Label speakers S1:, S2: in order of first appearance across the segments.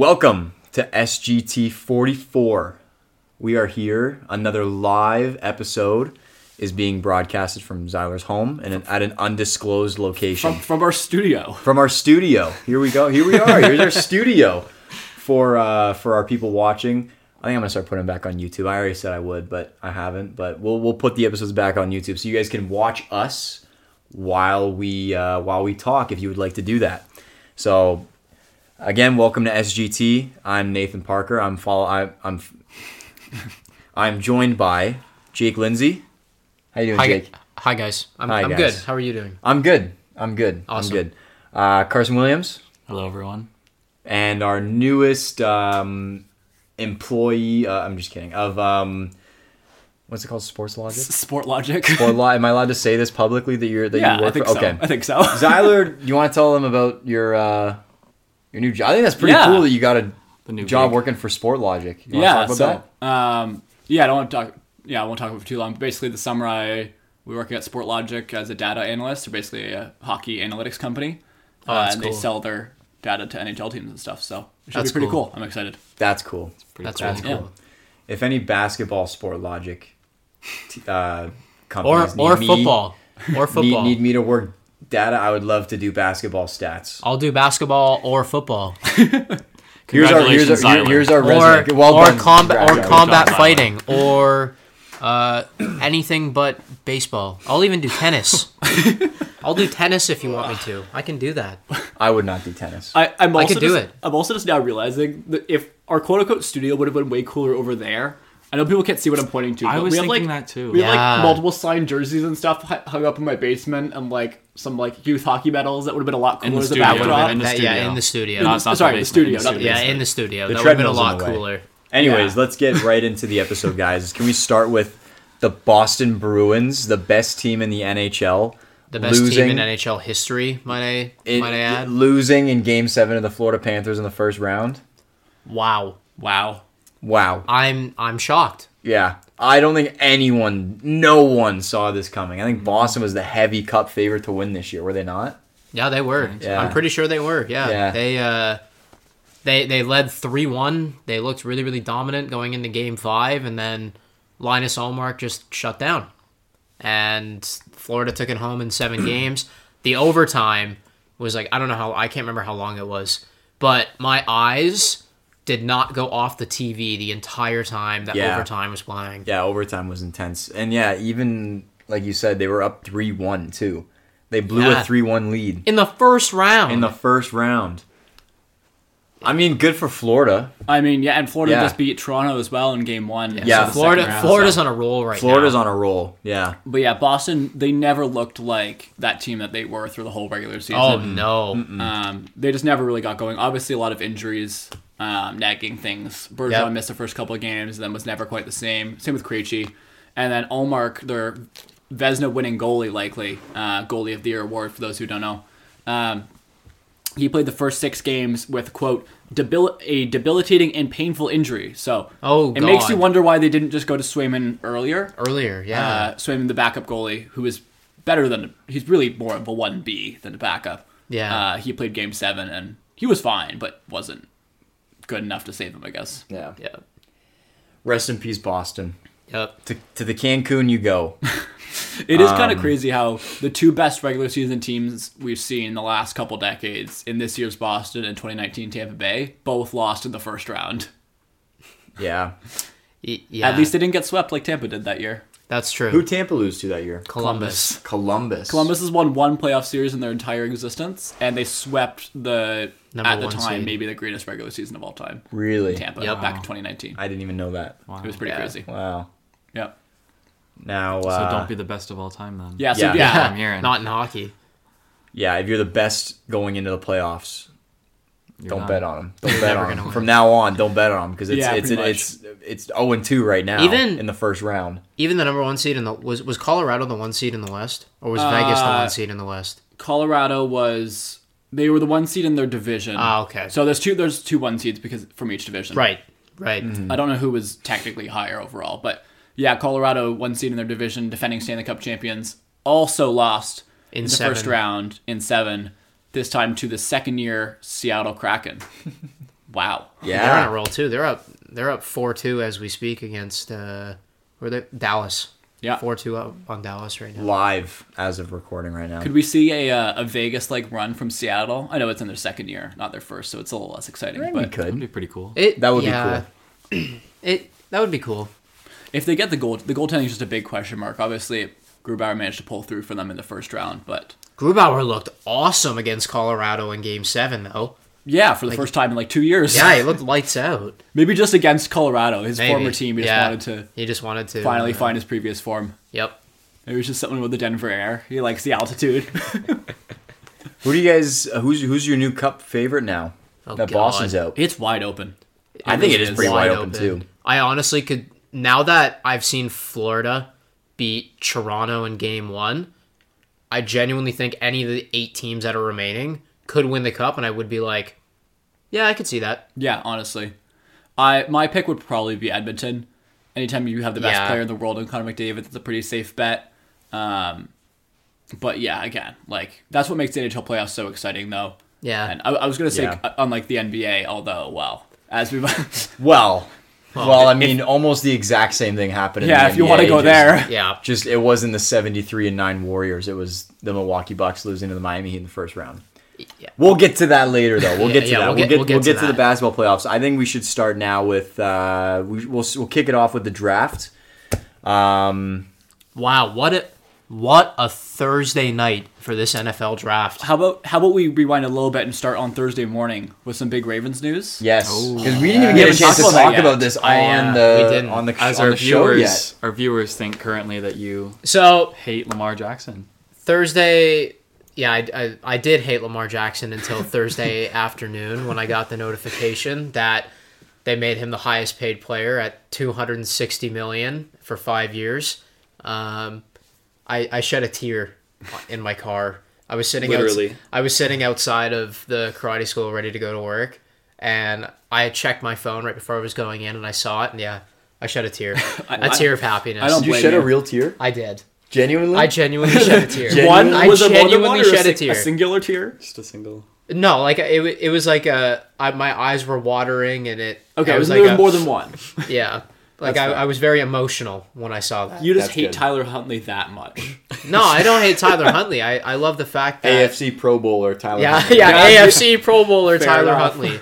S1: Welcome to SGT 44. We are here. Another live episode is being broadcasted from Zyler's home and at an undisclosed location
S2: from, from our studio.
S1: from our studio. Here we go. Here we are. Here's our studio for uh, for our people watching. I think I'm gonna start putting them back on YouTube. I already said I would, but I haven't. But we'll we'll put the episodes back on YouTube so you guys can watch us while we uh, while we talk if you would like to do that. So again, welcome to SGT. I'm Nathan Parker. I'm follow. I, I'm I'm joined by Jake Lindsay. How you doing,
S3: Hi,
S1: Jake?
S3: gu- hi guys. I'm,
S1: Hi,
S3: I'm
S1: guys.
S3: good. How are you doing?
S1: I'm good. I'm good.
S3: Awesome.
S1: I'm good. Uh, Carson Williams.
S2: Hello, everyone.
S1: and our newest um, employee. Uh, I'm just kidding. Of um, what's it called? Sports Logic.
S2: Sport logic.
S1: or li- am I allowed to say this publicly that you're that
S2: yeah,
S1: you work
S2: I think
S1: for?
S2: so.
S1: Okay,
S2: I think so.
S1: Zyler, you want to tell them about your uh, your new job? I think that's pretty
S2: Yeah.
S1: cool that you got a
S4: The new
S1: job
S4: gig.
S1: working for Sport Logic. You wanna
S2: yeah.
S1: talk about
S2: So,
S1: that?
S2: um, yeah, I don't want to talk. Yeah, I won't talk about it for too long. But basically, the summer I we working at Sport Logic as a data analyst, or basically a hockey analytics company, uh,
S3: that's
S2: and
S3: cool.
S2: they sell their data to NHL teams and stuff. So it should
S3: That's
S2: be pretty
S3: cool.
S2: cool. I'm excited.
S1: That's cool.
S4: Pretty
S3: That's
S4: cool.
S3: really
S2: Yeah.
S3: cool.
S1: If any basketball Sport Logic t- uh,
S3: Or
S1: companies
S3: or
S1: need
S3: football. Or
S1: me, need,
S3: football.
S1: need me to work data, I would love to do basketball stats.
S3: I'll do basketball or football
S1: Here's our here's
S4: Congratulations,
S1: our, here-
S4: Zyler.
S1: here's our
S3: or
S1: resume. Well
S3: or
S1: done.
S3: combat or
S1: Congratulations.
S3: combat
S4: Good job, Zyler.
S3: fighting or uh, anything but baseball. I'll even do tennis. I'll do tennis if you want me to. I can do that.
S1: I would not do tennis.
S2: I, I'm also
S3: could do
S2: just,
S3: it.
S2: I'm also just now realizing that if our quote unquote studio would have been way cooler over there. I know people can't see what I'm pointing to.
S4: I
S2: but
S4: was
S2: we have,
S4: thinking
S2: like,
S4: that too.
S2: We have
S3: Yeah.
S2: like multiple signed jerseys and stuff hu- hung up in my basement, and like some like youth hockey medals that would have been a lot
S4: In
S2: cooler
S4: the
S2: as a
S4: studio.
S2: backdrop.
S4: In the
S3: That-
S4: studio.
S3: yeah, in the studio.
S4: Not,
S2: Sorry,
S4: not
S2: the
S4: the basement,
S2: studio,
S4: in
S2: not the
S3: yeah, in the studio. that would have been a
S1: treadmill's in
S3: lot
S1: the way.
S3: cooler.
S1: Anyways,
S2: Yeah.
S1: let's get right into the episode, guys. Can we start with the Boston Bruins, the best team in the NHL,
S3: The best
S1: losing
S3: team in NHL history, might I
S1: in-
S3: might I add.
S1: losing in Game Seven of the Florida Panthers in the first round?
S3: Wow.
S2: Wow.
S1: Wow.
S3: I'm I'm shocked.
S1: Yeah. I don't think anyone, no one saw this coming. I think Boston was the heavy cup favorite to win this year, were they not?
S3: Yeah, they were.
S1: Yeah.
S3: I'm pretty sure they were. Yeah.
S1: Yeah.
S3: They uh they they led 3-1. They looked really really dominant going into game 5 and then Linus Allmark just shut down. And Florida took it home in 7 games. The overtime was like I don't know how I can't remember how long it was, but my eyes did not go off the TV the entire time that
S1: Yeah.
S3: overtime was playing.
S1: Yeah, overtime was intense. And yeah, even like you said, they were up 3 1 too. They blew a
S3: Yeah.
S1: 3 1 lead
S3: In the first round.
S1: in the first round. I mean, good for Florida.
S2: I mean, yeah, and Florida
S1: Yeah.
S2: just beat Toronto as well in game one.
S3: yeah,
S1: Yeah.
S3: so Florida
S2: Second round,
S3: Florida's on a roll right
S1: Florida's
S3: now.
S1: on a roll. Yeah.
S2: But yeah, Boston, they never looked like that team that they were through the whole regular season.
S3: Oh no.
S2: Um, they just never really got going. Obviously, a lot of injuries, um, nagging things. Bergeron
S3: Yep.
S2: missed the first couple of games, and then was never quite the same. Same with Krejci, and then Olmark, their Vesna winning goalie, likely uh, goalie of the year award for those who don't know. Um, he played the first six games with quote debil- a debilitating and painful injury. So
S3: Oh,
S2: it makes
S3: God.
S2: you wonder why they didn't just go to Swayman earlier
S3: Earlier, yeah.
S2: uh, Swayman, the backup goalie, who is better than he's really more of a one B than a backup.
S3: Yeah.
S2: uh, he played game seven and he was fine, but wasn't good enough to save him. I guess.
S1: Yeah.
S3: Yep.
S1: Rest in peace, Boston.
S3: Yep.
S1: To, to the Cancun you go.
S2: It is
S3: Um,
S2: kind of crazy how the two best regular season teams we've seen in the last couple decades in this year's Boston and 2019 Tampa Bay both lost in the first round.
S1: Yeah.
S3: Y- yeah.
S2: At least they didn't get swept like Tampa did that year.
S3: that's true.
S1: Who Tampa lose to that year?
S3: Columbus.
S1: Columbus.
S2: Columbus has won one playoff series in their entire existence, and they swept the
S3: Number
S2: at the
S3: one
S2: time
S3: seed.
S2: maybe the greatest regular season of all time.
S1: Really?
S2: Tampa
S3: Yep.
S2: back in 2019.
S1: I didn't even know that.
S4: Wow.
S2: It was pretty
S3: Yeah.
S2: crazy.
S1: Wow.
S2: Yeah.
S1: Now,
S4: So
S1: uh,
S4: don't be the best of all time then.
S2: Yeah. So
S1: Yeah.
S2: yeah.
S4: I'm hearing.
S3: Not in hockey.
S1: yeah, if you're the best going into the playoffs,
S4: You're
S1: don't
S4: not.
S1: bet on them. Don't bet on
S3: gonna
S1: them.
S3: win.
S1: From now on, don't bet on them because it's
S2: Yeah,
S1: it's
S2: pretty
S1: it's it's 0 and 2 right now
S3: Even-
S1: in the first round.
S3: Even the number one seed in the was was Colorado the one seed in the West or was Vegas the
S2: Uh,
S3: one seed in the West?
S2: Colorado was they were the one seed in their division.
S3: Ah, okay.
S2: So there's two there's two one seeds because from each division.
S3: right, right.
S2: I don't know who was technically higher overall, but yeah, Colorado one seed in their division, defending Stanley Cup champions, also lost
S3: In
S2: the
S3: seven.
S2: first round in seven. This time to the second year Seattle Kraken. Wow.
S3: They're on a
S1: Yeah.
S3: roll too. They're up. They're up four two as we speak against uh, where they Dallas.
S2: Yeah.
S3: four two up on Dallas right now.
S1: Live as of recording right now.
S2: Could we see a uh, a Vegas like run from Seattle? I know it's in their second year, not their first, so it's a little less exciting.
S1: I think we
S2: but
S1: could.
S4: That'd be pretty cool.
S3: It
S1: That would be
S3: cool. it that would be cool.
S2: if they get the goal, the goaltending is just a big question mark. Obviously, Grubauer managed to pull through for them in the first round, but
S3: Grubauer looked awesome against Colorado in Game Seven though.
S2: yeah, for the first time in like two years.
S3: Yeah, he looked lights out.
S2: maybe just against Colorado, his
S3: Maybe.
S2: former team. He just
S3: Yeah.
S2: wanted to
S3: He just wanted to
S2: finally
S3: uh,
S2: find his previous form.
S3: Yep.
S2: Maybe it's just something with the Denver air. He likes the altitude.
S1: Who do you guys? uh, Who's who's your new cup favorite now?
S3: Oh,
S1: that
S3: God.
S1: Boston's out.
S2: it's wide open.
S1: I think it is
S2: is
S1: pretty wide, open, too.
S3: I honestly could now that I've seen Florida beat Toronto in game one, I genuinely think any of the eight teams that are remaining could win the cup and I would be like, Yeah, I could see that.
S2: Yeah, honestly, I my pick would probably be Edmonton. Anytime you have the best
S3: Yeah.
S2: player in the world in Connor McDavid, it's a pretty safe bet. Um, but yeah, again, like that's what makes the NHL playoffs so exciting, though.
S3: Yeah.
S2: And I, I was gonna say,
S1: Yeah.
S2: uh, unlike the NBA, although well, as we,
S1: Well, well, I mean, almost the exact same thing happened. in
S2: yeah,
S1: the
S2: if you
S1: NBA,
S2: want to go
S1: just-
S2: there,
S3: yeah.
S1: just it wasn't the seventy-three and nine Warriors. It was the Milwaukee Bucks losing to the Miami Heat in the first round.
S3: Yeah.
S1: We'll get to that later, though. We'll
S3: Yeah,
S1: get to
S3: yeah,
S1: that.
S3: we'll
S1: We'll
S3: get-
S1: get,
S3: we'll get to
S1: to, the
S3: that.
S1: basketball playoffs. I think we should start now with uh, we, we'll we'll kick it off with the draft. Um,
S3: Wow, what a what a Thursday night for this NFL draft.
S2: how about how about we rewind a little bit and start on Thursday morning with some big Ravens news?
S1: yes, because Oh. we didn't even get
S2: We
S1: a
S2: haven't
S1: chance to
S2: talked about
S1: talk
S2: that yet.
S1: about this on
S3: Oh, yeah,
S1: the
S3: we didn't.
S1: on the
S4: As
S1: on
S4: our
S1: the show
S4: viewers,
S1: yet.
S4: our viewers think currently that you
S3: So
S4: hate Lamar Jackson.
S3: Thursday, yeah, I, I, I did hate Lamar Jackson until Thursday afternoon when I got the notification that they made him the highest paid player at 260 million for five years. Um, I, I shed a tear in my car. I was sitting outs-
S2: Literally.
S3: I was sitting outside of the karate school ready to go to work, and I had checked my phone right before I was going in, and I saw it, and yeah, I shed a tear, a tear of happiness.
S2: I don't-
S1: Did you
S2: blame
S1: shed a
S2: you.
S1: real tear?
S3: I did.
S1: Genuinely,
S3: I genuinely shed a tear.
S1: Genuinely?
S3: I
S2: was it more than
S3: genuinely
S2: one or
S3: shed a
S2: sing-
S3: tear.
S2: a singular tear.
S4: Just a single.
S3: No, like it, wa- it was like a I, my eyes were watering and it.
S2: Okay,
S3: I
S2: it was,
S3: was
S2: there
S3: like
S2: was
S3: a-
S2: more than one.
S3: yeah. Like I, I was very emotional when I saw that.
S2: You just
S1: That's
S2: hate
S1: good.
S2: Tyler Huntley that much.
S3: no, I don't hate Tyler Huntley. I, I love the fact that
S1: AFC Pro Bowler Tyler.
S3: yeah
S1: Huntley.
S3: yeah,
S2: Yeah.
S3: AFC Pro Bowler
S2: Fair
S3: Tyler
S2: enough.
S3: Huntley.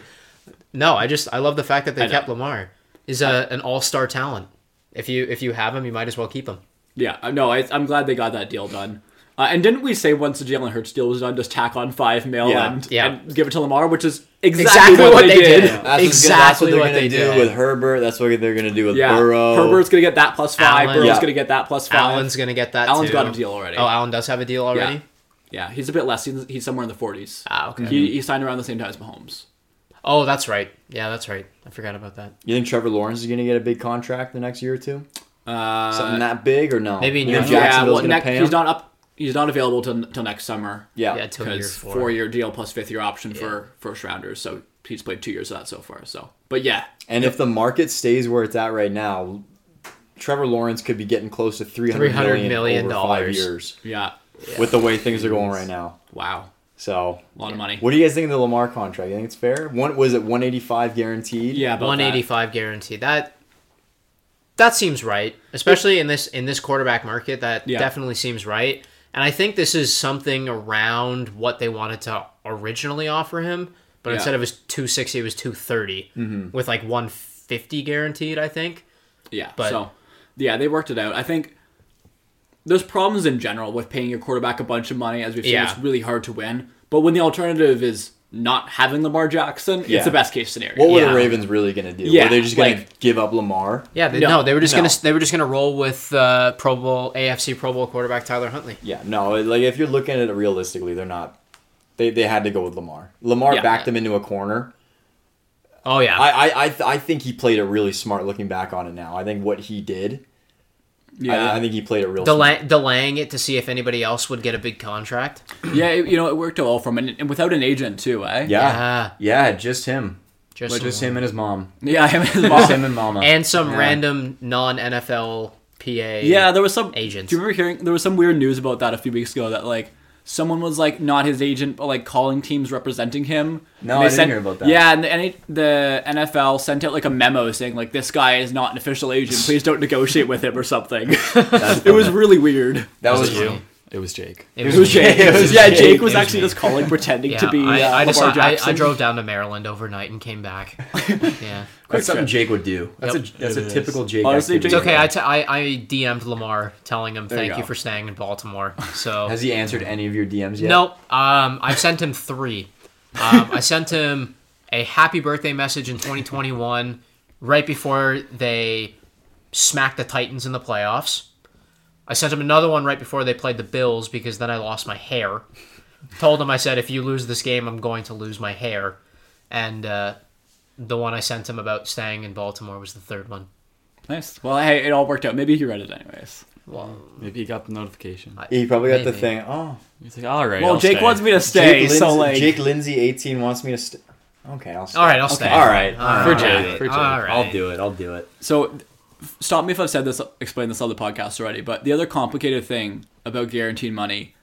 S3: No, I just I love the fact that they
S2: know.
S3: kept Lamar. He's a, an all star talent. If you if you have him, you might as well keep him.
S2: Yeah, I- no, I, I'm glad they got that deal done. Uh, and didn't we say once the Jalen Hurts deal was done, just tack on five mil
S1: Yeah.
S2: and,
S3: Yeah.
S2: and give it to Lamar, which is exactly, what, they, did.
S1: That's
S3: Exactly
S1: exactly what,
S3: what
S1: they're
S3: they
S1: gonna
S3: did.
S1: do with Herbert. That's what they're gonna do with
S2: Yeah,
S1: Burrow.
S2: Herbert's gonna get that plus five.
S3: Allen.
S2: Burrow's
S1: Yeah.
S2: gonna get that plus five.
S3: Allen's gonna get that.
S2: Allen's
S3: too.
S2: got a deal already.
S3: Oh, Allen does have a deal already.
S2: yeah. yeah, he's a bit less. He's, he's somewhere in the 40s.
S3: Ah, okay.
S2: He, he signed around the same time as Mahomes.
S3: Oh, that's right. Yeah, that's right. I forgot about that.
S1: You think Trevor Lawrence is gonna get a big contract the next year or two?
S2: Uh,
S1: Something that big or no?
S3: maybe in
S1: You
S3: year
S1: think
S3: four.
S2: yeah,
S1: Jacksonville's
S2: well,
S1: gonna
S2: next,
S1: pay him?
S2: he's not up. He's not available till, till next summer.
S1: yeah.
S3: Yeah, till year
S2: because
S3: four.
S2: four year deal plus fifth year option for first rounders. So he's played two years of that so far. So, but yeah,
S1: and if the market stays where it's at right now, Trevor Lawrence could be getting close to three hundred
S3: $300
S1: million,
S3: million
S1: over five
S3: dollars.
S1: years
S2: yeah,
S1: with the way things are going right now.
S2: wow,
S1: So,
S2: a lot of money.
S1: what do you guys think of the Lamar contract? You think it's fair? One was it one eighty five guaranteed?
S2: Yeah, about
S3: One eighty
S2: that.
S3: five guarantee. That that seems right, especially in this in this quarterback market. That
S2: Yeah.
S3: definitely seems right. And I think this is something around what they wanted to originally offer him, but
S2: Yeah. Mm-hmm.
S3: instead of it was two sixty, it was two with like one fifty guaranteed. I think.
S2: Yeah.
S3: But-
S2: so, yeah, they worked it out. I think there's problems in general with paying your quarterback a bunch of money. As we've seen,
S3: Yeah.
S2: it's really hard to win. But when the alternative is not having Lamar Jackson,
S1: Yeah.
S2: it's the best case scenario.
S1: What were
S3: Yeah.
S1: the Ravens really gonna do?
S2: Yeah,
S1: were they just gonna
S2: like-
S1: give up Lamar?
S3: Yeah, they,
S2: No.
S3: no, they were just
S1: No.
S3: gonna they were just gonna roll with uh, Pro Bowl AFC Pro Bowl quarterback Tyler Huntley.
S1: Yeah, no, like if you're looking at it realistically, they're not. They, they had to go with Lamar. Lamar
S2: Yeah.
S1: backed them into a corner.
S3: Oh yeah,
S1: I I, I, th- I think he played it really smart looking back on it now. I think what he did,
S2: yeah,
S1: I, I think he played it real smart.
S3: Delay, delaying it to see if anybody else would get a big contract.
S2: yeah. it- you know, it worked out well for him, and, and without an agent too, eh?
S1: Yeah.
S3: Yeah.
S1: Yeah, just him.
S3: Just,
S1: Like, just him and his mom.
S2: yeah. him and his
S1: Just
S2: mom.
S1: him and mama.
S3: and some random non NFL PA.
S2: Yeah, there was some
S3: Agents.
S2: Do you remember hearing there was some weird news about that a few weeks ago that like someone was like not his agent, but like calling teams representing him.
S1: No,
S2: And
S1: I
S2: they
S1: didn't
S2: sent-
S1: hear about that.
S2: Yeah, and the, NH the NFL sent out like a memo saying like this guy is not an official agent. Please don't negotiate with him or something. it was really weird.
S1: That
S4: Was
S1: was
S4: it you? It was Jake.
S3: It
S2: It was Jake. It was- yeah, Jake was
S3: It was
S2: actually
S3: me.
S2: just calling, pretending
S3: Yeah,
S2: to be.
S3: I,
S2: uh,
S3: I, just,
S2: Lamar
S3: I,
S2: Jackson.
S3: I drove down to Maryland overnight and came back. Yeah,
S1: that's something Jake would do. That's
S3: Yep.
S1: a that's
S4: It
S1: a
S4: is.
S1: typical Jake.
S2: Honestly,
S1: activity.
S3: it's
S2: Jake-
S3: okay. I, t- I I DM'd Lamar telling him
S2: you
S3: thank you,
S2: go.
S3: for staying in Baltimore. So
S1: Has he answered any of your DMs yet?
S3: nope. Um, I've sent him three. Um, I sent him a happy birthday message in 2021, right before they smacked the Titans in the playoffs. I sent him another one right before they played the Bills because then I lost my hair. Told him I said if you lose this game, I'm going to lose my hair, and uh, the one I sent him about staying in Baltimore was the third one.
S2: Nice. Well, hey, it all worked out. Maybe he read it anyways.
S3: Well,
S4: Maybe he got the notification.
S1: He probably got the
S3: Maybe.
S1: thing. Oh,
S4: He's like, all right.
S2: Well,
S4: I'll
S2: Jake
S4: stay."
S2: wants me to stay,
S1: Jake,
S2: so
S1: Lindsay,
S2: like,
S1: Jake Lindsay, eighteen, wants me to. St- okay, I'll. Stay.
S3: all right, I'll stay.
S1: All right.
S4: For
S1: I'll
S4: Jake,
S1: do it.
S4: for Jake.
S3: All right.
S1: I'll do it. I'll do it.
S2: so f- stop me if I've said this, explained this on the podcast already. But the other complicated thing about guaranteed money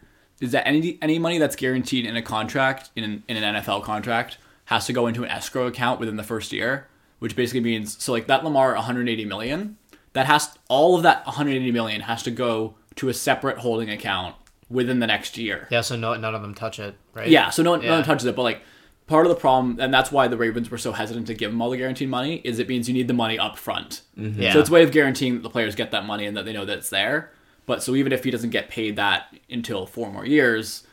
S2: is that any any money that's guaranteed in a contract in an, in an NFL contract has to go into an escrow account within the first year, which basically means so like that Lamar 180 million that has all of that 180 million has to go to a separate holding account within the next year.
S3: Yeah, so no, none of them touch it, right?
S2: Yeah, so no one, no one
S3: Yeah.
S2: touches it. But like part of the problem, and that's why the Ravens were so hesitant to give them all the guaranteed money, is it means you need the money up front.
S3: Mm-hmm. Yeah.
S2: So it's a way of guaranteeing that the players get that money and that they know that it's there. But so even if he doesn't get paid that until four more years,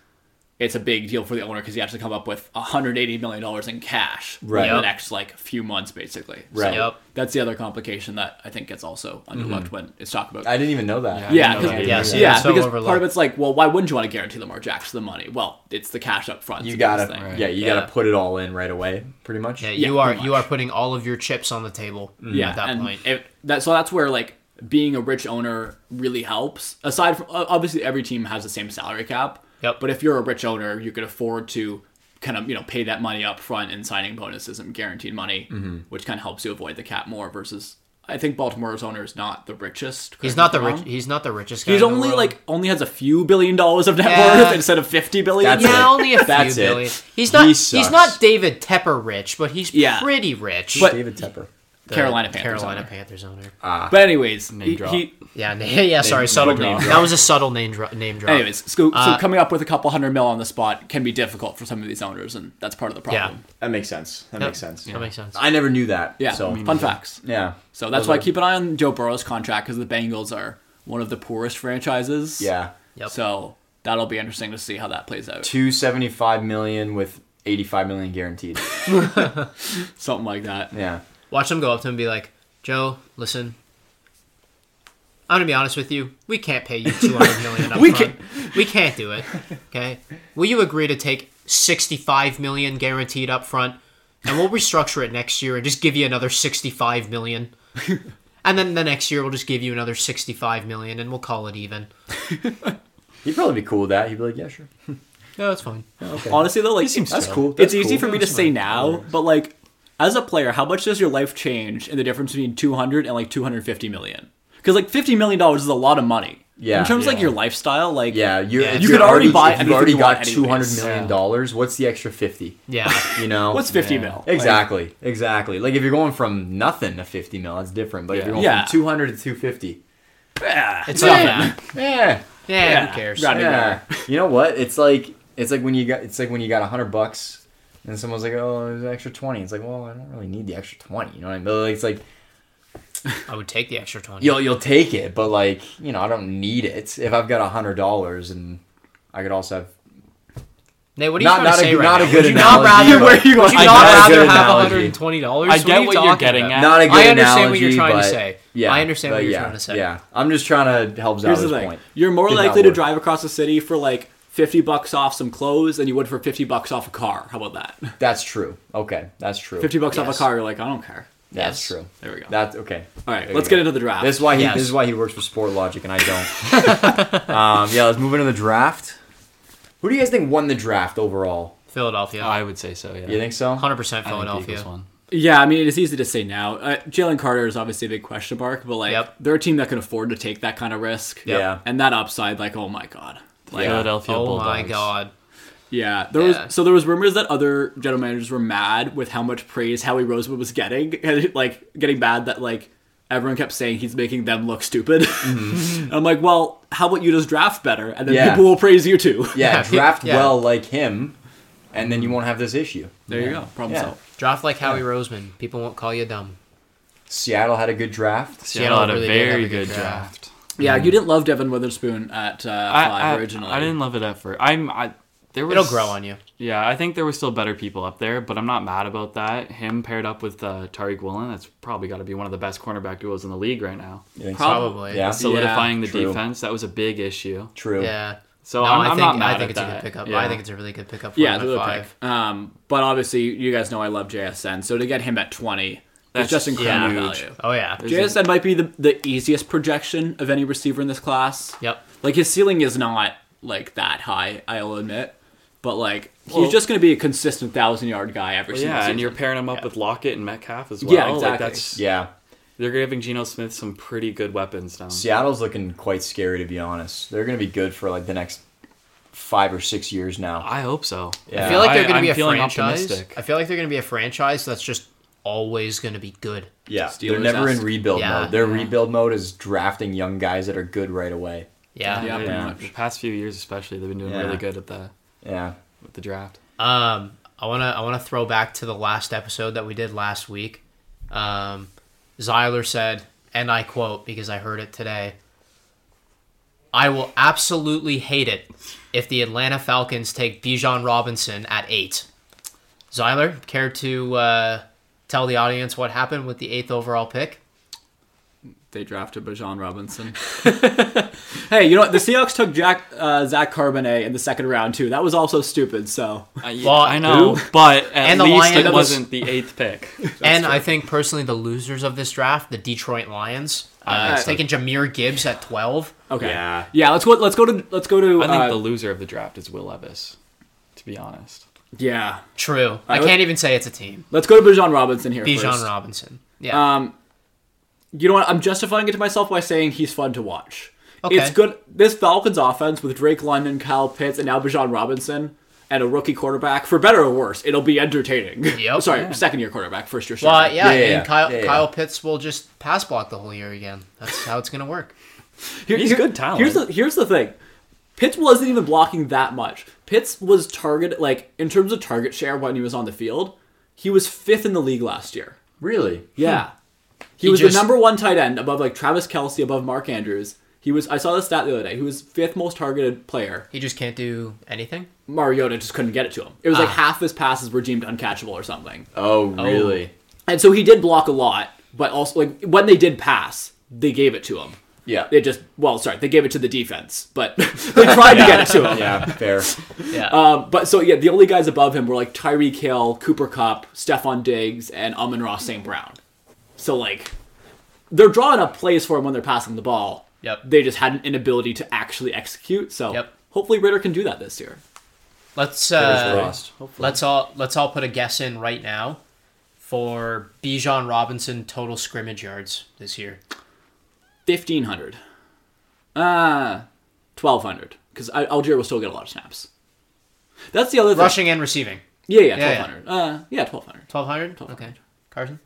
S2: it's a big deal for the owner because he has to come up with 180 million dollars in cash
S1: Right.
S2: in the
S3: Yep.
S2: next like few months, basically.
S1: Right.
S3: Yep. Mm-hmm.
S2: That's the other complication that I think gets also underlooked when it's talked about.
S1: I didn't even know that.
S4: Yeah.
S2: Yeah,
S4: No,
S2: 'cause-
S4: no,
S2: yeah,
S4: yeah,
S2: yeah,
S4: so
S3: that's so
S2: because part of
S3: overlooked.
S2: it's like, well, why wouldn't you want to guarantee Lamar Jackson the money? Well, it's the cash up front.
S1: You
S2: It's the biggest
S1: gotta.
S2: thing.
S1: Yeah, you
S3: Yeah.
S1: gotta put it all in right away. Pretty much.
S3: Yeah,
S2: Yeah,
S3: you are
S2: pretty
S3: you
S2: much. Mm-hmm.
S3: are putting all of your chips on the table
S2: yeah.
S3: at that
S2: and
S3: point.
S2: it- that, so that's where like being a rich owner really helps. Aside from o- obviously every team has the same salary cap.
S3: Yep.
S2: But if you're a rich owner, you could afford to kind of you know pay that money up front in signing bonuses and guaranteed money, which kind of helps you avoid the cap more. Versus, I think Baltimore's owner is not the richest.
S3: He's
S2: correct
S3: not
S2: me
S3: the
S2: if I'm
S3: rich.
S2: wrong.
S3: He's not the richest. guy
S2: He's
S3: in the
S2: only
S3: world.
S2: like only has a few billion dollars of net
S3: Yeah.
S2: worth instead of fifty billion.
S1: That's
S3: yeah,
S1: it.
S3: only a few
S1: That's it.
S3: billion. He's
S1: He
S3: not.
S1: sucks.
S3: he's not David Tepper rich, but he's
S2: Yeah.
S3: pretty rich.
S2: But-
S1: David Tepper.
S3: The
S2: Carolina Panthers
S3: Carolina
S2: owner. Uh,
S3: Panthers owner.
S2: But anyways,
S4: Name
S2: he,
S4: drop.
S2: he-
S3: yeah, na- yeah. Sorry, subtle
S1: name
S3: name.
S1: drop.
S3: That was a subtle name dro- name drop.
S2: anyways, so, so coming up with a couple hundred mil on the spot can be difficult for some of these owners, and that's part of the problem.
S1: That makes sense. That
S3: Yep,
S1: makes sense.
S3: That makes sense.
S1: I never knew that.
S2: Yeah,
S1: So
S2: fun facts.
S1: yeah.
S2: So that's
S1: Those
S2: why
S1: are-
S2: keep an eye on Joe Burrow's contract because the Bengals are one of the poorest franchises.
S1: Yeah.
S3: Yep.
S2: So that'll be interesting to see how that plays out.
S1: Two seventy five million with eighty five million guaranteed.
S2: Something like that.
S1: yeah.
S3: Watch them go up to him and be like, "Joe, listen." I'm gonna be honest with you. We can't pay you two hundred million. Up
S2: We
S3: front. We can't do it. Okay. Will you agree to take sixty-five million guaranteed up front, and we'll restructure it next year and just give you another sixty-five million, and then the next year we'll just give you another sixty-five million, and we'll call it even.
S1: He'd probably be cool with that. He'd be like, yeah, sure.
S3: No, that's fine.
S1: Okay.
S2: Honestly though, like
S4: seems
S1: That's
S4: So,
S1: cool.
S2: it's
S1: That's
S2: easy
S1: cool.
S2: for me to say now, but like as a player, how much does your life change in the difference between 200 and like 250 million? Because like 50 million dollars is a lot of money.
S1: Yeah.
S2: In terms of like
S4: Yeah.
S2: your lifestyle, like
S1: Yeah, you're,
S3: Yeah,
S1: if
S2: you
S1: you're
S2: could already buy
S1: if
S2: anything
S1: You've already
S2: you
S1: got
S2: want
S1: two hundred
S2: anyways.
S1: million
S4: Yeah.
S1: dollars. What's the extra fifty?
S3: Yeah.
S1: You know,
S2: What's 50
S4: Yeah.
S2: mil?
S1: exactly, exactly. Like if you're going from nothing to fifty mil, that's different. But if
S4: Yeah.
S1: you're going
S2: Yeah.
S1: from two hundred to two fifty, yeah,
S3: It's not bad.
S1: yeah,
S3: Yeah,
S2: Yeah.
S3: Who cares?
S2: Right.
S1: yeah. you know what? It's like it's like when you got it's like when you got hundred bucks, and someone's like, oh, there's an extra twenty. It's like, well, I don't really need the extra twenty. You know what I mean? Like, It's like
S3: I would take the extra twenty.
S1: you'll you'll take it, but like you know, I don't need it. If I've got hundred dollars and I could also have
S3: Nate, what are you
S1: Not-
S3: trying
S1: not
S3: to
S1: a-
S3: say right
S1: not a
S3: now?
S1: good
S3: would you not
S1: analogy,
S3: rather?
S1: but-
S3: Would you
S1: I
S3: not
S1: got a good
S3: rather have
S1: analogy.
S3: one hundred and twenty dollars?
S4: I get what you're getting at.
S1: not a good
S3: I understand what you're
S1: analogy,
S3: trying to
S1: but-
S3: say.
S1: Yeah,
S3: I understand
S1: but
S3: what you're
S1: yeah,
S3: trying to say.
S1: Yeah, I'm just trying to help Here's
S2: Here's the
S1: this
S2: thing:
S1: point.
S2: you're more
S1: Did not
S2: likely to
S1: work.
S2: drive across the city for like fifty bucks off some clothes than you would for fifty bucks off a car. How about that?
S1: That's true. Okay, that's true.
S2: Fifty bucks off a
S3: Yes.
S2: car, you're like, I don't care.
S1: That's
S3: Yes.
S1: true.
S2: There we go.
S1: That's okay.
S2: All right,
S1: There
S2: let's
S1: you
S2: get
S1: go.
S2: into the draft.
S1: This is why he.
S3: Yes.
S1: This is why he works for Sport Logic and I don't. um, yeah, let's move into the draft. Who do you guys think won the draft overall?
S3: Philadelphia.
S4: I would say so. Yeah.
S1: You think so?
S3: 100%
S4: I think Eagles
S3: Philadelphia.
S4: won.
S2: yeah, I mean, it's easy to say now. Uh, Jalen Carter is obviously a big question mark, but like,
S3: Yep.
S2: they're a team that can afford to take that kind of risk.
S1: Yep. Yeah.
S2: and that upside, like, oh my god,
S4: The
S3: Like,
S4: Philadelphia
S3: Oh my
S4: Bulldogs.
S3: god.
S2: Yeah, there
S3: Yeah.
S2: was so there was rumors that other general managers were mad with how much praise Howie Rosewood was getting, and like getting mad that like everyone kept saying he's making them look stupid. And I'm like, well, how about you just draft better, and then
S1: Yeah.
S2: people will praise you too.
S1: Yeah,
S3: Yeah,
S1: draft
S3: yeah.
S1: well like him, and then you won't have this issue.
S2: There you go, problem
S1: Yeah.
S2: solved.
S3: Draft like Howie Roseman. People won't call you dumb.
S1: Seattle had a good draft.
S4: Seattle had a
S3: really did have
S4: very
S3: a good
S4: good draft.
S2: Yeah, you didn't love Devin Witherspoon at uh, five
S4: I, I,
S2: originally.
S4: I didn't love it at first. I'm. I, there was,
S3: It'll grow on you.
S4: Yeah, I think there were still better people up there, but I'm not mad about that. Him paired up with uh, Tariq Woolen, that's probably got to be one of the best cornerback duos in the league right now.
S1: You think so?
S3: Probably.
S1: Yeah.
S4: Solidifying the
S1: true.
S4: defense, that was a big issue.
S1: True.
S3: Yeah.
S4: So
S3: No,
S4: I'm,
S3: i
S4: I'm
S3: think
S4: not mad
S3: I think
S4: at
S3: it's a
S4: that.
S3: good pickup.
S4: Yeah.
S3: I think it's a really good pickup for
S2: yeah,
S3: yeah,
S2: the
S3: five.
S2: pick. Um, but obviously you guys know I love JSN, so to get him at 20 is
S4: That's
S2: just incredible
S4: huge.
S2: value.
S3: Oh yeah.
S2: JSN might be the, the easiest projection of any receiver in this class.
S3: Yep.
S2: Like his ceiling is not like that high, I'll admit. But like
S4: Well-
S2: he's just going to be a consistent thousand yard guy every
S4: Well,
S2: single
S4: yeah,
S2: season.
S4: and you're pairing him up with Lockett and Metcalf as well.
S2: Yeah,
S4: Like
S2: exactly.
S4: that's
S1: Yeah.
S4: they're giving Geno Smith some pretty good weapons now.
S1: Seattle's looking quite scary to be honest. They're going to be good for like the next five or six years now.
S4: I hope so.
S1: Yeah.
S3: I feel like they're going
S4: I-
S3: to
S4: I'm
S3: be a
S4: feeling
S3: franchise.
S4: optimistic.
S3: I feel like they're going to be a franchise that's just always going to be good.
S1: Yeah, they're
S2: Steelers
S1: never
S2: esque.
S1: in rebuild
S3: Yeah,
S1: mode. Their rebuild mode is drafting young guys that are good right away.
S3: Yeah.
S2: yeah,
S4: Yeah.
S2: pretty
S4: The
S2: much.
S4: past few years, especially, they've been doing
S1: Yeah.
S4: really good at the
S1: Yeah,
S4: with the draft.
S3: Um, I wanna I wanna throw back to the last episode that we did last week. Um, Zeiler said, and I quote because I heard it today. I will absolutely hate it if the Atlanta Falcons take Bijan Robinson at eight. Zeiler, care to uh, tell the audience what happened with the eighth overall pick?
S2: They drafted Bajan Robinson. hey, you know what? The Seahawks took Jack uh, Zach Carbonet in the second round too. That was also stupid. So
S4: I,
S3: Well,
S4: I know, but at
S3: And the
S4: least
S3: Lions-
S4: it wasn't the eighth pick.
S3: and I think personally, the losers of this draft, the Detroit Lions, uh,
S2: Uh,
S3: taking Jameer Gibbs at twelve.
S2: okay,
S1: Yeah.
S2: yeah. Let's go. Let's go to. Let's go to.
S4: I think
S2: uh,
S4: the loser of the draft is Will Levis, to be honest.
S2: yeah.
S3: True, I,
S2: I would-
S3: can't even say it's a team.
S2: Let's go to Bajan Robinson here. first.
S3: Bijan Robinson. Yeah.
S2: Um, you know what? I'm justifying it to myself by saying he's fun to watch.
S3: Okay.
S2: It's good. This Falcons offense with Drake London, Kyle Pitts, and now Bijan Robinson and a rookie quarterback, for better or worse, it'll be entertaining.
S3: Yep.
S2: Sorry, second year quarterback, first year.
S3: Well,
S2: starter.
S3: yeah,
S1: Yeah, yeah, yeah.
S3: and Kyle,
S1: Yeah, yeah.
S3: Kyle Pitts will just pass block the whole year again. That's how it's gonna work.
S2: Here-
S4: He's
S2: here-
S4: good talent.
S2: Here's the here's the thing. Pitts wasn't even blocking that much. Pitts was target like in terms of target share when he was on the field, he was fifth in the league last year.
S1: really.
S2: Yeah. He,
S3: Hmm. He
S2: was
S3: just-
S2: the number one tight end above like Travis Kelsey, above Mark Andrews. He was I saw the stat the other day. He was fifth most targeted player.
S3: He just can't do anything.
S2: Mariota just couldn't get it to him. It was like
S3: Ah.
S2: half his passes were deemed uncatchable or something.
S1: Oh, really?
S2: And so he did block a lot, but also like when they did pass, they gave it to him.
S1: Yeah.
S2: They just well, sorry, they gave it to the defense, but they tried to get it to him.
S1: yeah, fair.
S3: Yeah.
S2: Um, but so yeah, the only guys above him were like Tyreek Hill, Cooper Cup, Stephon Diggs, and Amon Ross St. Brown. So like they're drawing up plays for him when they're passing the ball.
S3: Yep.
S2: They just had an inability to actually execute. So
S3: Yep.
S2: hopefully Ritter can do that this year.
S3: let's
S1: Fingers
S3: uh,
S1: crossed.
S3: let's all let's all put a guess in right now for Bijan Robinson total scrimmage yards this year.
S2: Fifteen hundred. Uh twelve hundred. Because Algier will still get a lot of snaps. That's the other thing.
S3: Rushing and receiving.
S2: Yeah, yeah,
S3: Yeah, yeah.
S2: twelve hundred. Uh yeah, twelve hundred.
S3: Twelve hundred?
S2: 1,200.
S3: Okay. Carson?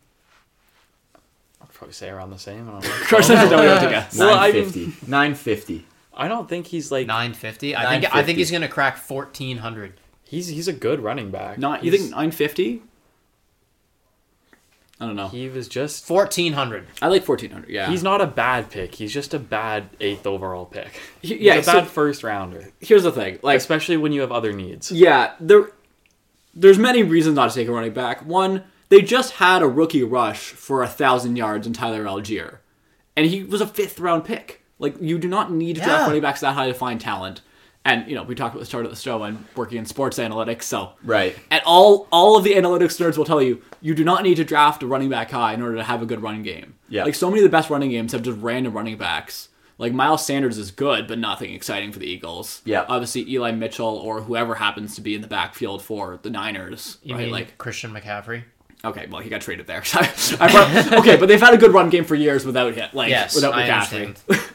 S4: I'd probably say around the same. I don't, know.
S2: Carson doesn't know what to guess.
S4: Well, I mean-
S1: 950. 950.
S4: I don't think he's like
S3: Nine fifty. I think I
S1: 950.
S3: think he's gonna crack fourteen hundred.
S4: he's he's a good running back.
S2: Not you
S4: He's-
S2: think nine fifty? I don't know.
S4: he was just
S3: Fourteen hundred.
S2: I like fourteen hundred. Yeah,
S4: he's not a bad pick. He's just a bad eighth overall pick.
S2: He-
S4: He's
S2: yeah,
S4: a
S2: so-
S4: bad first rounder,
S2: here's the thing. Like,
S4: especially when you have other needs.
S2: yeah, there, there's many reasons not to take a running back. One, they just had a rookie rush for a thousand yards in Tyler Algier, and he was a fifth round pick. Like, you do not need to
S3: Yeah.
S2: draft running backs that high to find talent. And you know, we talked about the start of the show and working in sports analytics, so
S1: Right.
S2: And all all of the analytics nerds will tell you you do not need to draft a running back high in order to have a good running game.
S1: Yeah.
S2: Like so many of the best running games have just random running backs. Like Miles Sanders is good, but nothing exciting for the Eagles.
S1: Yeah.
S2: Obviously Eli Mitchell or whoever happens to be in the backfield for the Niners.
S3: You
S2: right?
S3: mean
S2: Like
S3: like Christian McCaffrey?
S2: okay, well he got traded there. I brought- okay, but they've had a good run game for years without him. Like
S3: Yes.
S2: without
S3: I
S2: McCaffrey.
S3: understand.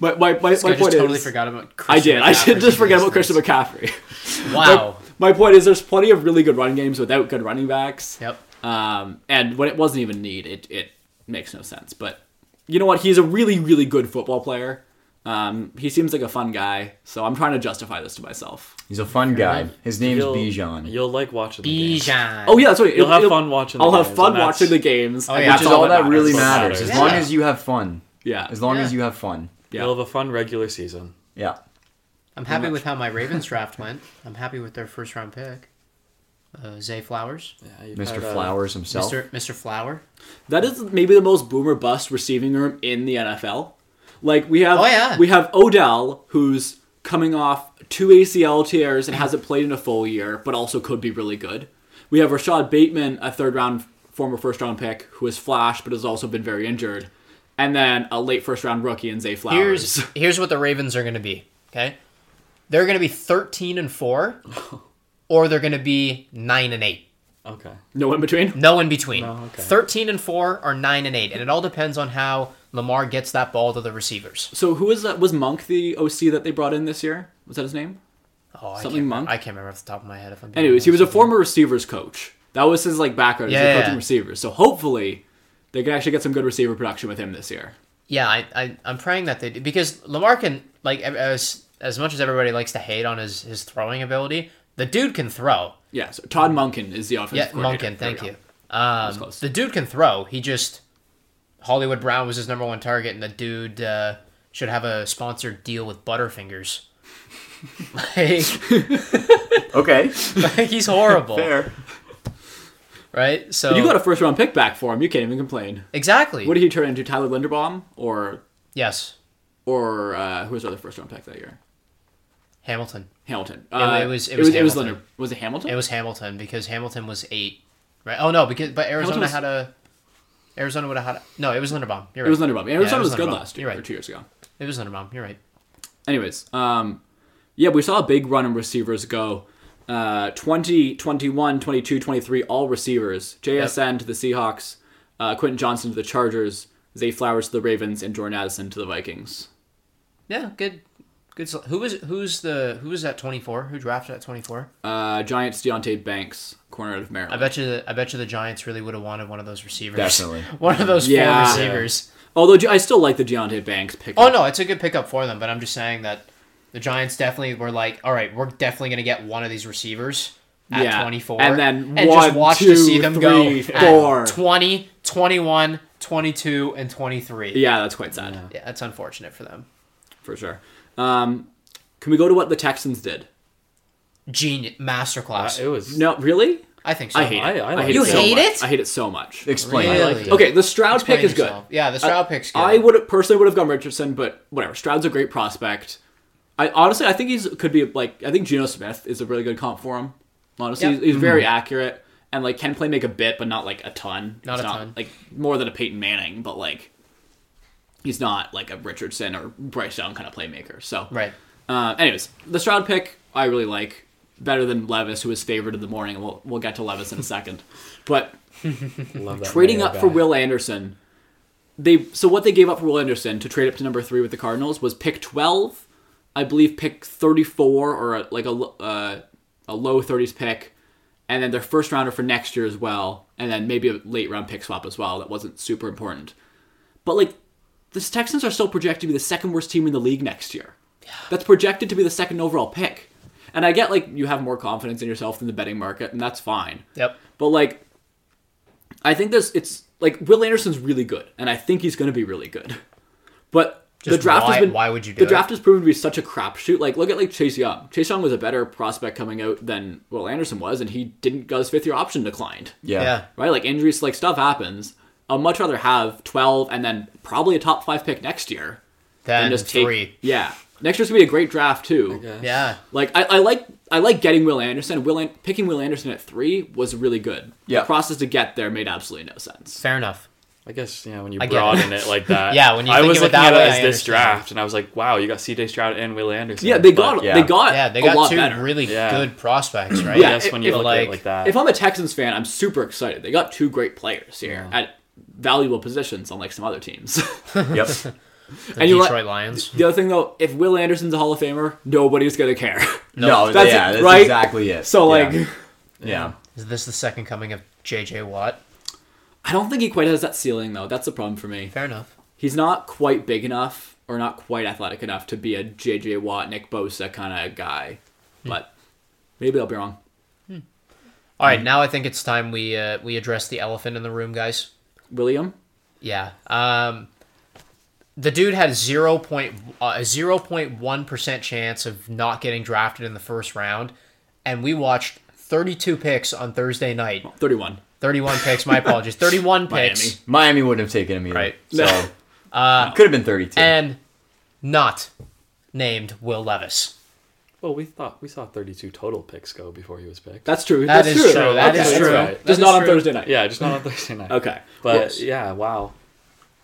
S2: But my, my,
S3: I
S2: my
S3: just
S2: point
S3: totally
S2: is,
S3: forgot about.
S2: I
S3: Christian
S2: did. I
S3: McCaffrey
S2: did just forget about
S3: for this
S2: Christian McCaffrey.
S3: thing. Wow.
S2: my point is, there's plenty of really good run games without good running backs.
S3: Yep.
S2: Um, and when it wasn't even need, it, it makes no sense. But you know what? He's a really, really good football player. Um, he seems like a fun guy, so I'm trying to justify this to myself.
S1: He's a fun guy. His name's
S4: You'll-
S1: Bijan.
S4: You'll like watching the game.
S3: Bijan.
S2: Oh yeah, that's right.
S4: You'll
S2: It'll-
S4: have
S2: it'll-
S4: fun watching.
S2: I'll
S4: the
S2: have
S4: games,
S2: fun
S4: and that's-
S2: watching the games.
S3: Oh,
S2: and
S3: yeah,
S2: which
S1: Which
S2: is
S1: is all that
S4: matters.
S1: really
S4: That's all that
S1: matters. As
S4: matters.
S1: long
S3: Yeah.
S1: as you have fun.
S2: Yeah.
S1: As long
S3: Yeah.
S1: as you have fun.
S2: yeah.
S4: You'll have a fun regular season.
S1: Yeah.
S3: I'm happy with how my Ravens draft went. I'm happy with their first round pick. Uh, Zay Flowers,
S4: Yeah, you've
S1: Mr.
S4: had, uh,
S1: Flowers himself.
S3: Mr. Mr. Flower.
S2: That is maybe the most boomer bust receiving room in the NFL. Like we have,
S3: Oh, yeah.
S2: we have Odell who's coming off two ACL tears and hasn't played in a full year, but also could be really good. We have Rashad Bateman, a third round former first round pick, who has flashed but has also been very injured, and then a late first round rookie in Zay Flowers.
S3: Here's here's what the Ravens are going to be. Okay, they're going to be 13 and four, or they're going to be nine and eight.
S4: Okay.
S2: no in between.
S3: No in between.
S2: Oh,
S4: okay.
S3: 13 and four or nine and eight, and it all depends on how Lamar gets that ball to the receivers.
S2: So who is that? Was Monk the OC that they brought in this year? Was that his name?
S3: Oh, I
S2: Something
S3: can't,
S2: Monk?
S3: I can't remember off the top of my head if I'm. being
S2: Anyways, he was a
S3: honest with
S2: former receivers coach. That was his like background. Yeah,
S3: Yeah,
S2: as a
S3: yeah,
S2: coaching
S3: yeah.
S2: receivers. So hopefully, they can actually get some good receiver production with him this year.
S3: you. Yeah, I, I I'm praying that they do because Lamar can like ev- as as much as everybody likes to hate on his his throwing ability, the dude can throw.
S2: Yeah. So Todd Monken is the offensive.
S3: Yeah,
S2: coordinator.
S3: Monken,
S2: There we
S3: thank
S2: go.
S3: you.
S2: was
S3: Um,
S2: close.
S3: the dude can throw. He just Hollywood Brown was his number one target, and the dude uh, should have a sponsored deal with Butterfingers. like,
S1: Okay.
S3: like, he's horrible,
S1: Fair.
S3: right? So
S2: You got a first round pick back for him. You can't even complain.
S3: exactly
S2: What did he turn into? Tyler Linderbaum or
S3: yes,
S2: or uh, who was the other first round pick that year?
S3: Hamilton.
S2: Hamilton.
S3: Yeah,
S2: Uh,
S3: it was- it
S2: It
S3: was
S2: was. It was,
S3: Hamilton.
S2: Linder- was it Hamilton?
S3: It was Hamilton because Hamilton was eight, right? Oh no, because but Arizona
S2: was-
S3: had a Arizona would have had a, no. It was Linderbaum. You're right.
S2: It was Linderbaum. Arizona
S3: it was
S2: was good
S3: Linderbaum.
S2: last year
S3: You're right.
S2: or two years ago.
S3: It was Linderbaum. You're right.
S2: Anyways, um, yeah, we saw a big run in receivers go. Uh, 20, 21, 22, 23, all receivers. JSN to the Seahawks, uh, Quentin Johnson to the Chargers, Zay Flowers to the Ravens, and Jordan Addison to the Vikings.
S3: Yeah, good. Good. sel- Who was who's the who was at twenty four? Who drafted at twenty four?
S2: Uh, Giants, Deontay Banks, corner out of Maryland.
S3: I bet you. The, I bet you the Giants really would have wanted one of those receivers.
S1: Definitely.
S3: one of those
S2: Yeah.
S3: four receivers.
S2: Although G- I still like the Deontay Banks pick.
S3: Oh no, it's a good pickup for them. But I'm just saying that the Giants definitely were like, all right, we're definitely gonna get one of these receivers at
S2: Yeah.
S3: 24,
S2: And then
S3: just
S2: one,
S3: watch
S2: two,
S3: to see them
S2: three,
S3: go at
S2: four.
S3: 20, 21, 22, and 23.
S2: Yeah, that's quite sad
S3: Yeah, that's unfortunate for them.
S2: for sure. Um, can we go to what the Texans did?
S3: Genius
S4: Uh,
S3: masterclass.
S4: it was.
S2: No, really?
S3: I think so.
S2: I hate it.
S4: I- I
S2: I,
S4: like
S2: hate
S4: it.
S2: it. so
S3: You hate
S2: much.
S3: it?
S2: I hate it so much.
S1: Explain.
S3: Really?
S4: it.
S2: Okay, the Stroud
S3: Explain
S2: pick is good.
S3: yourself. Yeah, the Stroud pick's good.
S2: I would personally would have gone Richardson, but whatever. Stroud's a great prospect. I honestly, I think he's could be like I think Geno Smith is a really good comp for him. Honestly,
S3: Yep.
S2: he's, he's very accurate and like can play make a bit, but not like a ton.
S3: Mm-hmm. Not
S2: It's
S3: a ton.
S2: Like more than a Peyton Manning, but like he's not like a Richardson or Bryce Young kind of playmaker. So
S3: Right.
S2: Uh, anyways, the Stroud pick I really like better than Levis, who is favored in the morning, and we'll we'll get to Levis in a second. But
S4: Love that
S2: trading
S4: Mayo
S2: up for
S4: guy.
S2: Will Anderson. They so what they gave up for Will Anderson to trade up to number three with the Cardinals was pick twelve, I believe pick thirty four or a, like a lo- uh, a low thirties pick, and then their first rounder for next year as well, and then maybe a late round pick swap as well. That wasn't super important, but like the Texans are still projected to be the second worst team in the league next year. That's projected to be the second overall pick, and I get like you have more confidence in yourself than the betting market, and that's fine.
S3: Yep.
S2: But like, I think this it's like Will Anderson's really good, and I think he's going to be really good. But
S3: Just
S2: the draft
S3: why-
S2: has been
S3: why would you do
S2: the
S3: it?
S2: draft has proven to be such a crapshoot. Like look at like Chase Young. Chase Young was a better prospect coming out than Will Anderson was, and he didn't got his fifth year option declined.
S1: Yeah.
S3: Yeah.
S2: Right, like injuries, like stuff happens. I'd much rather have twelve and then probably a top five pick next year
S3: Then
S2: and just take
S3: three.
S2: yeah. Next year's gonna be a great draft too.
S4: guess.
S3: Yeah.
S2: Like I, I like I like getting Will Anderson. Will An- picking Will Anderson at three was really good.
S1: Yeah.
S2: The process to get there made absolutely no sense.
S3: Fair enough.
S4: I guess yeah, when you
S3: I get it.
S4: broaden it like that.
S3: Yeah, when you
S4: I
S3: think
S4: was
S3: of it
S4: looking
S3: that
S4: at
S3: way,
S4: it as
S3: I
S4: this
S3: understand.
S4: draft, and I was like, wow, you got C.J. Stroud and Will Anderson.
S2: Yeah, they
S4: But
S2: got
S1: yeah.
S2: they got
S3: Yeah, they
S2: a
S3: got
S2: lot
S3: two
S2: better.
S3: really
S4: Yeah.
S3: good prospects, right?
S2: Yeah,
S4: I guess
S2: if-
S4: when you
S2: if,
S4: look at
S3: like-
S4: it like that,
S2: If I'm a Texans fan, I'm super excited. They got two great players here at valuable positions, unlike some other teams.
S1: Yep.
S3: The
S2: And you
S3: Detroit
S2: let-
S3: Lions.
S2: The other thing though, if Will Anderson's a Hall of Famer, nobody's gonna care.
S1: No,
S2: That's
S1: yeah,
S2: it,
S1: that's
S2: right?
S1: exactly it.
S2: So like,
S1: yeah. yeah.
S3: Is this the second coming of J.J. Watt?
S2: I don't think he quite has that ceiling though. That's the problem for me.
S3: Fair enough.
S2: He's not quite big enough or not quite athletic enough to be a JJ Watt, Nick Bosa kind of guy.
S3: Hmm.
S2: But maybe I'll be wrong.
S3: All right, now I think it's time we uh, we address the elephant in the room, guys.
S2: William,
S3: Yeah. Um, the dude had zero point a zero point one percent chance of not getting drafted in the first round, and we watched thirty two picks on Thursday night.
S2: 31.
S3: Thirty one picks. My apologies. Thirty one picks.
S2: Miami.
S1: Miami wouldn't have taken him either.
S3: Right.
S1: So
S2: No.
S1: could have been 32.
S3: and not named Will Levis.
S4: Well, we thought we saw 32 total picks go before he was picked.
S2: That's true.
S3: That
S2: that's
S3: is true. That
S2: Okay,
S3: is
S2: that's
S3: true.
S2: right.
S3: That
S2: Just
S3: is
S2: not on
S3: true.
S2: Thursday night.
S4: Yeah, just not on Thursday night.
S2: Okay.
S4: But
S2: Whoops.
S4: yeah, wow.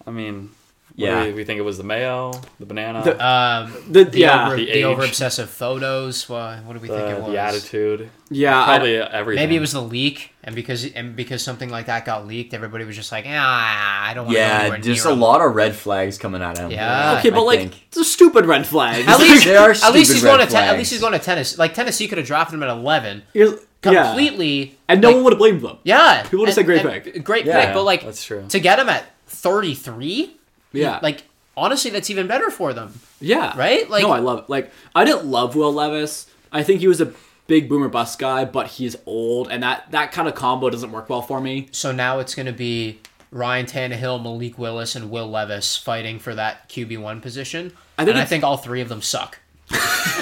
S4: I mean, yeah.
S1: Yeah.
S4: we, think it was the mayo, the banana,
S2: The-
S4: the,
S3: Um,
S2: The-
S3: the
S2: yeah.
S3: over,
S4: The
S3: the
S4: age. Uh,
S3: over obsessive photos. Why what do we think it was?
S4: the attitude,
S2: yeah. I-
S4: probably everything.
S3: Maybe it was the leak, and because and because something like that got leaked, everybody was just like, ah, I don't want to.
S1: yeah, just a lot of red flags coming at him.
S3: Yeah.
S2: okay,
S1: I
S2: but like,
S1: think.
S2: it's a stupid red flag.
S3: At least,
S1: They are
S3: at least
S1: stupid
S3: he's going to
S1: red
S3: te- at
S1: flags.
S3: least he's going to tennis. Like Tennessee could have drafted him at eleven,
S2: completely.
S3: completely,
S2: And no
S3: like,
S2: one would have blamed them.
S3: Yeah,
S2: People would've
S3: and-
S2: said great
S3: and
S2: pick.
S3: great
S1: Yeah,
S3: pick. But like,
S4: that's true.
S3: To get him at thirty three,
S2: Yeah.
S3: like honestly, that's even better for them.
S2: Yeah.
S3: Right? Like-
S2: no, I love like I didn't love Will Levis. I think he was a big boomer bust guy, but he's old, and that that kind of combo doesn't work well for me.
S3: So now it's going to be Ryan Tannehill, Malik Willis, and Will Levis fighting for that QB one position.
S2: I think
S3: and I
S2: it's-
S3: think all three of them suck.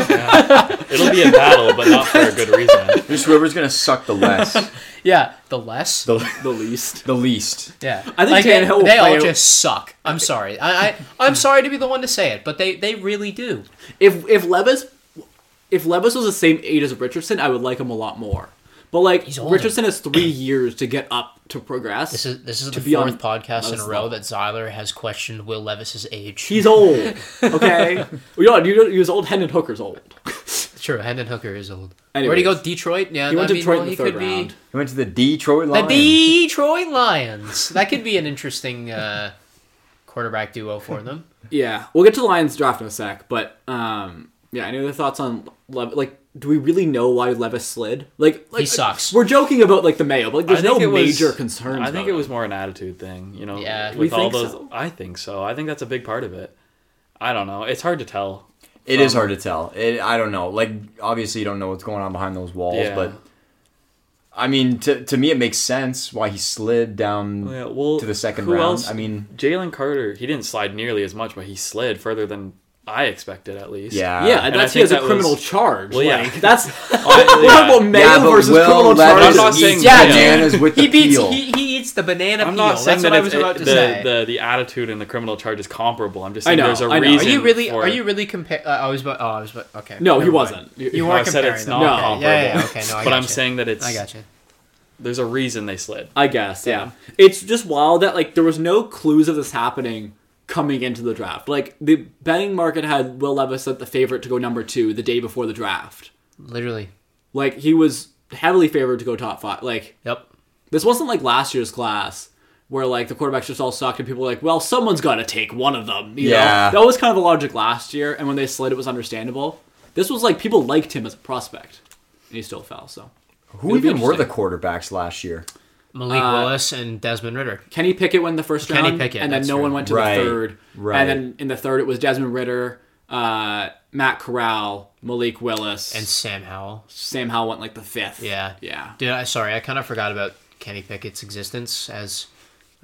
S4: It'll be a battle, but not for a good reason.
S1: Just whoever's going to suck the less,
S3: Yeah, the less.
S1: the,
S2: The least.
S1: the least.
S3: yeah,
S2: I think
S3: they,
S2: Tannehill will
S3: they all
S2: play-
S3: just suck. I'm sorry. I, I I'm sorry to be the one to say it, but they they really do.
S2: If if Levis if Levis was the same age as Richardson, I would like him a lot more. But like
S3: older.
S2: Richardson has three years to get up to progress.
S3: This is this is
S2: To
S3: the
S2: be on
S3: fourth podcast in a
S2: Levis
S3: row
S2: level.
S3: that Zeiler has questioned Will Levis's age.
S2: He's old, okay. we don't. You don't- he was old. Hendon Hooker's old.
S3: True, Hendon Hooker is old. Where'd he go?
S2: Anyways.
S3: Detroit? Yeah,
S2: He went
S3: I
S2: to
S3: mean,
S2: Detroit
S3: well,
S2: in the
S3: he
S2: third
S3: could
S2: round.
S3: Be...
S1: He went to the Detroit
S3: The
S1: Lions.
S3: Detroit Lions. That could be an interesting uh, quarterback duo for them.
S2: Yeah, we'll get to the Lions draft in a sec, but um, yeah, any other thoughts on Lev? Like, do we really know why Levis slid? Like, like
S3: sucks.
S2: We're joking about like the Mayo, but like,
S4: I
S2: there's no
S4: think it was-
S2: major concerns.
S4: I think
S2: about
S4: it was more an attitude thing, you know.
S3: Yeah.
S2: We
S4: with all
S2: think
S4: those,
S2: so?
S4: I think so. I think that's a big part of it. I don't know. It's hard to tell.
S1: It is hard to tell. It, I don't know. Like obviously you don't know what's going on behind those walls,
S4: Yeah.
S1: but I mean to to me it makes sense why he slid down
S4: Oh, Yeah, well,
S1: to the second
S4: who
S1: round.
S4: else-
S1: I mean,
S4: Jalen Carter, he didn't slide nearly as much, but he slid further than I expected, at least.
S1: yeah.
S2: Yeah,
S4: Uh, And
S2: and
S4: I
S2: that's he
S4: think
S2: has a
S4: that
S2: criminal
S4: was-
S2: charge.
S4: Well, yeah.
S2: like, that's
S4: Oh,
S2: we're
S4: yeah.
S2: talking about Mayo
S1: Yeah, but
S2: versus
S1: Will
S2: criminal
S1: Levis
S4: I'm
S2: charges.
S4: not
S1: eats
S4: saying-
S3: Yeah, dude.
S1: bananas with
S3: He
S1: the
S3: beats
S1: peel.
S3: he, he eats the banana
S4: I'm
S3: peel.
S4: not saying
S3: That's
S4: that
S3: what I
S4: it's-
S3: was about
S4: it-
S3: to
S4: the,
S3: say.
S4: The, the attitude and the criminal charge is comparable. I'm just
S2: I
S4: saying
S2: know,
S4: there's a
S2: I know. Are
S3: are
S4: reason.
S3: you really?
S4: for
S3: Are
S4: it.
S3: you really compare? Uh, I was about. Oh, I was about. Okay.
S2: No, he
S3: never mind.
S2: wasn't.
S3: You
S4: No,
S3: weren't
S4: I said
S3: comparing
S4: it's
S3: them.
S4: not
S3: Okay,
S4: comparable.
S3: Yeah, yeah, yeah, Okay. No, I
S4: But
S3: got
S4: I'm
S3: you.
S4: saying that it's
S3: I got you.
S4: there's a reason they slid.
S2: I guess, yeah. It's just wild that like there was no clues of this happening coming into the draft. Like the betting market had Will Levis at the favorite to go number two the day before the draft.
S3: Literally.
S2: Like he was heavily favored to go top five. Like
S3: Yep.
S2: this wasn't like last year's class where like the quarterbacks just all sucked and people were like, well, someone's got to take one of them. You
S1: Yeah.
S2: know? that was kind of the logic last year, and when they slid, it was understandable. This was like people liked him as a prospect, and he still fell. So
S1: Who
S2: It'll be
S1: even were the
S2: interesting.
S1: quarterbacks last year?
S3: Malik Willis and Desmond Ritter.
S2: Kenny Pickett went in the first
S3: Kenny
S2: round,
S3: Pickett,
S2: and then
S3: that's
S2: no
S3: right.
S2: one went to
S1: Right,
S2: the third.
S1: right.
S2: And then in the third, it was Desmond Ritter, uh, Matt Corral, Malik Willis,
S3: and Sam Howell.
S2: Sam Howell went like the fifth.
S3: Yeah.
S2: yeah.
S3: Dude, I, sorry, I kind of forgot about Kenny Pickett's existence as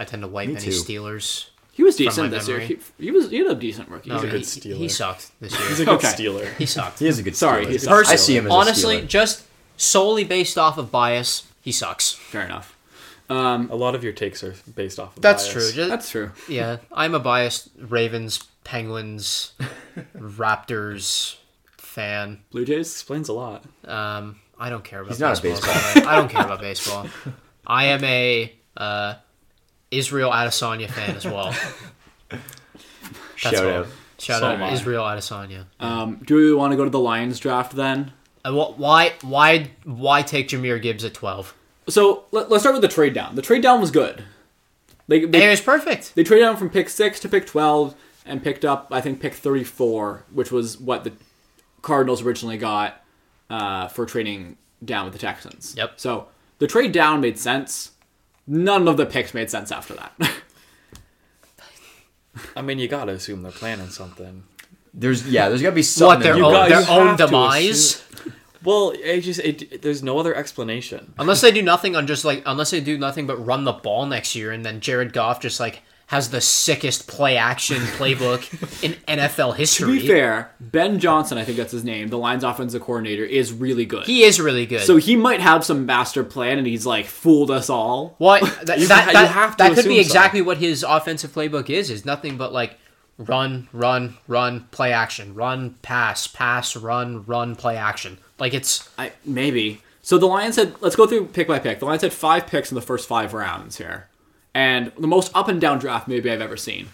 S3: I tend to wipe
S1: Me
S3: any
S1: too.
S3: Steelers.
S2: He was
S3: From
S2: decent
S3: my
S2: this year. He,
S3: memory.
S2: he was he had a decent rookie.
S3: No,
S2: year.
S4: good
S3: he,
S4: Steeler.
S3: he sucked this
S4: He's
S3: year.
S4: a good
S2: Okay.
S4: stealer.
S3: he sucked.
S1: He is a good.
S2: Sorry,
S1: Steeler.
S2: he's not
S1: I
S2: Steeler.
S1: see him as
S3: Honestly,
S1: A Steeler.
S3: just solely based off of bias, he sucks.
S2: Fair enough. Um,
S4: A lot of your takes are based off of
S3: That's
S4: bias.
S3: true. Just,
S2: that's true.
S3: yeah, I'm a biased Ravens, Penguins, Raptors fan.
S2: Blue Jays.
S4: Explains a lot.
S3: Um, I don't care about.
S1: He's not a
S3: baseball. I don't care about baseball. I am a uh, Israel Adesanya fan as well. That's
S1: Shout
S3: all.
S1: out.
S3: Shout
S4: So
S3: out
S4: am I.
S3: Israel Adesanya.
S2: Um, do we want to go to the Lions draft then?
S3: Uh, wh- why why why take Jameer Gibbs at twelve?
S2: So let, let's start with the trade down. The trade down was good. They
S3: It
S2: they,
S3: was perfect.
S2: they traded down from pick six to pick twelve, and picked up I think pick 34, which was what the Cardinals originally got uh, for trading down with the Texans.
S3: Yep.
S2: So the trade down made sense. None of the picks made sense after that.
S4: I mean, you gotta assume they're planning something.
S1: There's yeah, there's got to be something.
S3: What their
S1: in
S3: own,
S1: there.
S4: got-
S3: their
S4: you
S3: own
S4: have to
S3: demise?
S4: Well, it just it, there's no other explanation.
S3: Unless they do nothing on just like unless they do nothing but run the ball next year, and then Jared Goff just like has the sickest play action playbook in NFL
S2: to
S3: history.
S2: be fair, Ben Johnson, I think that's his name, the Lions offensive coordinator, is really good.
S3: he is really good.
S2: so he might have some master plan, and he's like fooled us all.
S3: What that
S4: You
S3: that,
S4: ha- you
S3: that,
S4: have to
S3: that could
S4: assume
S3: be
S4: so.
S3: exactly what his offensive playbook is is nothing but like run, run, run, play action, run, pass, pass, run, run, play action. Like it's
S2: I maybe. So the Lions had let's go through pick by pick. The Lions had five picks in the first five rounds here. And the most up and down draft maybe I've ever seen.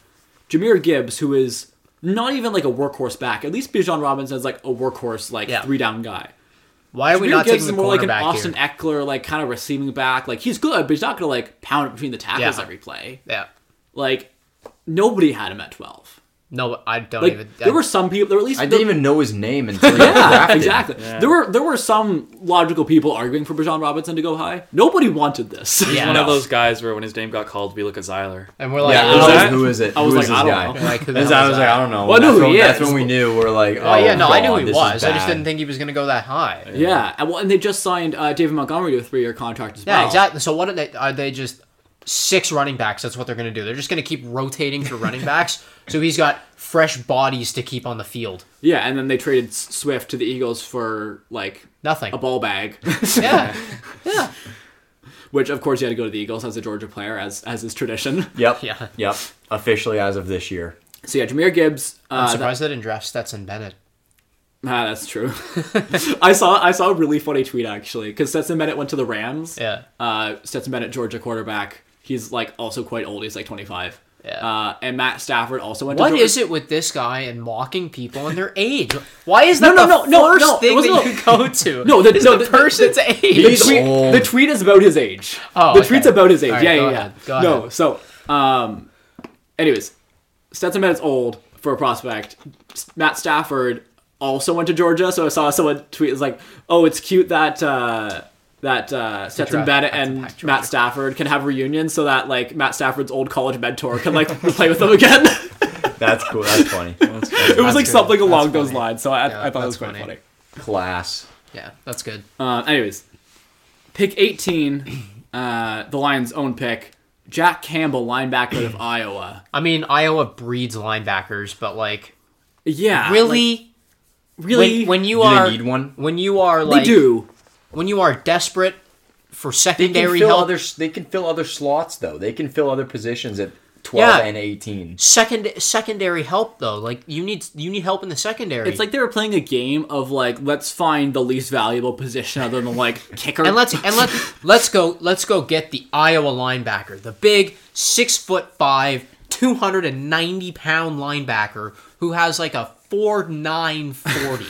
S2: Jameer Gibbs, who is not even like a workhorse back. At least Bijan Robinson's like a workhorse, like
S3: Yeah.
S2: three down guy.
S3: why are we
S2: Jameer
S3: not
S2: Gibbs is
S3: taking the
S2: more like an
S3: cornerback
S2: Austin
S3: here?
S2: Eckler, like kind of receiving back. Like he's good, but he's not gonna like pound it between the tackles
S3: Yeah.
S2: every play.
S3: Yeah,
S2: Like nobody had him at twelve.
S3: no, I don't
S2: Like
S3: even. I,
S2: there were some people. There were at least
S1: I didn't
S2: there-
S1: even know his name until
S2: yeah,
S1: yeah,
S2: exactly. There were there were some logical people arguing for Bijan Robinson to go high. Nobody wanted this.
S3: Yeah.
S4: One
S3: No.
S4: of those guys where when his name got called, we look at Zyler.
S3: and we're like,
S1: Yeah,
S3: oh,
S1: it was
S4: Is
S1: like,
S4: that-
S1: who is it?
S2: I
S1: Who
S2: was
S1: is
S2: like,
S1: this
S2: I don't
S1: guy?
S2: know.
S3: like who the
S1: That's-
S3: hell
S1: I
S3: is
S1: was
S3: that?
S1: like, I don't know.
S2: Well, I
S1: that's,
S2: know who
S1: when,
S2: he
S1: that's
S2: is.
S1: when we knew we're like, oh,
S3: Oh, yeah, no, I
S1: God,
S3: knew he
S1: this is
S3: was. I just
S1: bad.
S3: didn't think he was gonna go that high. Yeah,
S2: Yeah, and, well, and they just signed uh, David Montgomery to a three-year contract as well.
S3: exactly. So what are they? Are they just six running backs? That's what they're gonna do. They're just gonna keep rotating through running backs. So he's got fresh bodies to keep on the field.
S2: Yeah, and then they traded S- Swift to the Eagles for like
S3: Nothing.
S2: a ball bag,
S3: Yeah, yeah.
S2: which of course he had to go to the Eagles as a Georgia player, as as is tradition.
S1: Yep.
S3: Yeah.
S1: Yep. Officially as of this year.
S2: So yeah, Jameer Gibbs.
S3: I'm
S2: Uh,
S3: surprised they didn't draft Stetson Bennett.
S2: Ah, that's true. I saw I saw a really funny tweet actually because Stetson Bennett went to the Rams.
S3: Yeah.
S2: Uh, Stetson Bennett, Georgia quarterback. He's like also quite old. He's like 25.
S3: Yeah.
S2: Uh, and Matt Stafford also went. to
S3: What
S2: Georgia.
S3: is it with this guy and mocking people and their age? Why is that
S2: No,
S3: the
S2: no, no,
S3: first
S2: no, no, it
S3: thing that
S2: wasn't
S3: you go to?
S2: No, the-
S3: It's
S2: no,
S3: the,
S2: the-
S3: person's
S2: The
S3: age.
S1: He's
S2: tweet,
S1: old.
S2: the tweet is about his age.
S3: Oh,
S2: the
S3: okay.
S2: tweet's about his age.
S3: All right,
S2: yeah,
S3: go
S2: yeah,
S3: ahead,
S2: yeah.
S3: go
S2: No,
S3: ahead.
S2: so, um, anyways, Stetson Bennett's old for a prospect. S- Matt Stafford also went to Georgia, so I saw someone tweet it was like, "Oh, it's cute that uh, that uh, Stetson
S3: draft-
S2: Bennett
S3: that's a
S2: and
S3: pack, Georgia.
S2: Matt Stafford can have reunions, so that like Matt Stafford's old college mentor can like play with them again."
S1: That's cool. That's funny.
S2: it was like
S3: good.
S2: something along
S3: That's
S2: those
S3: funny.
S2: lines, so I,
S3: Yeah,
S2: I thought it was
S3: that's
S2: quite
S3: funny.
S2: funny.
S1: Class.
S3: Yeah, that's good.
S2: Uh, anyways, pick 18, uh, the Lions' own pick, Jack Campbell, linebacker of Iowa.
S3: I mean, Iowa breeds linebackers, but like,
S2: Yeah.
S3: really,
S2: like, Uh, really?
S3: when, when you
S1: Do they
S3: are
S1: need one?
S3: when you are
S2: they
S3: like
S2: do.
S3: when you are desperate for
S1: They can
S3: secondary
S1: fill
S3: help,
S1: other. They can fill other slots though. They can fill other positions at twelve
S3: Yeah.
S1: and eighteen.
S3: second secondary help though. Like you need you need help in the secondary.
S2: It's like they were playing a game of like, let's find the least valuable position other than like kicker.
S3: and let's and let let's go let's go get the Iowa linebacker, the big six foot five, two hundred and ninety pound linebacker who has like a four nine forty.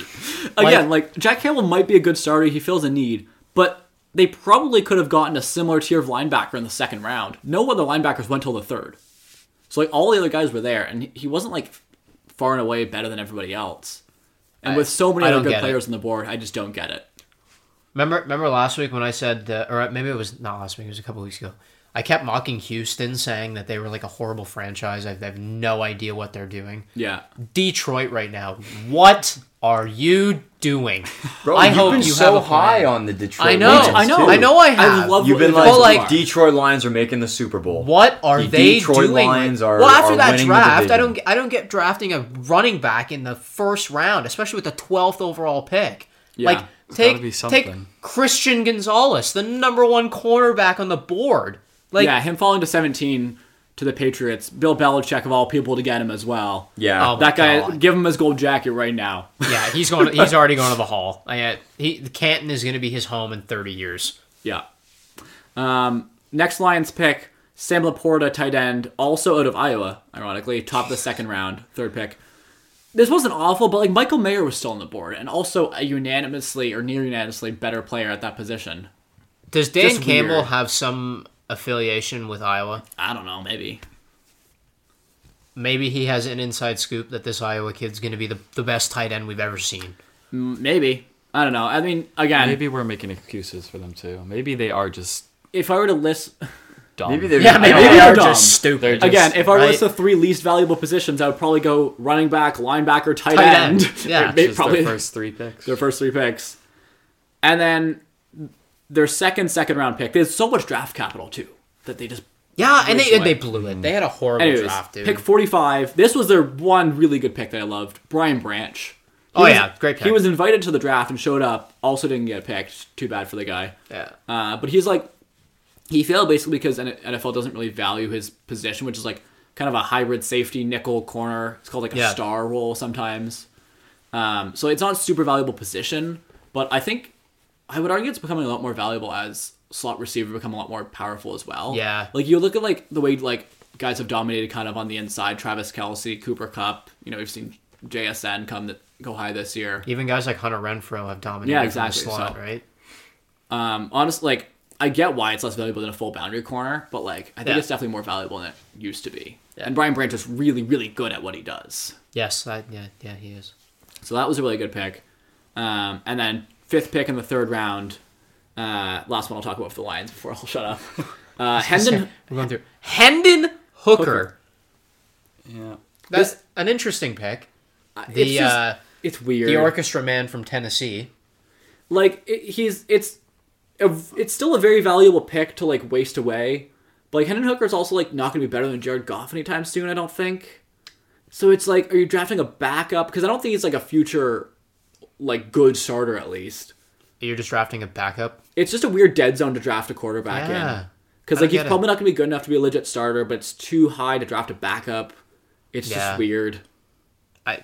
S2: Again, like, Jack Campbell might be a good starter. He fills a need, but they probably could have gotten a similar tier of linebacker in the second round. No other linebackers went till the third. So like all the other guys were there, and he wasn't like far and away better than everybody else. And
S3: I-
S2: with so many
S3: I
S2: other
S3: don't
S2: good
S3: get it.
S2: players on the board, I just don't get it.
S3: Remember, remember last week when I said, uh, or maybe it was not last week, it was a couple weeks ago. I kept mocking Houston, saying that they were like a horrible franchise. I have no idea what they're doing.
S2: Yeah.
S3: Detroit right now, what are you doing?
S1: Bro,
S3: I
S1: you've
S3: hope
S1: been
S3: you
S1: so
S3: have a plan.
S1: high on the Detroit.
S3: I know,
S1: Lions,
S2: I know,
S1: too.
S2: I
S3: know I have.
S2: I love
S1: You've
S2: what
S1: been
S2: the Lions
S3: Well,
S1: like
S2: are.
S1: Detroit Lions are making the Super Bowl.
S3: What are
S1: The
S3: they
S1: Detroit
S3: doing?
S1: Lions are-
S3: well, after
S1: are
S3: that
S1: winning the
S3: draft, I
S1: division.
S3: don't, I don't get drafting a running back in the first round, especially with the twelfth overall pick. Like
S4: gotta
S3: take
S4: be
S3: take
S4: something.
S3: Christian Gonzalez, the number one cornerback on the board. Like
S2: yeah, him falling to 17 to the Patriots. Bill Belichick of all people to get him as well.
S1: Yeah.
S3: Oh,
S2: that guy,
S3: God.
S2: give him his gold jacket right now.
S3: Yeah, he's going. He's already going to the hall. I, uh, he Canton is going to be his home in thirty years.
S2: Yeah. Um, next Lions pick, Sam Laporta, tight end, also out of Iowa, ironically, top of the second round, third pick. This wasn't awful, but like Michael Mayer was still on the board, and also a unanimously or near unanimously better player at that position.
S3: Does Dan
S2: Just
S3: Campbell
S2: weird.
S3: have some affiliation with Iowa?
S2: I don't know, maybe.
S3: maybe he has an inside scoop that this Iowa kid's going to be the, the best tight end we've ever seen.
S2: M- Maybe. I don't know. I mean, again,
S4: Maybe we're making excuses for them too. Maybe they are just
S2: if I were to list
S4: dumb.
S1: Maybe they
S3: Yeah, maybe
S2: know.
S3: they
S2: They're
S3: are
S2: dumb.
S3: just stupid.
S4: They're just-
S2: again, if I were to
S3: right?
S2: list the three least valuable positions, I would probably go running back, linebacker, tight,
S3: Tight
S2: end.
S3: end. Yeah.
S2: Maybe
S4: just
S2: probably
S4: their first three picks.
S2: their first three picks, and then their second second round pick. There's so much draft capital too that they just
S3: yeah, and they
S2: Which
S3: and they
S2: way?
S3: blew it. They had a horrible
S2: Anyways,
S3: draft, dude.
S2: pick 45. This was their one really good pick that I loved, Brian Branch. He
S3: Oh,
S2: was-
S3: yeah, great
S2: He
S3: pick.
S2: was invited to the draft and showed up. Also didn't get picked. Too bad for the guy.
S3: Yeah.
S2: Uh, but he's like, he failed basically because N- NFL doesn't really value his position, which is like kind of a hybrid safety nickel corner. It's called like a
S3: Yeah.
S2: star role sometimes. Um, so it's not a super valuable position, but I think I would argue it's becoming a lot more valuable as slot receiver become a lot more powerful as well.
S3: Yeah.
S2: Like you look at like the way like guys have dominated kind of on the inside, Travis Kelsey, Cooper Cup, you know, we've seen JSN come th- go high this year.
S3: Even guys like Hunter Renfro have dominated
S2: Yeah,
S3: from
S2: exactly,
S3: the slot,
S2: so-
S3: right?
S2: Um honestly like I get why it's less valuable than a full boundary corner, but like I think
S3: Yeah.
S2: it's definitely more valuable than it used to be.
S3: Yeah.
S2: And Brian Branch is really, really good at what he does.
S3: Yes, I, yeah, yeah, he is.
S2: So that was a really good pick. Um, and then fifth pick in the third round. Uh, last one I'll talk about for the Lions before I'll shut up. Uh, Hendon.
S3: We're going through Hendon Hooker.
S2: Hooker.
S4: Yeah.
S3: That's an interesting pick. The
S2: it's, just-
S3: uh,
S2: it's weird.
S3: the orchestra man from Tennessee.
S2: like it, he's it's a, it's still a very valuable pick to like waste away. But like Hendon Hooker's also like not going to be better than Jared Goff anytime soon. I don't think. So it's like, are you drafting a backup? Because I don't think he's like a future, like good starter at least.
S3: You're just drafting a backup.
S2: It's just a weird dead zone to draft a quarterback
S3: Yeah.
S2: in. Because
S3: I
S2: like
S3: don't
S2: he's
S3: get it.
S2: probably not going to be good enough to be a legit starter, but it's too high to draft a backup. It's
S3: Yeah.
S2: just weird.
S3: I,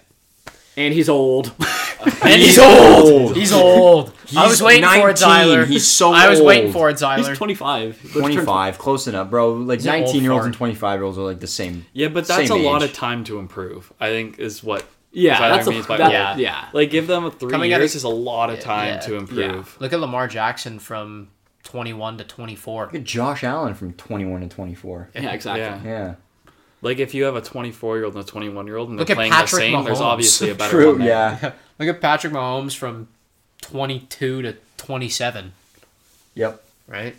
S2: And he's old.
S3: and he's
S1: old.
S3: He's old. I was
S1: He's
S3: waiting for
S1: 19.
S3: it, Tyler.
S1: He's so
S3: I was waiting
S1: old.
S3: for it, Tyler.
S2: he's 25. He turned
S1: 25, close enough, bro. Like
S3: an old
S1: 19 year olds
S3: fart.
S1: and 25 year olds are like the same.
S4: Yeah, but that's a
S1: same
S4: lot
S1: age.
S4: of time to improve. I think is what
S2: Yeah,
S4: Tyler
S2: that's a,
S4: means by
S2: that-
S4: old.
S2: yeah.
S4: Like give them three
S3: Coming out
S4: years
S3: of-
S4: is a lot of time
S3: yeah.
S4: to improve.
S3: Look at Lamar Jackson from 21 to 24.
S1: Look at Josh Allen from 21 to 24.
S2: Yeah, exactly.
S4: Yeah.
S1: Yeah.
S4: Like if you have a 24 year old and a 21 year old and they're
S3: Look at
S4: playing the
S3: Patrick
S4: same, there's
S3: Mahomes.
S4: obviously a better one.
S1: True.
S4: there.
S1: Yeah.
S3: Look at Patrick Mahomes from 22 to 27,
S1: Yep.
S3: right?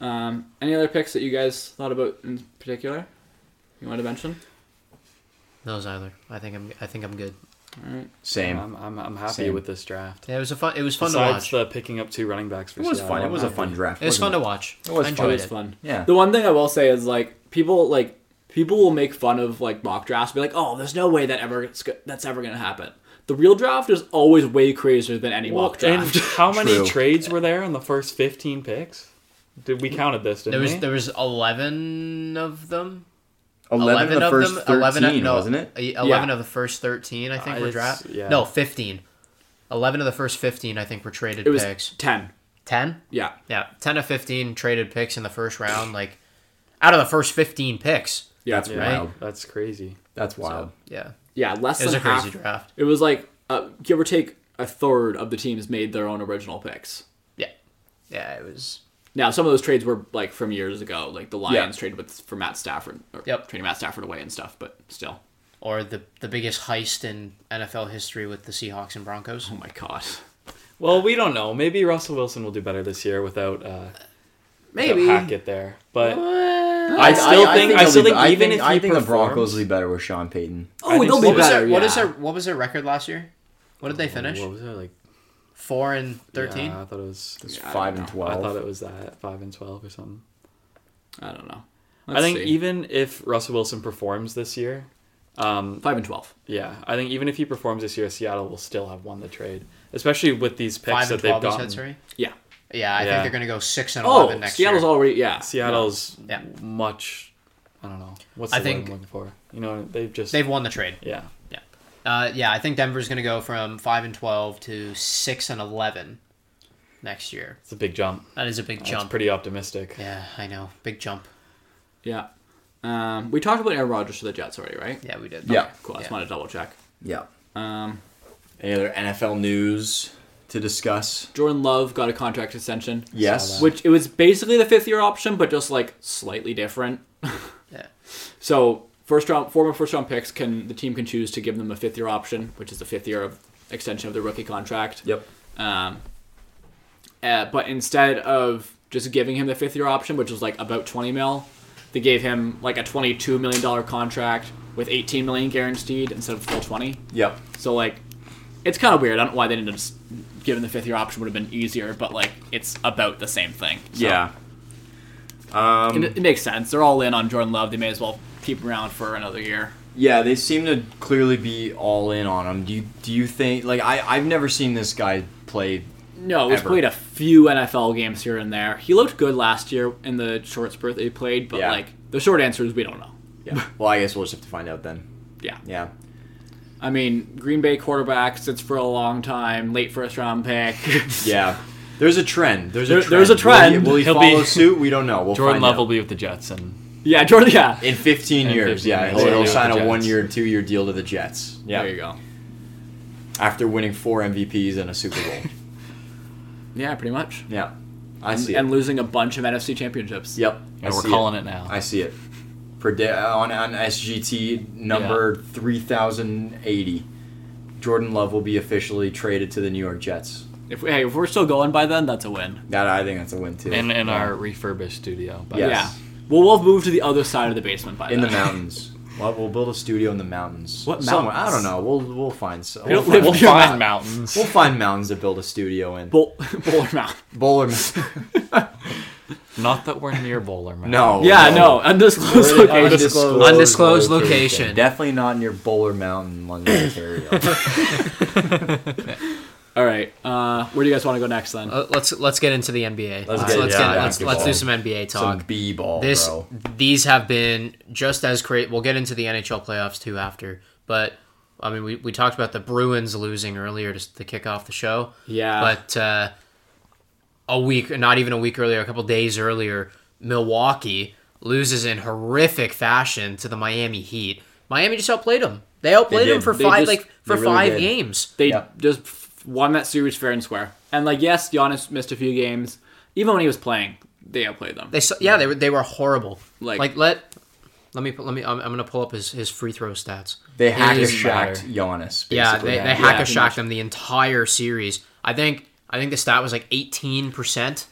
S2: Um, any other picks that you guys thought about in particular? You want to mention?
S3: No, Zyler. I think I'm I think I'm good.
S1: Same.
S4: I'm, I'm, I'm happy
S1: Same.
S4: with this draft.
S3: Yeah, it was a fun it was fun
S4: Besides
S3: to watch.
S4: the picking up two running backs for
S1: it was
S4: Seattle,
S1: fun. It
S4: I'm
S1: was a
S4: happy.
S1: fun draft.
S3: It was fun
S1: wasn't
S3: to watch.
S1: It was
S3: I
S1: fun.
S3: enjoyed
S2: It
S3: it.
S2: was fun.
S1: Yeah.
S2: The one thing I will say is like people like people will make fun of like mock drafts, be like, "Oh, there's no way that ever it's go- that's ever gonna happen." The real draft is always way crazier than any mock
S4: And
S2: draft.
S4: how many
S1: True.
S4: trades were there in the first 15 picks? Did we counted this? Didn't
S3: There was
S4: we?
S3: there was 11 of them.
S1: 11, of the first 13,
S3: no,
S1: wasn't it?
S3: e- 11
S2: Yeah.
S3: of the first 13 I think
S4: Uh,
S3: were
S4: it's-
S3: drafted.
S4: yeah.
S3: No, 15. 11 of the first 15 I think were traded
S2: it was
S3: picks.
S2: ten.
S3: 10?
S2: Yeah,
S3: Yeah, 10 of 15 traded picks in the first round like out of the first 15 picks.
S2: yeah,
S1: That's
S4: yeah,
S1: wild.
S4: That's crazy.
S1: That's wild.
S3: Yeah.
S2: yeah. Less
S3: It was
S2: than
S3: a crazy
S2: half.
S3: draft.
S2: It was like uh, give or take a third of the teams made their own original picks.
S3: Yeah. Yeah, it was
S2: Now, some of those trades were like from years ago, like the Lions
S1: Yeah.
S2: traded with for Matt Stafford, or
S3: Yep.
S2: trading Matt Stafford away and stuff. But still,
S3: or the the biggest heist in NFL history with the Seahawks and Broncos.
S2: oh my god,
S4: Well, we don't know. Maybe Russell Wilson will do better this year without uh,
S2: maybe
S4: without Hackett there. But
S1: I,
S4: still think- I
S1: they'll
S4: still
S1: be-
S4: think even if
S1: I
S4: he
S1: think the Broncos
S4: performs-
S1: will be better with Sean Payton.
S2: oh,
S4: think
S2: they'll
S4: so.
S2: be
S3: What was
S2: better.
S3: their, what
S2: yeah.
S3: is their what was their record last year? What did they finish?
S4: What was it like?
S3: 4 and 13?
S4: Yeah, I thought it was.
S1: It's
S2: Yeah, I don't
S1: 5 and
S2: know.
S1: 12.
S4: I thought it was that five and twelve or something.
S2: I don't know. Let's
S4: I think
S2: see.
S4: even if Russell Wilson performs this year, um,
S2: five and twelve.
S4: yeah, I think even if he performs this year, Seattle will still have won the trade, especially with these
S3: 5
S4: picks that
S3: and
S4: they've
S3: 12 you
S4: gotten.
S3: said, sorry?
S2: Yeah.
S3: Yeah, I
S4: Yeah.
S3: think they're going to go 6 and
S2: Oh,
S3: 11 next
S2: Seattle's
S3: year.
S2: already yeah.
S4: Seattle's
S3: Yeah.
S4: much. I don't know. What's the
S3: I
S4: word
S3: think-
S4: I'm looking for? You know, they've just
S3: They've won the trade.
S4: yeah.
S3: Yeah. Uh, yeah, I think Denver's going to go from 5 and 12 to 6 and 11 next year.
S4: It's a big jump.
S3: That is a big
S4: It's
S3: jump.
S4: pretty optimistic.
S3: yeah, I know. Big jump.
S2: yeah. Um, we talked about Aaron Rodgers to the Jets already, right?
S3: Yeah, we did.
S1: Yeah.
S2: Okay, cool. I just
S3: Yeah.
S2: wanted to double check.
S1: Yeah.
S2: Um,
S1: Any other NFL news to discuss?
S2: Jordan Love got a contract extension.
S1: Yes.
S2: Which it was basically the fifth year option, but just like slightly different.
S3: Yeah.
S2: So first round former first round picks can the team can choose to give them a fifth year option, which is the fifth year of extension of their rookie contract.
S1: Yep.
S2: Um, uh, but instead of just giving him the fifth year option, which was like about 20 mil, they gave him like a 22 million dollar contract with 18 million guaranteed instead of full 20.
S1: Yep.
S2: So like, it's kind of weird. I don't know why they didn't just give him the fifth year option would have been easier, but like it's about the same thing. So
S1: yeah.
S2: it, it makes sense. They're all in on Jordan Love. They may as well keep him around for another year.
S1: Yeah, they seem to clearly be all in on him. Do you do you think like I I've never seen this guy play
S2: No, he's
S1: Ever.
S2: played a few NFL games here and there. He looked good last year in the short spurt they played, but
S1: Yeah.
S2: like the short answer is we don't know.
S1: Yeah. well, I guess we'll just have to find out then.
S2: Yeah.
S1: Yeah.
S2: I mean, Green Bay quarterback sits for a long time, late first round pick.
S1: Yeah. There's a trend. There's a
S2: There-
S1: trend.
S2: there's a trend.
S1: Will he, will
S4: He'll
S1: he follow
S4: be-
S1: suit? We don't know. We'll
S4: Jordan
S1: find
S4: Love will
S1: out.
S4: be with the Jets, and
S2: yeah, Jordan. Yeah.
S1: in 15
S4: In
S1: years.
S4: 15
S1: yeah,
S4: years,
S1: he'll,
S4: yeah,
S1: he'll
S4: with
S1: sign
S4: the
S1: a
S4: Jets.
S1: one-year, two-year deal to the Jets. Yeah.
S2: There you go.
S1: After winning four MVPs and a Super Bowl.
S2: Yeah, pretty much.
S1: yeah. I
S2: And,
S1: see
S2: and
S1: it.
S2: losing a bunch of NFC championships.
S1: Yep. I
S4: and we're
S1: see
S4: calling
S1: it.
S4: it, now.
S1: I see it. Predi- uh, on on SGT number 3080. Jordan Love will be officially traded to the New York Jets.
S2: If we, hey, if we're still going by then, that's a win.
S1: That I think that's a win too.
S4: in in
S1: Yeah.
S4: our refurbished studio. But
S1: Yes.
S2: Yeah. Well, we'll move to the other side of the basement by
S1: in the
S2: then.
S1: mountains. Well, we'll build a studio in the mountains.
S2: What
S1: Somewhere. I don't
S2: mountains?
S1: know. We'll we'll find. So,
S2: We
S1: we'll,
S2: don't
S1: find
S4: We'll
S2: live near
S4: find
S2: mountains.
S4: mountains.
S1: we'll find mountains to build a studio in.
S2: Bull, Bowler Mountain.
S1: Bowler.
S4: Not that we're near Bowler Mountain.
S1: No.
S2: Yeah, no, undisclosed
S1: We're in an
S2: location.
S3: Undisclosed location.
S1: Definitely not near Bowler Mountain, London, Ontario.
S2: All right, uh, where do you guys want to go next then?
S3: Uh, let's let's get into the
S1: Let's
S3: NBA. Let's,
S1: get
S3: let's,
S1: into
S3: get,
S1: the
S3: let's, let's do some NBA
S1: Some
S3: talk.
S1: B ball,
S3: this
S1: bro.
S3: these have been just as great. We'll get into the NHL playoffs too after, but I mean we, we talked about the Bruins losing earlier just to kick off the show.
S2: Yeah.
S3: but uh, a week, not even a week earlier, a couple days earlier, Milwaukee loses in horrific fashion to the Miami Heat. Miami just outplayed them. They outplayed
S1: did.
S3: them for
S1: They
S3: five
S2: just-
S3: like for
S1: they really
S3: five
S1: did.
S3: games.
S2: they
S1: Yeah.
S2: just f- won that series fair and square. And like, yes, Giannis missed a few games. Even when he was playing, they outplayed them.
S3: They su- yeah, they were they were horrible.
S2: Like-
S3: Like, let let me let me I'm, I'm gonna pull up his, his free throw stats.
S1: They hack a
S3: He's-
S1: shacked Giannis. Basically.
S3: Yeah, they, they
S2: Yeah,
S3: hack
S2: pretty
S3: a shock
S2: much.
S3: them the entire series. I think I think the stat was like eighteen percent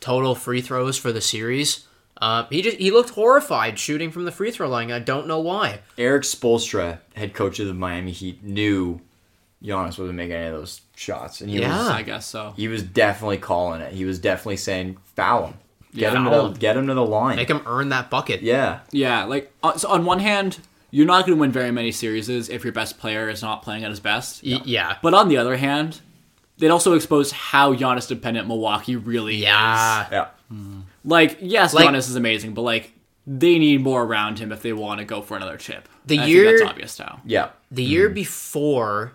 S3: total free throws for the series. Uh, he just he looked horrified shooting from the free throw line. I don't know why.
S1: Eric Spolstra, head coach of the Miami Heat, knew Giannis wasn't making any of those shots, and he was
S3: Yeah.
S2: I guess so.
S1: he was definitely calling it. He was definitely saying foul him. Get
S2: Yeah.
S1: him
S2: Foul
S1: to
S2: him.
S1: the, get him to the line.
S3: Make him earn that bucket.
S1: yeah.
S2: Yeah, like on, so on one hand, you're not going to win very many series if your best player is not playing at his best.
S3: Y- yeah.
S2: But on the other hand, it also exposed how Giannis dependent Milwaukee really is.
S3: Yeah.
S1: Yeah.
S2: Like, yes,
S3: Like-
S2: Giannis is amazing, but like they need more around him if they want to go for another chip.
S3: The
S2: I think
S3: year-
S2: that's obvious now.
S1: Yeah.
S3: The
S2: Hmm.
S3: year before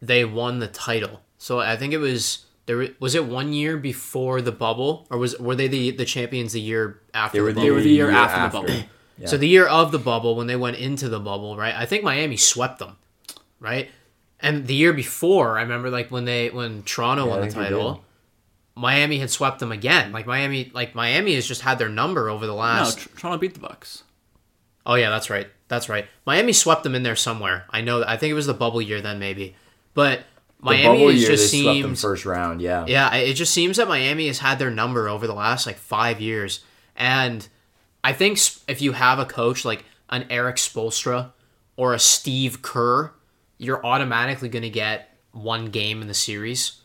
S3: they won the title. So I think it was there were- was it one year before the bubble or was were they the, the champions the year after the bubble?
S2: They were the year after the bubble.
S3: So the year of the bubble, when they went into the bubble, right? I think Miami swept them, right? And the year before, I remember like when they when Toronto
S1: I
S3: won the
S1: think they
S3: title, Miami had swept them again. Like Miami, like Miami has just had their number over the
S2: No,
S3: last.
S2: Tr- Toronto beat the Bucks.
S3: Oh yeah, that's right. That's right. Miami swept them in there somewhere. I know. I think it was the bubble year then, maybe. But
S1: The bubble
S3: Miami has
S1: year,
S3: just
S1: they swept them
S3: seems
S1: first round. Yeah.
S3: yeah, I- it just seems that Miami has had their number over the last like five years, and I think s- if you have a coach like an Eric Spolstra or a Steve Kerr, you're automatically going to get one game in the series,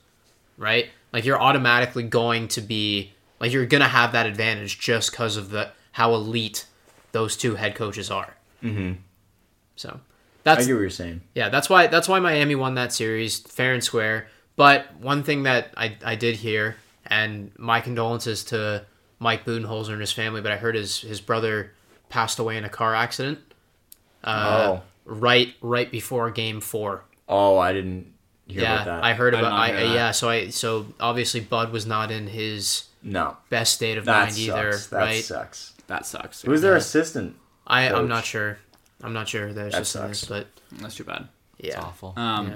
S3: right? Like you're automatically going to be like you're going to have that advantage just because of the how elite those two head coaches are. Mm-hmm. So
S1: I
S3: that's
S1: get what you're saying.
S3: yeah, that's why that's why Miami won that series fair and square. But one thing that I, I did hear, and my condolences to Mike Budenholzer and his family, but I heard his his brother passed away in a car accident uh,
S1: oh.
S3: right right before Game Four.
S1: Oh, I didn't hear
S3: yeah,
S1: about that.
S3: I heard
S2: I did
S3: about.
S2: not
S3: I,
S2: hear that.
S3: yeah, so I so obviously Bud was not in his
S1: no.
S3: best state of
S1: That
S3: mind
S1: sucks.
S3: either,
S1: that
S3: right?
S1: sucks.
S2: That sucks.
S1: Who's their assistant?
S3: I I'm
S1: Coach.
S3: not sure. I'm not sure. There's
S1: That
S3: just in this,
S1: sucks.
S3: but
S2: That's too bad.
S3: yeah,
S4: It's awful.
S2: Um,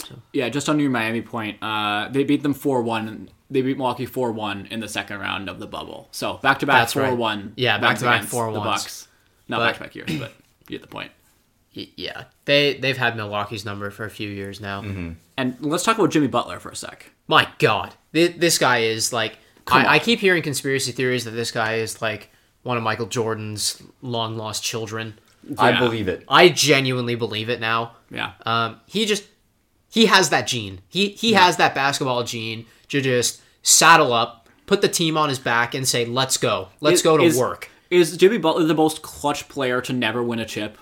S3: Yeah.
S2: Yeah, just on your Miami point, uh, they beat them 4 1. They beat Milwaukee 4 1 in the second round of the bubble. So back to back
S3: That's right.
S2: 4 1.
S3: Yeah, back-to-back 4-1s.
S2: The Bucks. Not
S3: But-
S2: back to back years, but You get the point.
S3: Y- Yeah, they they've had Milwaukee's number for a few years now.
S1: Mm-hmm.
S2: And let's talk about Jimmy Butler for a sec.
S3: My God, Th- this guy is like.
S2: Come on.
S3: I, I keep hearing conspiracy theories that this guy is like one of Michael Jordan's long lost children.
S1: I
S2: Yeah.
S1: believe it.
S3: I genuinely believe it now.
S2: Yeah.
S3: Um, he just he has that gene. He he has that basketball gene to just saddle up, put the team on his back, and say, "Let's go, let's
S2: Is-
S3: go to
S2: is-
S3: work."
S2: Is Jimmy Butler the most clutch player to never win a chip?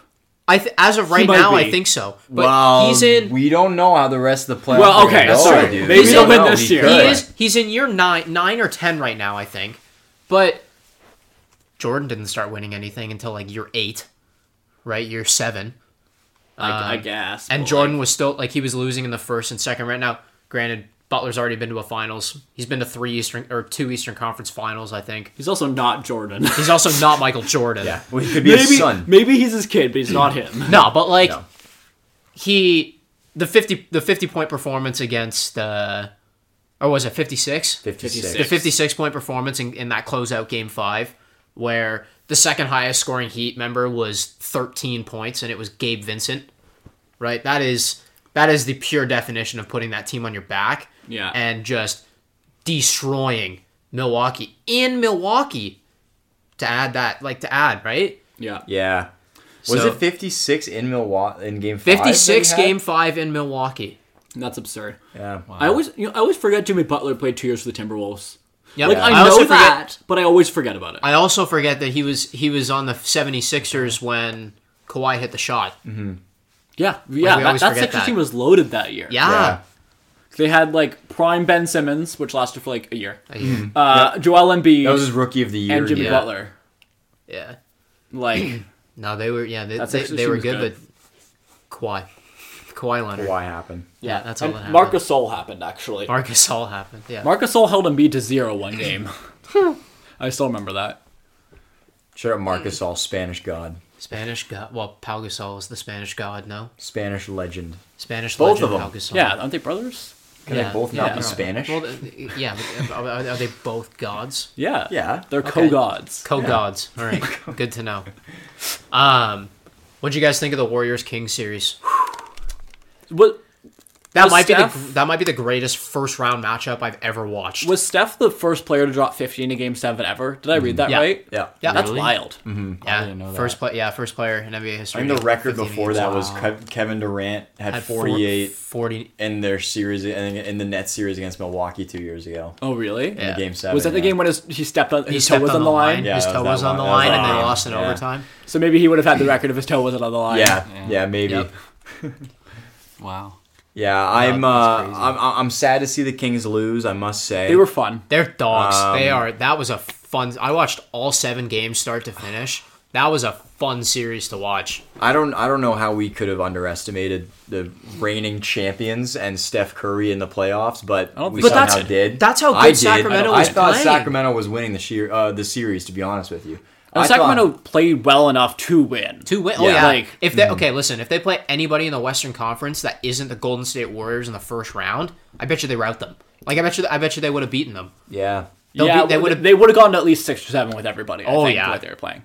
S3: I th- as of right
S2: might
S3: now,
S2: be.
S3: I think so. But
S1: well,
S3: he's in.
S1: we don't know how the rest of the playoffs.
S2: Well,
S1: are gonna
S2: okay,
S1: go,
S2: sorry.
S1: dude.
S2: Maybe
S1: We
S3: they'll
S1: don't
S2: win
S1: know.
S2: this
S1: He
S2: year.
S1: could.
S3: he is. He's in year nine, nine or ten right now, I think. But Jordan didn't start winning anything until like year eight, right? Year seven.
S2: I, I guess.
S3: Uh, And
S2: but,
S3: Jordan was still like he was losing in the first and second right now. Granted, Butler's already been to a finals. He's been to three Eastern or two Eastern Conference finals, I think.
S2: like, he's also not Jordan.
S3: He's also not Michael Jordan.
S1: Yeah, well, he could be
S2: maybe
S1: his son.
S2: maybe he's his kid, but he's not him.
S3: No, but like
S1: No.
S3: he the fifty the fifty point performance against uh or was it fifty six?
S1: Fifty-six.
S3: The fifty six point performance in, in that closeout game five, where the second highest scoring Heat member was thirteen points and it was Gabe Vincent. Right? That is that is the pure definition of putting that team on your back.
S2: Yeah.
S3: And just destroying Milwaukee in Milwaukee to add that like to add, right?
S2: Yeah.
S1: Yeah. Was
S3: So-
S1: it 56 in Milwaukee in game 5?
S3: 56 game 5 in Milwaukee.
S2: That's absurd.
S1: Yeah.
S2: I always you know, I always forget Jimmy Butler played two years for the Timberwolves.
S3: Yep.
S2: Like I, know
S3: also
S2: that,
S3: forget-
S2: but I always forget about it.
S3: I also forget that he was he was on the 76ers when Kawhi hit the shot.
S2: Mm-hmm. yeah, yeah. that
S3: always
S2: that
S3: forget
S2: Sixers
S3: that.
S2: team was loaded that year.
S3: Yeah.
S2: they had like prime Ben Simmons, which lasted for like a year. Uh, Joel Embiid
S1: That was his rookie of the year.
S2: and Jimmy
S1: yeah.
S2: Butler.
S3: Yeah. Yeah.
S2: Like
S3: No, they were yeah, they,
S2: That's
S3: they,
S2: actually-
S3: they
S2: she
S3: were
S2: was
S3: good,
S2: good.
S3: but Kawhi. Kawhi Leonard.
S1: Why happened?
S3: Yeah, that's all
S2: and
S3: that happened.
S2: Marc Gasol happened actually.
S3: Marcus all happened. Yeah.
S2: Marc Gasol held Embiid to zero one game. I still remember that.
S1: Shut up, Marcus All, Spanish god,
S3: Spanish god. Well, Pau Gasol is the Spanish god, no?
S1: Spanish legend.
S3: Spanish
S1: Both
S3: legend
S1: of them.
S3: Pau Gasol.
S2: Yeah, aren't they brothers?
S1: Can they both not be Spanish?
S3: Well, th- yeah, but are, are- are they both gods?
S2: Yeah,
S1: Yeah.
S2: They're co-gods.
S3: Co-gods. All right. Good to know. Um, what'd you guys think of the Warriors King series?
S2: What
S3: That
S2: Was
S3: might be the
S2: Steph-
S3: that might be the greatest first round matchup I've ever watched.
S2: was Steph the first player to drop fifty in a game seven ever? Did I read that
S3: Yeah.
S2: right?
S1: yeah.
S3: yeah,
S2: That's
S4: Really?
S2: wild.
S3: yeah,
S4: didn't know
S3: first
S4: that.
S3: play, yeah, first player in NBA history.
S1: I think the
S3: to
S1: record
S3: 15
S1: before
S3: games.
S1: that was Kev- Kevin Durant had,
S3: Had four-
S1: 48
S3: 40
S1: in their series in, in the Nets series against Milwaukee two years ago.
S2: Oh really?
S1: In
S3: Yeah.
S1: the game seven.
S2: was that the
S1: yeah.
S2: game when his, he stepped on
S3: He
S2: his toe
S3: stepped
S2: was on the line?
S1: Yeah,
S3: his
S1: that
S3: toe
S1: was
S3: was
S1: that
S3: on the
S1: one. That was
S3: line, and
S1: that
S3: they
S1: one.
S3: lost in
S1: Yeah.
S3: overtime.
S2: So maybe he would have had the record if his toe wasn't on the line.
S1: Yeah, yeah, maybe.
S3: Yep.
S4: Wow.
S1: Yeah, I'm, uh,
S4: that's crazy.
S1: I'm I'm sad to see the Kings lose. I must say
S2: They were fun.
S3: They're dogs.
S1: Um,
S3: they are. That was a fun. I watched all seven games start to finish. That was a fun series to watch.
S1: I don't I don't know how we could have underestimated the reigning champions and Steph Curry in the playoffs, but
S2: don't
S1: we
S2: think so.
S1: somehow
S2: But that's-
S1: did.
S3: that's how
S1: I
S3: good
S1: did.
S3: Sacramento
S1: I
S3: was
S1: thought
S3: playing.
S1: Sacramento was winning the sheer, uh, the series. To be honest with you,
S2: And
S1: I
S2: Sacramento
S1: thought-
S2: played well enough to win.
S3: Two win. Oh
S1: Yeah.
S3: yeah.
S2: Like-
S3: if they okay, listen. If they play anybody in the Western Conference that isn't the Golden State Warriors in the first round, I bet you they rout them. Like I bet you, I bet you they would have beaten them.
S1: yeah,
S3: They'll
S2: yeah,
S3: be- they
S2: they would
S3: would've-
S2: have. They would have gone to at least six or seven with everybody. I
S3: Oh,
S2: think,
S3: yeah.
S2: the way they were playing.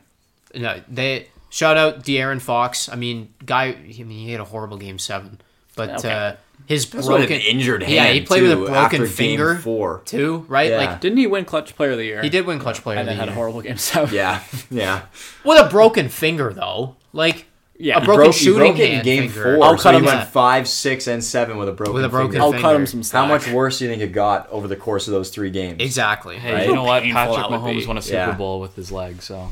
S3: No, they shout out De'Aaron Fox. I mean, guy. I mean, he had a horrible game seven, but
S2: Okay.
S3: uh, his
S1: with
S3: broken
S1: an injured hand.
S3: Yeah, he played with a
S1: too,
S3: broken
S1: after game
S3: finger
S1: Four.
S3: too, right?
S1: Yeah.
S3: Like
S2: Didn't he win Clutch Player of the Year?
S3: he did win clutch player
S2: and
S3: of
S2: then
S3: the
S2: had a
S3: year.
S2: horrible game seven.
S1: Yeah, yeah.
S3: with a broken finger though. Like
S2: Yeah.
S3: a
S2: He
S3: broken
S1: Broke, he
S3: shooting
S1: broke it in
S3: hand
S1: game
S3: finger.
S1: four.
S2: I'll
S1: so
S2: cut
S1: he
S2: him
S1: went
S3: that.
S1: five, six, and seven with a broken
S3: with a broken
S1: finger.
S3: finger.
S2: I'll cut him some slack.
S1: How much worse do you think it got over the course of those three games?
S3: Exactly.
S4: Hey,
S1: Right?
S4: you know what?
S2: Painful
S4: Patrick
S2: that would be.
S4: Mahomes won a Super
S1: Yeah.
S4: Bowl with his leg, so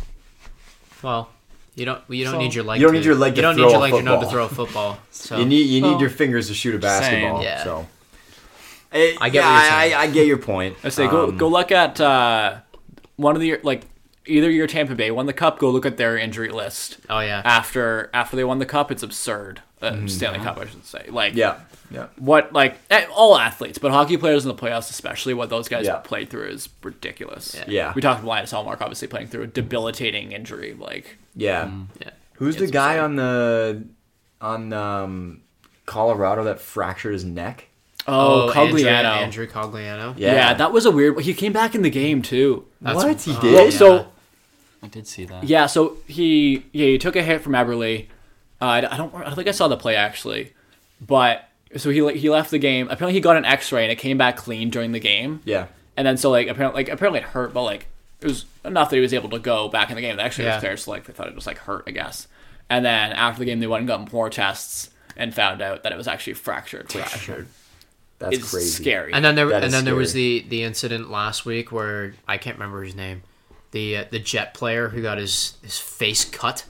S3: Well, you don't. You don't
S4: So-
S3: need your leg.
S1: You don't
S3: to-
S1: need your leg to
S3: You don't
S1: throw
S3: need your
S1: a
S3: leg to know to
S1: football.
S3: throw a football. So
S1: You need you need
S4: Well,
S1: your fingers to shoot a basketball.
S4: saying.
S3: Yeah.
S1: So
S3: I get
S1: yeah,
S3: what you're saying.
S1: I, I get your point.
S2: I say go
S1: Um,
S2: go look at uh, one of the like either your Tampa Bay won the cup. Go look at their injury list
S3: Oh
S1: Ah.
S3: yeah.
S2: after after they won the cup. It's absurd. Uh,
S3: Mm-hmm.
S2: Stanley Cup, I should say. Like
S1: Yeah, yeah.
S2: what like eh, all athletes, but hockey players in the playoffs, especially what those guys
S1: Yeah.
S2: played through is ridiculous.
S1: Yeah.
S2: we talked about Linus Hallmark obviously playing through a debilitating injury. Like
S1: Yeah.
S3: Yeah.
S1: Who's the guy on the on um Colorado that fractured his neck?
S2: oh,
S3: Andrew,
S2: Cogliano,
S3: Andrew Cogliano.
S2: Yeah. that was a weird. He came back in the game too.
S3: That's-
S1: what he
S3: oh,
S1: did?
S2: Well,
S3: yeah.
S2: so
S4: I did see that.
S2: Yeah, so he yeah he took a hit from Eberle. Uh, I I don't I don't think I saw the play actually, but so he he left the game. Apparently he got an X-ray and it came back clean during the game.
S1: Yeah.
S2: And then so like apparently like apparently it hurt, but like it was enough that he was able to go back in the game. The X-ray
S3: Yeah.
S2: was there, so like they thought it was like hurt, I guess. And then after the game, they went and got more tests and found out that it was actually fractured. Fractured.
S1: That's
S2: It's
S1: crazy.
S2: scary.
S3: And then there,
S1: That
S3: and
S1: is
S3: then there was the the incident last week where I can't remember his name, the uh, the Jet player who got his his face cut.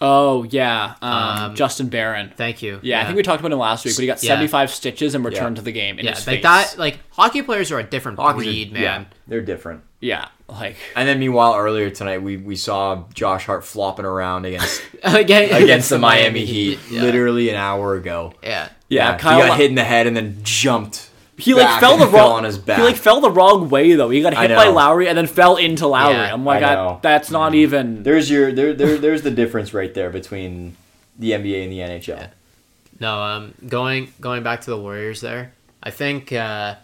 S2: oh yeah, um,
S3: Um,
S2: Justin Barron.
S3: Thank you.
S2: Yeah, I think we talked about him last week, but he got
S3: Yeah.
S2: 75 stitches and returned to the game in
S3: yeah,
S2: his face.
S3: like that. Like hockey players are a different
S1: Hockey's a-
S3: breed,
S1: yeah,
S3: man.
S1: they're different.
S2: Yeah, like
S1: And then meanwhile, earlier tonight, we, we saw Josh Hart flopping around against
S3: against,
S1: against the Miami Heat
S3: Yeah.
S1: literally an hour ago.
S3: Yeah.
S2: Yeah,
S1: he
S2: Kyle.
S1: got hit in the head and then jumped.
S2: he like
S1: back
S2: fell
S1: and
S2: the wrong
S1: on his back.
S2: He like fell the wrong way though. He got hit by
S1: know.
S2: Lowry and then fell into Lowry.
S3: Yeah, Mm.
S2: I'm like,
S1: I
S2: I,
S1: know.
S2: that's not even.
S1: there's your there, there there's the difference right there between the NBA and the NHL.
S3: No, um, going going back to the Warriors there. I think, uh,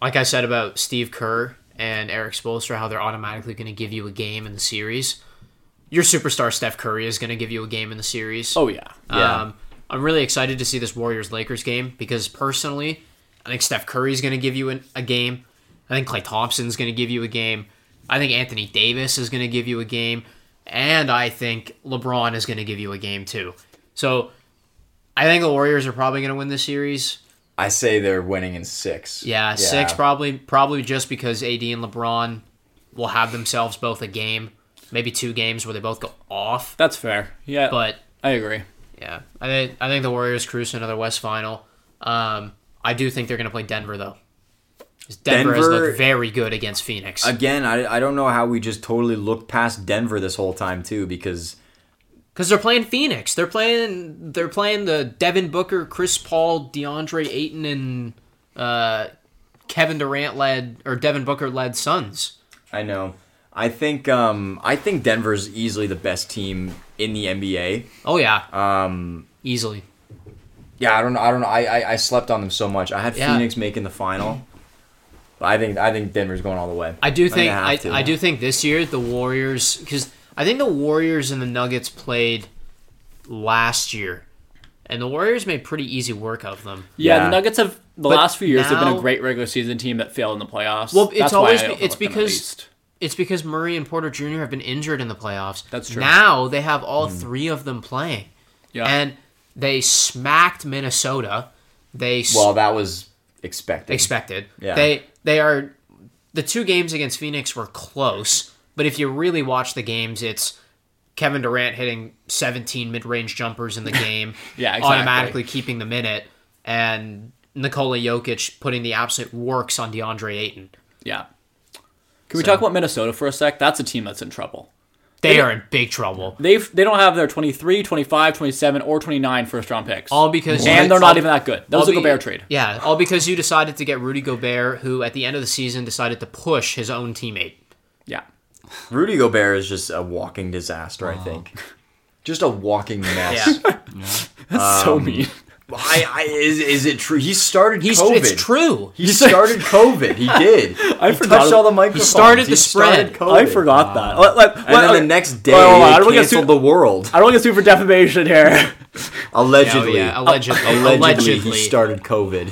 S3: like I said about Steve Kerr and Eric Spoelstra, how they're automatically going to give you a game in the series. Your superstar Steph Curry is going to give you a game in the series.
S2: Oh yeah,
S1: Yeah.
S3: Um, I'm really excited to see this Warriors Lakers game because personally, I think Steph Curry's going to give you an, a game. I think Clay Thompson's going to give you a game. I think Anthony Davis is going to give you a game. And I think LeBron is going to give you a game too. So I think the Warriors are probably going to win this series.
S1: I say they're winning in six.
S3: Yeah, six probably, probably just because AD and LeBron will have themselves both a game, maybe two games where they both go off.
S2: that's fair. Yeah,
S3: But
S2: I agree.
S3: Yeah, I think I think the Warriors cruise to another West Final. Um, I do think they're going to play Denver though. 'Cause Denver, has
S1: Denver-
S3: looked very good against Phoenix.
S1: Again, I, I don't know how we just totally looked past Denver this whole time too because
S3: because they're playing Phoenix. They're playing they're playing the Devin Booker, Chris Paul, DeAndre Ayton, and uh, Kevin Durant led or Devin Booker led Suns.
S1: I know. I think um I think Denver's easily the best team in the NBA.
S3: Oh yeah, um, easily.
S1: Yeah, I don't know. I don't know. I, I I slept on them so much. I had
S3: Yeah.
S1: Phoenix making the final. But I think I think Denver's going all the way.
S3: I do
S1: think
S3: think
S1: they have
S3: I,
S1: to.
S3: I do think this year the Warriors because I think the Warriors and the Nuggets played last year, and the Warriors made pretty easy work of them.
S2: Yeah,
S1: Yeah.
S2: the Nuggets have the
S3: But
S2: last few years they've been
S3: now-
S2: a great regular season team that failed in the playoffs.
S3: Well, it's
S2: That's why
S3: always
S2: I
S3: be- it's
S2: overlooked them at
S3: because-
S2: least.
S3: It's because Murray and Porter Jr. have been injured in the playoffs.
S2: That's true. Hmm.
S3: Now they have all three of them playing,
S2: yeah,
S3: and they smacked Minnesota. They s-
S1: well, that was expected.
S3: expected.
S1: Yeah.
S3: They they are the two games against Phoenix were close, but if you really watch the games, it's Kevin Durant hitting 17 mid-range jumpers in the game,
S2: Yeah, exactly.
S3: automatically keeping the minute, and Nikola Jokic putting the absolute works on DeAndre Ayton.
S2: yeah. Can we talk about Minnesota for a sec? That's a team that's in trouble.
S3: They
S2: They-
S3: are in big trouble.
S2: They've they don't have their 23, 25, 27, or 29 first round picks.
S3: All because
S2: and they're not even that good. That was a
S3: All be-
S2: Gobert trade.
S3: Yeah, all because you decided to get Rudy Gobert, who at the end of the season decided to push his own teammate.
S2: Yeah.
S1: Rudy Gobert is just a walking disaster, I think. Just a walking
S3: Yeah.
S1: mess. Um,
S2: so mean.
S1: I, I, is, is it true? He started
S3: He's,
S1: COVID.
S3: it's true.
S1: He started COVID. He did. I he
S2: forgot
S1: touched
S2: it-
S1: all the microphones.
S3: started the spread.
S1: COVID.
S2: I forgot uh, that. Let- let-
S1: And
S2: let-
S1: then
S2: okay.
S1: the next day,
S2: Wait, wait, wait, I
S1: they
S2: don't Oh, get
S1: canceled
S2: sued-
S1: the world.
S2: I don't get sued for defamation here. oh,
S1: Allegedly.
S3: Yeah, yeah, allegedly.
S1: allegedly,
S3: Allegedly.
S1: he started COVID.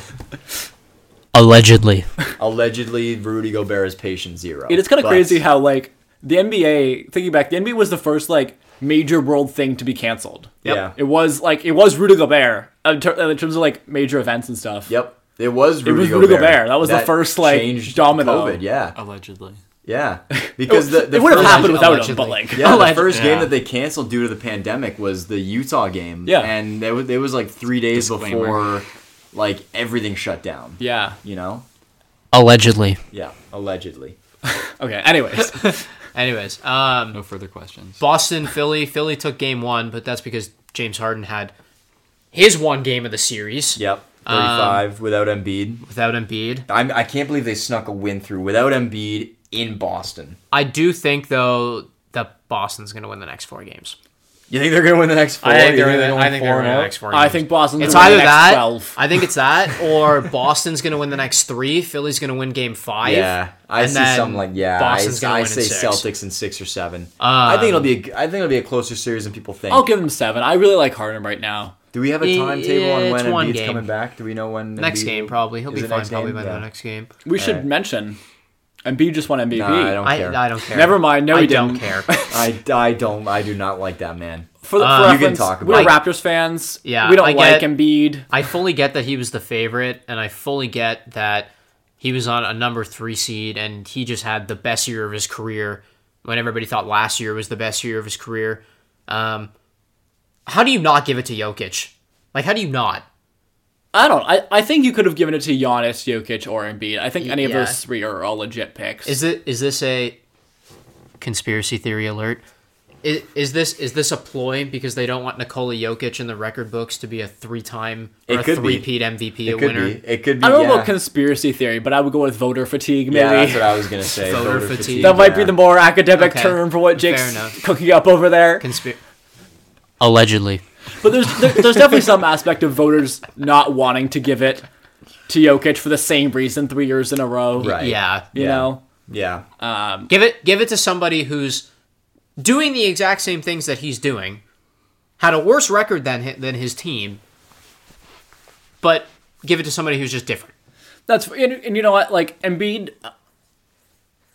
S3: Allegedly.
S1: Allegedly, Rudy Gobert is patient zero.
S2: It is kind of
S1: But
S2: crazy how like the NBA. Thinking back, the NBA was the first like major world thing to be canceled.
S1: Yeah.
S2: It was like it was Rudy Gobert in, ter- uh, in terms of like major events and stuff.
S1: Yep. It was Rudy,
S2: was Rudy
S1: Gobert.
S2: Gobert. That was the first, like,
S1: changed
S2: domino.
S1: COVID. Yeah,
S4: Allegedly.
S1: yeah. Because the, the
S2: it would have
S1: first-
S2: happened without him,
S3: allegedly.
S2: but like
S1: Yeah,
S3: Alleg-
S1: the first
S4: Yeah.
S1: game that they canceled due to the pandemic was the Utah game.
S2: Yeah.
S1: and it was, it was like three days
S4: Disclaimer.
S1: before, like everything shut down.
S2: yeah.
S1: you know.
S3: Allegedly.
S1: Yeah, allegedly.
S2: Okay. Anyways,
S3: Anyways, um,
S4: No further questions.
S3: Boston, Philly. Philly took game one, but that's because James Harden had his one game of the series
S1: Yep,
S3: Um,
S1: thirty-five without Embiid.
S3: without Embiid.
S1: I'm, I can't believe they snuck a win through without Embiid in Boston.
S3: I do think, though, that Boston's going to win the next four games.
S1: You think they're gonna win the next four?
S3: I think
S1: You
S3: they're.
S1: gonna
S3: in the- I think
S1: four
S3: they're in
S1: and
S3: the
S1: out?
S3: next four.
S2: I
S3: games.
S2: think Boston's
S3: It's
S2: gonna win
S3: either
S2: the next
S3: that.
S2: 12.
S3: I think it's that, or Boston's going to win the next three. Philly's going to win Game Five.
S1: Yeah, I
S3: and
S1: see
S3: then
S1: something like yeah.
S3: Boston's
S1: I,
S3: going
S1: I
S3: to
S1: say
S3: win in six. Um,
S1: Celtics in six or seven. I think it'll be. A, g- I think it'll be a closer series than people think.
S2: I'll give them seven. I really like Harden right now.
S1: Do we have a
S3: Yeah,
S1: timetable on when
S3: it's one
S1: Embiid's
S3: game.
S1: coming back? Do we know when?
S3: Next
S1: Embiid-
S3: game, probably. He'll
S1: Is
S3: be
S1: it
S3: fine
S1: next
S3: probably
S1: game?
S3: by
S1: Yeah.
S3: the next game.
S2: We should
S1: right.
S2: mention Embiid just won MVP.
S1: Nah, I don't
S3: I,
S1: care.
S3: I don't care.
S2: Never mind. No,
S3: I
S2: he
S3: don't
S2: didn't.
S3: care.
S1: I, I don't. I do not like that man.
S2: For, the, for
S3: Uh,
S1: you can
S2: reference,
S1: talk
S2: we're
S1: about
S2: Raptors fans.
S3: Yeah,
S2: we don't
S3: I
S2: like
S3: get-
S2: Embiid.
S3: I fully get that he was the favorite, and I fully get that he was on a number three seed, and he just had the best year of his career when everybody thought last year was the best year of his career. Um, how do you not give it to Jokic? Like, how do you not?
S2: I don't. I, I think you could have given it to Giannis, Jokic, or Embiid. I think any of
S3: Yeah.
S2: those three are all legit picks.
S3: Is it is this a conspiracy theory alert? Is, is this is this a ploy because they don't want Nikola Jokic in the record books to be a three time
S1: It
S3: or a
S1: could be.
S3: three peat MVP
S1: It
S3: a
S1: could
S3: winner?
S1: be. It could be.
S2: I don't know
S1: yeah.
S2: about conspiracy theory, but I would go with voter fatigue. Maybe
S1: yeah, that's what I was gonna say.
S3: Voter fatigue.
S2: that might be
S1: yeah.
S2: the more academic
S3: Okay.
S2: term for what
S3: Fair
S2: Jake's
S3: enough.
S2: cooking up over there.
S3: Conspir- Allegedly.
S2: But there's there, there's definitely some aspect of voters not wanting to give it to Jokic for the same reason three years in a row.
S1: Right.
S3: Yeah.
S2: You
S1: Yeah.
S2: know.
S1: Yeah.
S2: Um,
S3: Give it give it to somebody who's doing the exact same things that he's doing, had a worse record than hi- than his team, but give it to somebody who's just different.
S2: that's and, and you know what? Like Embiid,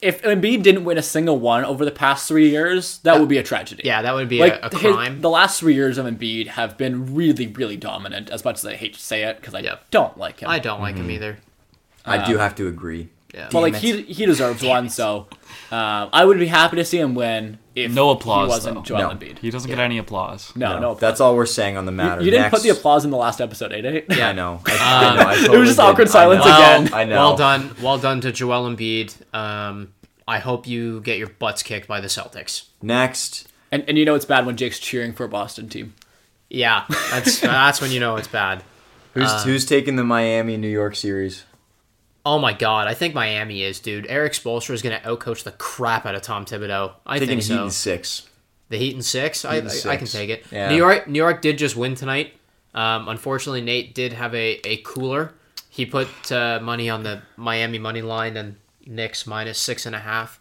S2: if Embiid didn't win a single one over the past three years, that would be a tragedy.
S3: Yeah, that would be
S2: like
S3: a, a
S2: his-
S3: crime.
S2: the last three years of Embiid have been really, really dominant. As much as I hate to say it, because I
S3: Yep.
S2: don't like him.
S3: I don't like
S1: Mm-hmm.
S3: him either.
S1: I do have to agree.
S3: Yeah.
S2: But like
S1: Damn
S2: he he deserves one, so um, I would be happy to see him win. If
S4: No applause,
S2: He wasn't
S4: though.
S2: Joel
S1: No.
S2: Embiid.
S4: He doesn't get any applause.
S2: No, no. applause.
S1: That's all we're saying on the matter.
S2: you didn't put the
S1: Next-
S2: applause in the last episode, eh, Nate?
S1: I know. I, I know. I
S2: It was
S1: totally
S2: just
S1: did.
S2: awkward
S1: I
S2: silence
S1: know.
S2: again.
S1: I know.
S3: Well done, well done to Joel Embiid. Um, I hope you get your butts kicked by the Celtics.
S1: Next.
S2: And and you know it's bad when Jake's cheering for a Boston team.
S3: Yeah, that's that's when you know it's bad.
S1: Who's who's taking the Miami New York series?
S3: Oh my god, I think Miami is, dude. Eric Spoelstra is going to outcoach the crap out of Tom Thibodeau. I
S1: Taking
S3: think
S1: Heat
S3: so.
S1: in six.
S3: The Heat and six, I,
S1: and
S3: I, I can
S1: six.
S3: take it.
S1: Yeah.
S3: New York, New York did just win tonight. Um, unfortunately, Nate did have a, a cooler. He put uh, money on the Miami money line and Knicks minus six and a half.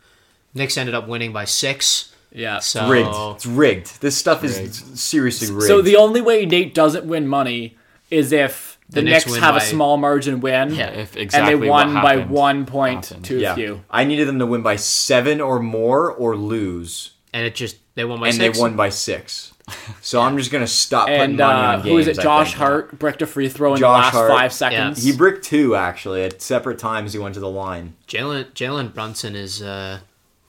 S3: Knicks ended up winning by six.
S2: Yeah.
S3: So
S1: Rigged. It's rigged. This stuff is seriously rigged.
S2: So the only way Nate doesn't win money is if the,
S3: The Knicks
S2: Knicks,
S3: win
S2: have a
S3: by-
S2: small margin win.
S3: Yeah.
S4: If exactly
S2: and they
S4: what
S2: won by
S4: happened
S2: one point
S4: happened.
S2: to a
S1: yeah.
S2: few.
S1: I needed them to win by seven or more or lose,
S3: and it just they won by
S1: and
S3: six.
S1: they won by six. So I'm just gonna stop putting
S2: And
S1: money
S2: uh,
S1: on games.
S2: who is it?
S1: I
S2: Josh
S1: think.
S2: Hart bricked a free throw in
S1: Josh
S2: the last
S1: Hart.
S2: five seconds.
S1: He bricked two actually at separate times. He went to the line.
S3: Jalen Jalen Brunson is. Uh,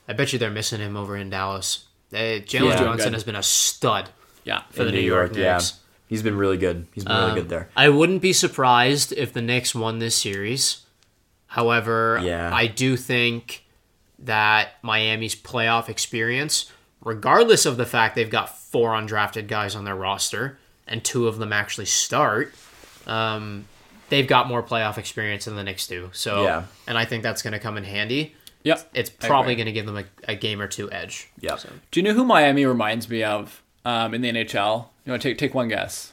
S3: I bet you they're missing him over in Dallas. They, Jalen
S2: doing
S3: Brunson
S2: good.
S3: has been a stud
S2: yeah.
S3: for the New York, Knicks. Um,
S1: He's been really good. He's been really good there.
S3: I wouldn't be surprised if the Knicks won this series. However,
S1: Yeah.
S3: I do think that Miami's playoff experience, regardless of the fact they've got four undrafted guys on their roster and two of them actually start, um, they've got more playoff experience than the Knicks do. So,
S1: Yeah.
S3: and I think that's going to come in handy.
S2: Yep.
S3: It's
S2: I
S3: probably
S2: agree.
S3: going to give them a, a game or two edge.
S1: Yeah.
S2: Do you know who Miami reminds me of um, in the NHL? You want to take take one guess?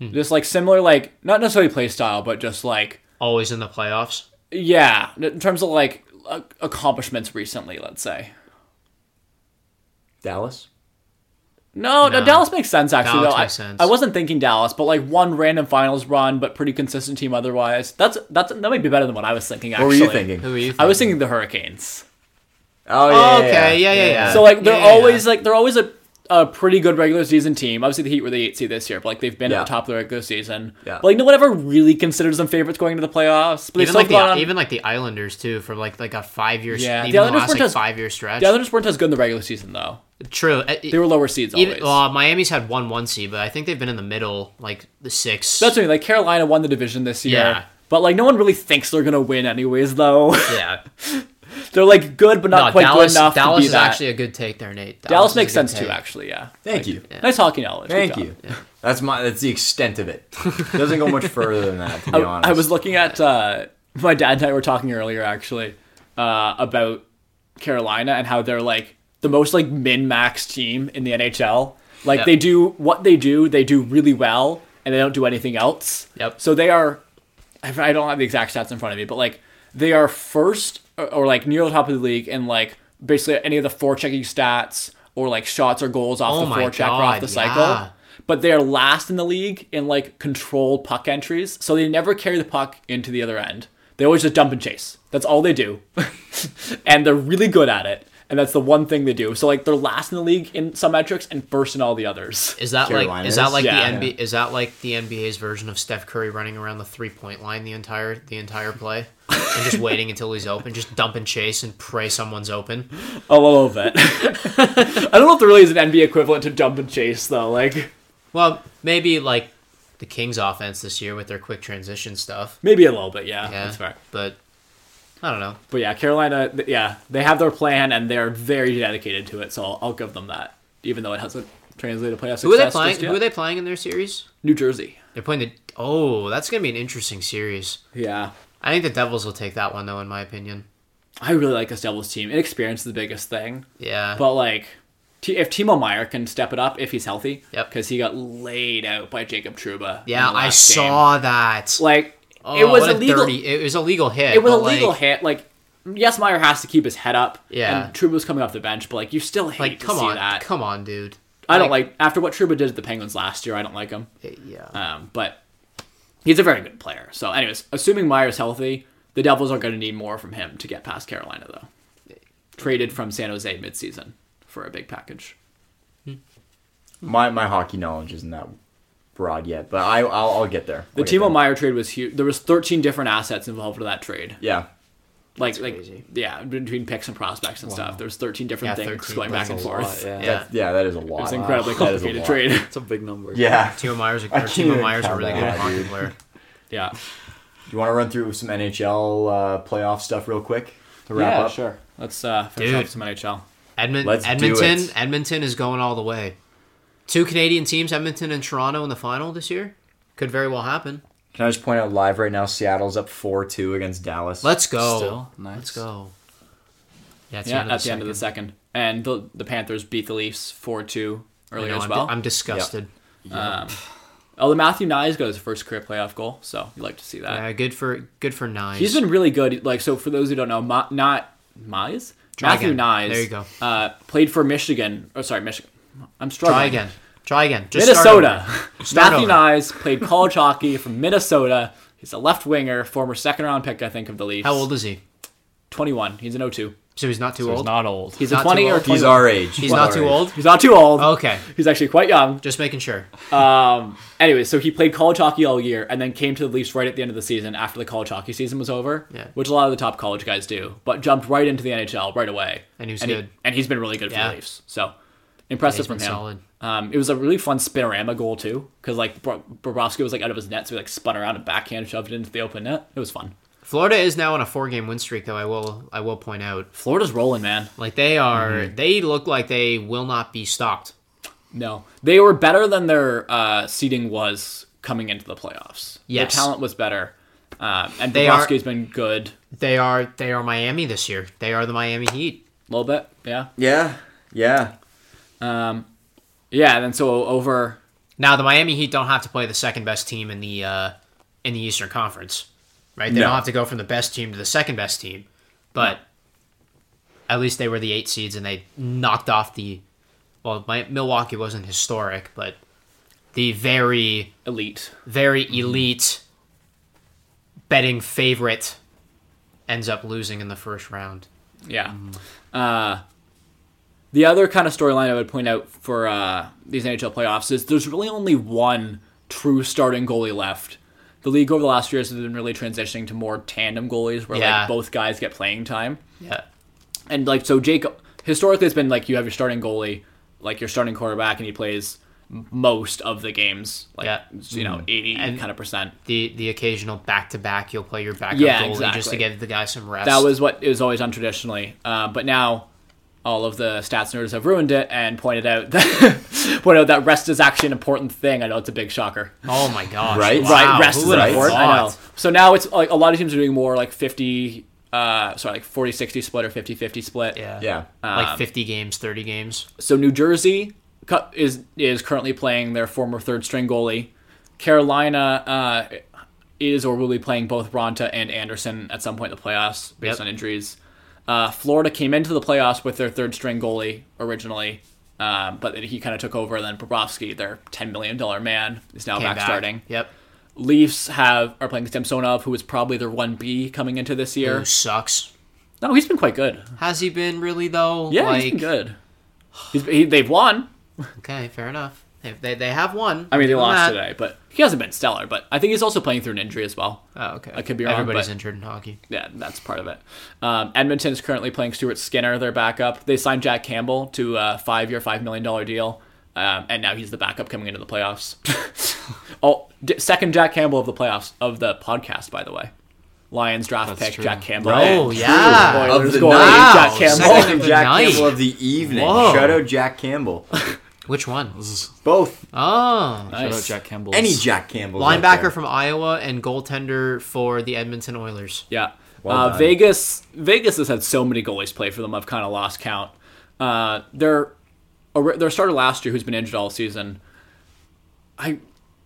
S3: Hmm.
S2: Just like similar, like not necessarily play style, but just like
S3: Always in the playoffs.
S2: yeah, in terms of like a- accomplishments recently. Let's say
S1: Dallas.
S2: no, no,
S3: No.
S2: Dallas makes sense actually.
S3: Dallas
S2: though. I-
S3: makes sense.
S2: I, wasn't thinking Dallas, but like one random finals run, but pretty consistent team otherwise. That's that's that might be better than what I was thinking.
S1: What
S2: Actually,
S1: were you thinking?
S3: Who are you?
S2: I was thinking the Hurricanes.
S1: Oh
S3: Oh,
S1: yeah.
S3: okay, yeah, yeah, yeah.
S2: So like they're
S3: Uh, Yeah, yeah,
S2: always
S3: yeah.
S2: like they're always a, a pretty good regular season team. Obviously the Heat were the eight seed this year, but like they've been
S1: Yeah.
S2: at the top of the regular season.
S1: Yeah.
S2: But like no one ever really considers them favorites going into the playoffs. But they
S3: even
S2: still
S3: like the
S2: got on,
S3: even like the Islanders too for like like a five year
S2: Yeah,
S3: yeah
S2: the
S3: even the,
S2: Islanders
S3: last
S2: were
S3: like
S2: just-
S3: five year stretch.
S2: the others weren't as good in the regular season though.
S3: True, Uh,
S2: They were lower seeds always.
S3: even, well, Miami's had one one seed, but I think they've been in the middle like the six.
S2: That's what I mean. Like Carolina won the division this year.
S3: Yeah.
S2: But like no one really thinks they're gonna win anyways though.
S3: yeah.
S2: they're like good but not
S3: No,
S2: quite
S3: Dallas.
S2: good enough
S3: Dallas
S2: to be
S3: is
S2: that.
S3: actually a good take there, Nate.
S2: Dallas
S3: is a
S2: makes
S3: good
S2: sense
S3: take.
S2: too actually, yeah.
S1: Thank you.
S2: Nice hockey knowledge. Good
S1: Thank
S2: job.
S1: you. That's my. That's the extent of it. Doesn't go much further than that, to be
S2: I-
S1: honest.
S2: I was looking at uh, my dad and I were talking earlier actually uh, about Carolina and how they're like the most like min max team in the NHL. Like
S3: Yep.
S2: they do what they do, they do really well, and they don't do anything else.
S3: Yep.
S2: So they are. I I don't have the exact stats in front of me, but like they are first or, or like near the top of the league in like basically any of the forechecking stats or like shots or goals off
S3: Oh
S2: the
S3: my
S2: forecheck or off
S3: God,
S2: the
S3: yeah.
S2: cycle. But they are last in the league in like controlled puck entries, so they never carry the puck into the other end. They always just dump and chase. That's all they do, and they're really good at it. And that's the one thing they do. So like they're last in the league in some metrics and first in all the others.
S3: Is that like
S1: Carolina
S3: is that
S1: is?
S3: like
S2: Yeah.
S3: the NBA is that like the NBA's version of Steph Curry running around the three point line the entire the entire play and just waiting until he's open, just dump and chase and pray someone's open.
S2: A little bit. I don't know if there really is an NBA equivalent to dump and chase though. Like
S3: Well, maybe like the Kings offense this year with their quick transition stuff.
S2: maybe a little bit, yeah.
S3: Yeah,
S2: That's fair.
S3: But I don't know.
S2: But yeah, Carolina, th- yeah, they have their plan and they're very dedicated to it. So I'll, I'll give them that, even though it hasn't translated to playoff success.
S3: Who are they
S2: just
S3: playing?
S2: yet.
S3: Who are they playing in their series?
S2: New Jersey.
S3: They're playing the. Oh, that's gonna be an interesting series.
S2: Yeah,
S3: I think the Devils will take that one though, in my opinion.
S2: I really like this Devils team. Inexperience is the biggest thing,
S3: Yeah.
S2: but like. T- If Timo Meyer can step it up if he's healthy,
S3: Yep.
S2: because he got laid out by Jacob Truba. in
S3: yeah,
S2: the
S3: I
S2: last game.
S3: saw that.
S2: Like
S3: Oh,
S2: it was
S3: what a
S2: illegal.
S3: dirty- it was a legal hit.
S2: it was a
S3: but, like,
S2: legal hit. Like, yes, Meyer has to keep his head up.
S3: Yeah.
S2: and Truba was coming off the bench, but like you still hate
S3: Like,
S2: to
S3: come
S2: see
S3: on,
S2: that.
S3: come on, dude.
S2: I don't like after what Truba did to the Penguins last year. I don't like him.
S3: Yeah.
S2: Um, but he's a very good player. So, anyways, assuming Meyer's healthy, the Devils are going to need more from him to get past Carolina, though. Traded from San Jose midseason for a big package.
S1: My my hockey knowledge isn't that broad yet, but I I'll, I'll get there.
S2: The
S1: I'll get
S2: Timo
S1: there.
S2: Meyer trade was huge. There was 13 different assets involved with that trade.
S1: yeah.
S2: Like, like
S3: crazy.
S2: yeah, between picks and prospects and stuff. There's 13 different
S3: Yeah,
S2: things
S3: 13.
S2: going back
S3: That's
S2: and
S4: a lot,
S2: forth.
S4: yeah.
S3: yeah.
S1: Yeah, that is a lot.
S2: It's an incredibly
S1: That is a
S2: complicated
S1: lot.
S2: trade.
S4: It's a big number.
S1: Yeah.
S3: Timo Myers, or
S1: I can't even
S3: Timo Myers, a
S1: count
S3: really
S1: that
S3: good
S1: out,
S3: hockey
S1: dude.
S3: player.
S2: yeah.
S1: You want to run through some NHL uh, playoff stuff real quick to wrap
S2: yeah,
S1: up?
S2: sure. Let's uh, finish
S3: Dude.
S2: off some NHL.
S3: Edmon-
S1: Let's do
S3: Edmonton,
S1: it.
S3: Edmonton is going all the way. Two Canadian teams, Edmonton and Toronto, in the final this year. Could very well happen.
S1: Can I just point out live right now? Seattle's up four two against Dallas.
S3: Let's go.
S4: Still, nice.
S3: Let's go. Yeah, it's
S2: Yeah,
S3: the
S2: at the
S3: end
S2: end
S3: of
S2: of
S3: the
S2: the
S3: second.
S2: second. And the the Panthers beat the Leafs 4 2
S3: I
S2: earlier
S3: know,
S2: as
S3: I'm-
S2: well.
S3: I'm disgusted.
S2: Although Matthew Nyes got his first career playoff goal, so you like to see that.
S3: Uh, good for good for nine.
S2: He's been really good. Like so, for those who don't know, Ma- not Mize,
S3: Try
S2: Matthew
S3: again.
S2: Nyes.
S3: There you go.
S2: Uh, played for Michigan. Oh, sorry, Michigan. I'm struggling.
S3: Try again. Try again. Just start
S2: Minnesota.
S3: over. Start
S2: Matthew
S3: over.
S2: Nyes played college hockey from Minnesota. He's a left winger, former second round pick, I think, of the Leafs.
S3: How old is he?
S2: 21. He's an 02.
S3: So he's not too
S4: So
S3: old.
S4: he's not old.
S2: He's
S3: Not
S2: a
S3: too
S2: 20 or
S3: old.
S2: 21.
S1: He's our age.
S3: He's not too
S1: Our age.
S3: old.
S2: He's not too old.
S3: Okay,
S2: He's actually quite young.
S3: just making sure.
S2: Um, anyway, so he played college hockey all year and then came to the Leafs right at the end of the season after the college hockey season was over,
S3: Yeah.
S2: which a lot of the top college guys do, but jumped right into the NHL right away.
S3: And he was good.
S2: and he's been really good for
S3: Yeah.
S2: the Leafs. So
S3: He's
S2: impressive
S3: been
S2: from him.
S3: solid.
S2: Um, it was a really fun spinorama goal too, because like Bro- Bobrovsky was like out of his net, so he like spun around and backhand shoved it into the open net. It was fun.
S3: Florida is now on a four-game win streak, though. I will I will point out,
S2: Florida's rolling, man.
S3: like they are,
S2: Mm-hmm.
S3: they look like they will not be stopped.
S2: No, they were better than their uh, seeding was coming into the playoffs.
S3: Yes.
S2: their talent was better, um, and
S3: They are-
S2: Bobrovsky's been good.
S3: They are they are Miami this year. They are the Miami Heat.
S2: A little bit, yeah.
S1: Yeah. Yeah.
S2: Yeah, and then so over.
S3: Now the Miami Heat don't have to play the second best team in the uh, in the Eastern Conference, right? They
S1: No.
S3: don't have to go from the best team to the second best team, but at least they were the eight seeds and they knocked off the. Well, my, Milwaukee wasn't historic, but the very
S2: Elite.
S3: very
S2: Mm-hmm.
S3: elite betting favorite ends up losing in the first round.
S2: Yeah. Uh, the other kind of storyline I would point out for uh, these NHL playoffs is there's really only one true starting goalie left. The league over the last few years has been really transitioning to more tandem goalies where
S3: Yeah.
S2: like both guys get playing time.
S3: Yeah.
S2: And like so Jake historically it's been like you have your starting goalie, like your starting quarterback and he plays most of the games. Like
S3: Yeah. Mm-hmm.
S2: you know, eighty
S3: And-
S2: kind of percent.
S3: The the occasional back to back, you'll play your backup
S2: Yeah,
S3: goalie just to
S2: exactly.
S3: give the guy some rest.
S2: That was what is always done traditionally. Uh, but now all of the stats nerds have ruined it and pointed out that pointed out that rest is actually an important thing. I know it's a big shocker.
S3: oh my gosh.
S1: Right?
S3: Wow,
S2: right, rest
S3: who
S2: is
S3: would've
S1: important.
S2: important. I know.
S3: thought?
S2: So now it's like a lot of teams are doing more like 50 uh, sorry, like 40 60 split or 50 50 split.
S3: Yeah.
S1: Yeah.
S2: Um,
S3: like 50 games, 30 games.
S2: So New Jersey cu- is is currently playing their former third string goalie. Carolina uh, is or will be playing both Ronta and Anderson at some point in the playoffs based
S3: Yep.
S2: on injuries. Uh, Florida came into the playoffs with their third string goalie originally, um, but then he kind of took over. And then Bobrovsky, their ten million dollar man, is now
S3: Came
S2: back,
S3: back.
S2: starting.
S3: Yep.
S2: Leafs have are playing Samsonov, who is probably their one B coming into this year.
S3: Who sucks.
S2: No, he's been quite good.
S3: Has he been really though?
S2: Yeah,
S3: like,
S2: he's been good. He's, he, they've won.
S3: Okay, fair enough. They, they, they have won.
S2: I mean, they
S3: Give them
S2: lost
S3: that.
S2: today, but he hasn't been stellar. But I think he's also playing through an injury as well.
S3: Oh, okay.
S2: I could be wrong,
S3: Everybody's
S2: but-
S3: injured in hockey.
S2: Yeah, that's part of it. Um, Edmonton is currently playing Stuart Skinner, their backup. They signed Jack Campbell to a five-year, five million dollar deal, um, and now he's the backup coming into the playoffs. oh, d- second Jack Campbell of the playoffs of the podcast, by the way. Lions draft
S4: That's
S2: pick
S4: true.
S2: Jack Campbell.
S3: Oh, yeah.
S2: Boy,
S1: Of
S2: there's
S1: the
S2: goalie,
S1: night.
S2: Jack Campbell.
S3: Second
S1: Second
S3: of the
S1: Jack
S3: night.
S1: Campbell of the evening.
S3: Whoa.
S1: Shout out Jack Campbell.
S3: Which one?
S1: Both.
S3: Oh.
S4: Shout out
S2: Nice.
S4: Jack Campbell.
S1: Any Jack Campbell.
S3: Linebacker from Iowa and goaltender for the Edmonton Oilers.
S2: Yeah.
S1: Well
S2: uh,
S1: done.
S2: Vegas Vegas has had so many goalies play for them. I've kind of lost count. Uh, their or- their starter last year, who's been injured all season, I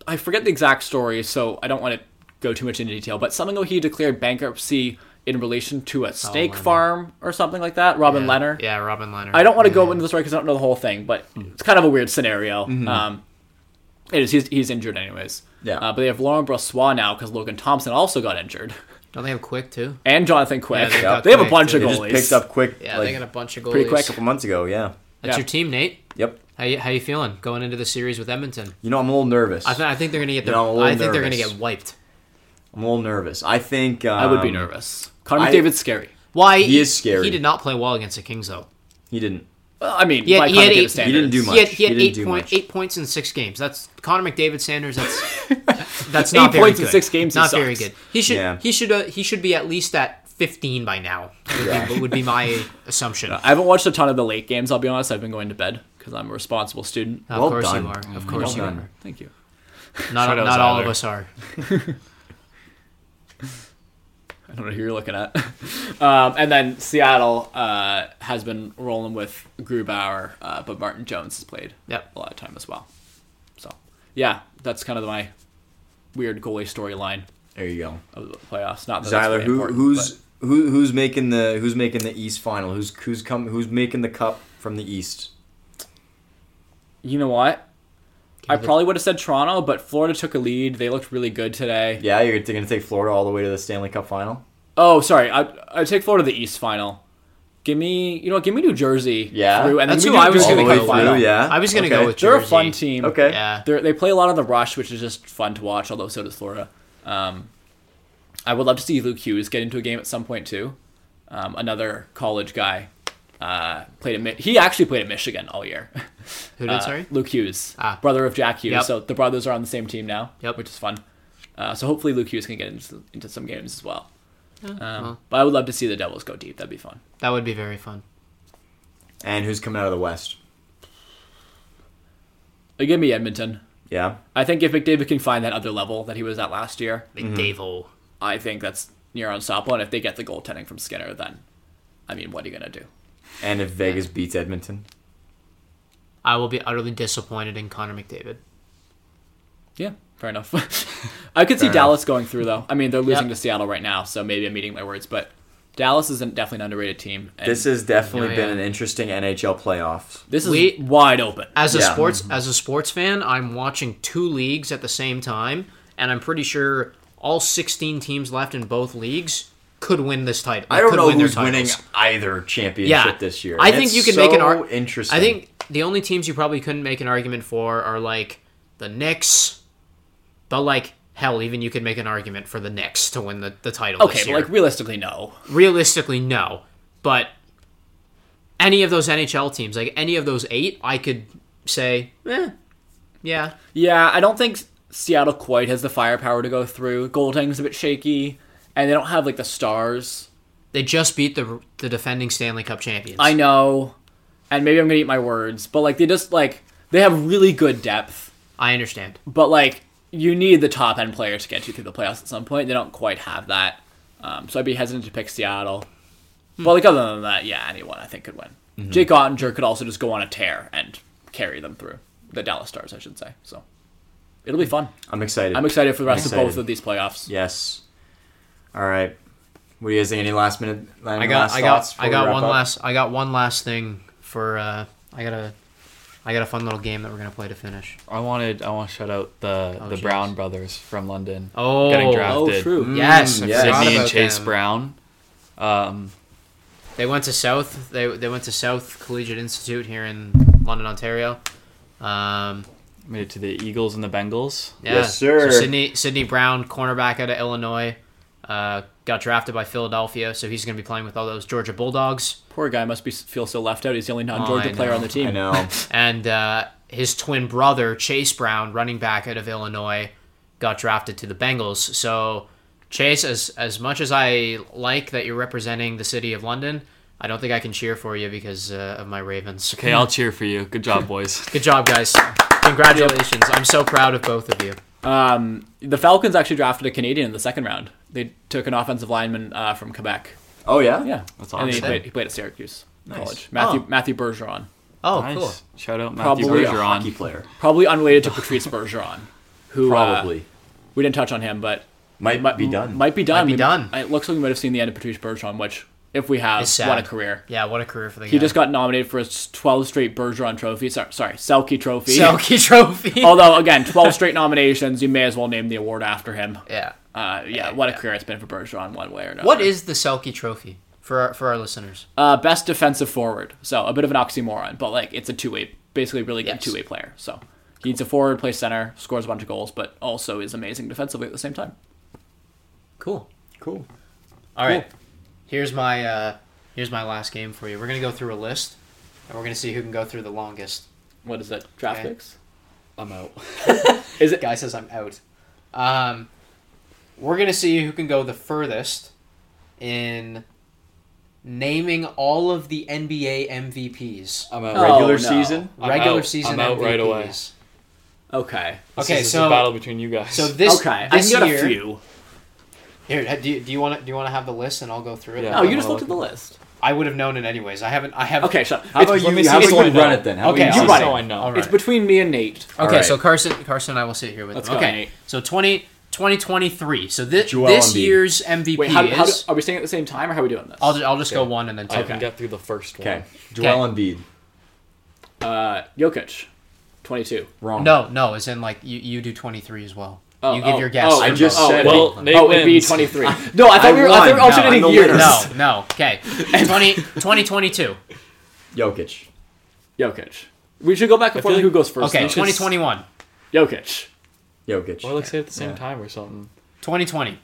S2: I forget the exact story, so I don't want to go too much into detail. But somehow he declared bankruptcy in relation to
S1: Oh,
S2: a snake
S3: Leonard.
S2: farm or something like that. Robin
S3: Yeah.
S2: Leonard.
S3: Yeah, Robin Leonard.
S2: I don't want to
S1: Mm-hmm.
S2: go into the story because I don't know the whole thing, but it's kind of a weird scenario. Um, it is he's, he's injured anyways.
S1: Yeah.
S2: Uh, but they have Lauren Brossois now because Logan Thompson also got injured
S3: Don't they have Quick, too?
S2: and Jonathan Quick.
S3: Yeah, they got
S2: they have a
S3: Quick,
S2: bunch
S3: too.
S2: of
S1: They
S2: goalies.
S1: just picked up quick.
S3: Yeah,
S1: like,
S3: they got a bunch of goalies.
S2: pretty quick.
S1: a couple months ago. Yeah.
S3: That's
S2: Yeah.
S3: your team, Nate.
S1: Yep.
S3: How you, how you feeling going into the series with Edmonton?
S1: You know, I'm a little nervous.
S3: I, th- I think they're gonna get their.
S1: You know, I'm a little
S3: I think they're gonna
S1: nervous.
S3: get wiped.
S1: I'm a little nervous. I think um,
S2: I would be nervous. Connor
S1: I-
S2: McDavid's scary.
S3: Why?
S1: He is scary.
S3: He did not play well against the Kings though.
S1: He didn't.
S2: Well, I mean,
S3: He had-
S2: by
S3: he
S2: Connor
S3: had
S2: McDavid's
S3: eight-
S2: standards.
S1: He didn't do much.
S3: He had, he had
S1: didn't
S3: eight
S1: do
S3: point
S1: much.
S3: eight points in six games. That's Connor McDavid Sanders. That's that's
S2: Eight
S3: not very
S2: points in
S3: good.
S2: six games, he
S3: Not very
S2: sucks.
S3: good. He should
S1: Yeah.
S3: he should uh, he should be at least at fifteen by now. Would, be, would be my assumption.
S2: I haven't watched a ton of the late games. I'll be honest. I've been going to bed because I'm a responsible student.
S3: of
S1: well
S3: course
S1: done.
S3: you are. Of
S1: Mm,
S3: course
S1: well
S3: you
S1: done.
S3: are.
S2: Thank you.
S3: Not
S4: Shoutouts
S3: not all of
S4: either.
S3: us are.
S2: I don't know who you're looking at. um, and then Seattle uh, has been rolling with Grubauer, uh, but Martin Jones has played
S3: Yep.
S2: a lot of time as well. So, yeah, that's kind of my weird goalie storyline
S1: There you go.
S2: of the playoffs.
S3: Oh,
S2: Not that that's
S1: Zyler,
S2: really
S1: who,
S2: important,
S1: who's
S2: but-
S1: who, who's making the who's making the East final? Who's who's come? Who's making the cup from the East?
S2: you know what? I
S3: me the-
S2: probably would have said Toronto, but Florida took a lead. They looked really good today.
S1: Yeah, you're going to take Florida all the way to the Stanley Cup final.
S2: Oh, sorry. I I take Florida to the East final. Give me, you know, what, give me New Jersey.
S1: Yeah.
S2: through, and
S3: That's
S2: then
S3: who
S2: we do
S3: I was
S2: Jersey
S1: all
S3: gonna
S1: the
S2: in
S1: way
S2: the
S3: go
S2: cup
S1: through.
S2: final.
S1: Yeah,
S3: I was gonna
S1: Okay.
S3: go with
S2: They're a
S3: Jersey.
S2: fun team.
S1: Okay.
S3: Yeah.
S2: They're, they play a lot of the rush, which is just fun to watch. Although so does Florida. Um, I would love to see Luke Hughes get into a game at some point too. Um, another college guy uh, played at Mi- he actually played at Michigan all year.
S3: Who did?
S1: Uh-huh.
S2: Uh,
S3: sorry.
S2: Luke Hughes,
S3: Ah.
S2: brother of Jack Hughes.
S3: Yep.
S2: So the brothers are on the same team now,
S3: Yep.
S2: which is fun. Uh, so hopefully Luke Hughes can get into, into some games as well. Um,
S3: well.
S2: But I would love to see the Devils go deep. That'd be fun.
S3: That would be very fun.
S1: And who's coming out of the West?
S2: But Uh, give me Edmonton.
S1: Yeah.
S2: I think if McDavid can find that other level that he was at last year,
S1: Mm-hmm.
S3: McDavel.
S2: I think that's near unstoppable. And if they get the goaltending from Skinner, then I mean, what are you gonna do?
S1: And if Vegas beats Edmonton,
S3: I will be utterly disappointed in Connor McDavid.
S2: Yeah, fair enough. I could see
S1: Fair
S2: Dallas going through though. I mean, they're losing
S3: Yep.
S2: to Seattle right now, so maybe I'm eating my words, but Dallas is an- definitely an underrated team. And
S1: this has definitely
S3: Yeah,
S1: been
S3: yeah.
S1: an interesting NHL playoffs.
S2: this is
S3: we-
S2: wide open.
S3: As a
S1: Yeah. Mm-hmm.
S3: sports as a sports fan, I'm watching two leagues at the same time, and I'm pretty sure all 16 teams left in both leagues could win this title.
S1: I don't
S3: could
S1: know
S3: win their
S1: who's winning
S3: titles.
S1: either championship
S3: Yeah.
S1: this year.
S3: I
S1: And
S3: think
S1: it's
S3: you can make an
S1: so
S3: ar-
S1: Interesting.
S3: I think the only teams you probably couldn't make an argument for are like the Knicks, but like hell, even you could make an argument for the Knicks to win the the title.
S2: Okay,
S3: this
S2: but
S3: year.
S2: like realistically, no.
S3: realistically no but any of those nhl teams like any of those eight i could say eh, yeah
S2: Yeah, I don't think Seattle quite has the firepower to go through. Golding's a bit shaky, and they don't have like the stars.
S3: they just beat the the defending stanley cup champions
S2: I know, and maybe I'm gonna eat my words, but like they just like they have really good depth,
S3: I understand
S2: but like you need the top end player to get you through the playoffs at some point. They don't quite have that. Um, so I'd be hesitant to pick Seattle.
S3: Hmm.
S2: But like other than that, yeah, anyone I think could win.
S3: Mm-hmm.
S2: Jake Ottinger could also just go on a tear and carry them through the Dallas Stars, I should say. So it'll
S3: Hmm.
S2: be fun.
S1: I'm excited.
S2: I'm excited for the rest of
S1: Excited.
S2: both of these playoffs.
S1: Yes. All right. What do you guys think? Any last minute?
S3: I got I got I got one last I got one last thing for uh I got a I got a fun little game that we're gonna play to finish.
S4: I wanted I want to shout out the
S3: Oh,
S4: the
S3: jeez.
S4: Brown brothers from London.
S3: Oh,
S4: Getting drafted.
S2: Oh, true.
S3: Yes,
S1: Mm,
S3: I
S1: yes.
S3: forgot
S4: Sydney and
S3: about
S4: Chase
S3: them.
S4: Brown. Um,
S3: They went to South. They they went to South Collegiate Institute here in London, Ontario. Um,
S4: made it to the Eagles and the Bengals.
S3: yeah.
S1: Yes, sir.
S3: So Sydney Sydney Brown, cornerback out of Illinois, uh, got drafted by Philadelphia, so he's going to be playing with all those Georgia Bulldogs.
S2: Poor guy must be feel so left out. He's the only non-Georgia
S3: I
S2: player
S3: know.
S2: on the team.
S1: I know.
S3: And uh, his twin brother Chase Brown, running back out of Illinois, got drafted to the Bengals. So Chase, as as much as I like that you're representing the city of London, I don't think I can cheer for you because uh, of my Ravens.
S4: Okay,
S2: Hmm.
S4: I'll cheer for you. Good job, boys.
S3: Good job, guys. Congratulations. I'm so proud of both of you.
S2: Um, the Falcons actually drafted a Canadian in the second round. They took an offensive lineman uh, from Quebec.
S1: Oh yeah.
S2: Yeah,
S4: That's
S2: And he
S4: awesome.
S2: played, he played at Syracuse College.
S1: Oh.
S2: Matthew Matthew Bergeron,
S3: Oh,
S4: nice.
S3: cool.
S4: Shout out Matthew
S2: Probably a
S1: Hockey
S4: Bergeron.
S1: player.
S2: probably unrelated to Patrice Bergeron, who uh,
S1: Probably
S2: we didn't touch on him, but
S1: might
S2: might
S1: be done.
S2: Might be done.
S3: Might be
S2: We-
S3: done.
S2: It looks like we might have seen the end of Patrice Bergeron, which if we have,
S3: It's sad.
S2: what a career.
S3: Yeah, what a career for the
S2: He just got nominated for his 12 straight Bergeron Trophy. Sorry, sorry Selkie Trophy.
S3: Selkie Trophy.
S2: Although again, 12 straight nominations, you may as well name the award after him.
S3: yeah.
S2: Uh, yeah, what a career it's been for Bergeron, one way or another.
S3: What is the Selkie Trophy for our, for our listeners?
S2: uh, best defensive forward? So a bit of an oxymoron, but like it's a two way, basically really good
S3: Yes.
S2: two way player. So he needs a forward, plays center, scores a bunch of goals, but also is amazing defensively at the same time.
S3: Cool.
S1: cool.
S3: All right. Here's my uh, here's my last game for you. We're gonna go through a list, and we're gonna see who can go through the longest.
S2: What is that? Draft
S3: Okay.
S2: picks?
S4: I'm out.
S2: Is it?
S3: Guy says I'm out. Um, we're gonna see who can go the furthest in naming all of the NBA MVPs.
S4: I'm out.
S2: Oh,
S1: Uh, Regular
S2: no.
S1: season.
S4: I'm
S3: regular
S4: out.
S3: season
S4: I'm out
S3: MVPs.
S4: right away.
S2: Okay.
S4: This
S3: Okay,
S4: is- this is
S3: so
S4: a battle between you guys.
S3: so this
S2: okay. I
S3: this
S2: got
S3: year,
S2: a few.
S3: Here, do you, do you want to do you want to have the list and I'll go through it?
S4: Yeah.
S2: No,
S4: I'm
S2: Oh, you just
S4: not
S2: looked at the list.
S3: I would have known it anyways. I haven't. I haven't.
S2: Okay, shut up.
S1: How
S2: It's-
S1: about
S4: let me
S1: you?
S4: see
S1: How
S4: if
S1: about you
S4: I know.
S1: run it then? How about
S3: Okay,
S1: you
S3: I'll
S1: run
S2: run
S1: it?
S4: so I know.
S3: All
S2: It's
S3: right.
S2: between me and Nate.
S3: Okay,
S1: Alright.
S3: so Carson, Carson, and I will sit here with.
S2: Let's
S3: him.
S2: go,
S3: okay,
S2: Nate.
S3: so 20, 2023. So this
S1: Joel
S3: this
S1: Embiid.
S3: year's MVP
S2: Wait, how,
S3: is.
S2: how do, are we staying at the same time, or how are we doing this?
S3: I'll just, I'll just go one and then two.
S4: I can get through the first one.
S1: Okay. Joel Embiid.
S2: Uh, Jokic, 22.
S1: Wrong.
S3: No, no, as in like you, you do twenty three as well.
S2: Oh,
S3: you give
S2: oh,
S3: your guess.
S2: oh,
S1: I
S3: I'm
S1: just
S3: both.
S1: said.
S4: Well,
S1: it.
S4: Nate
S2: oh, it'd be
S4: wins.
S2: 23. No, I thought we were, I thought we
S1: won.
S2: were
S1: No,
S2: alternating
S1: I'm the
S2: years.
S1: winner.
S3: no, no. Okay, 20, 2022.
S1: Jokic.
S2: Jokic. We should go back and
S4: I feel
S2: forth who
S4: like-
S2: goes first.
S3: Okay,
S2: though.
S3: twenty twenty one.
S2: Jokic.
S1: Jokic.
S4: Or let's say at the same time or something.
S3: 2020,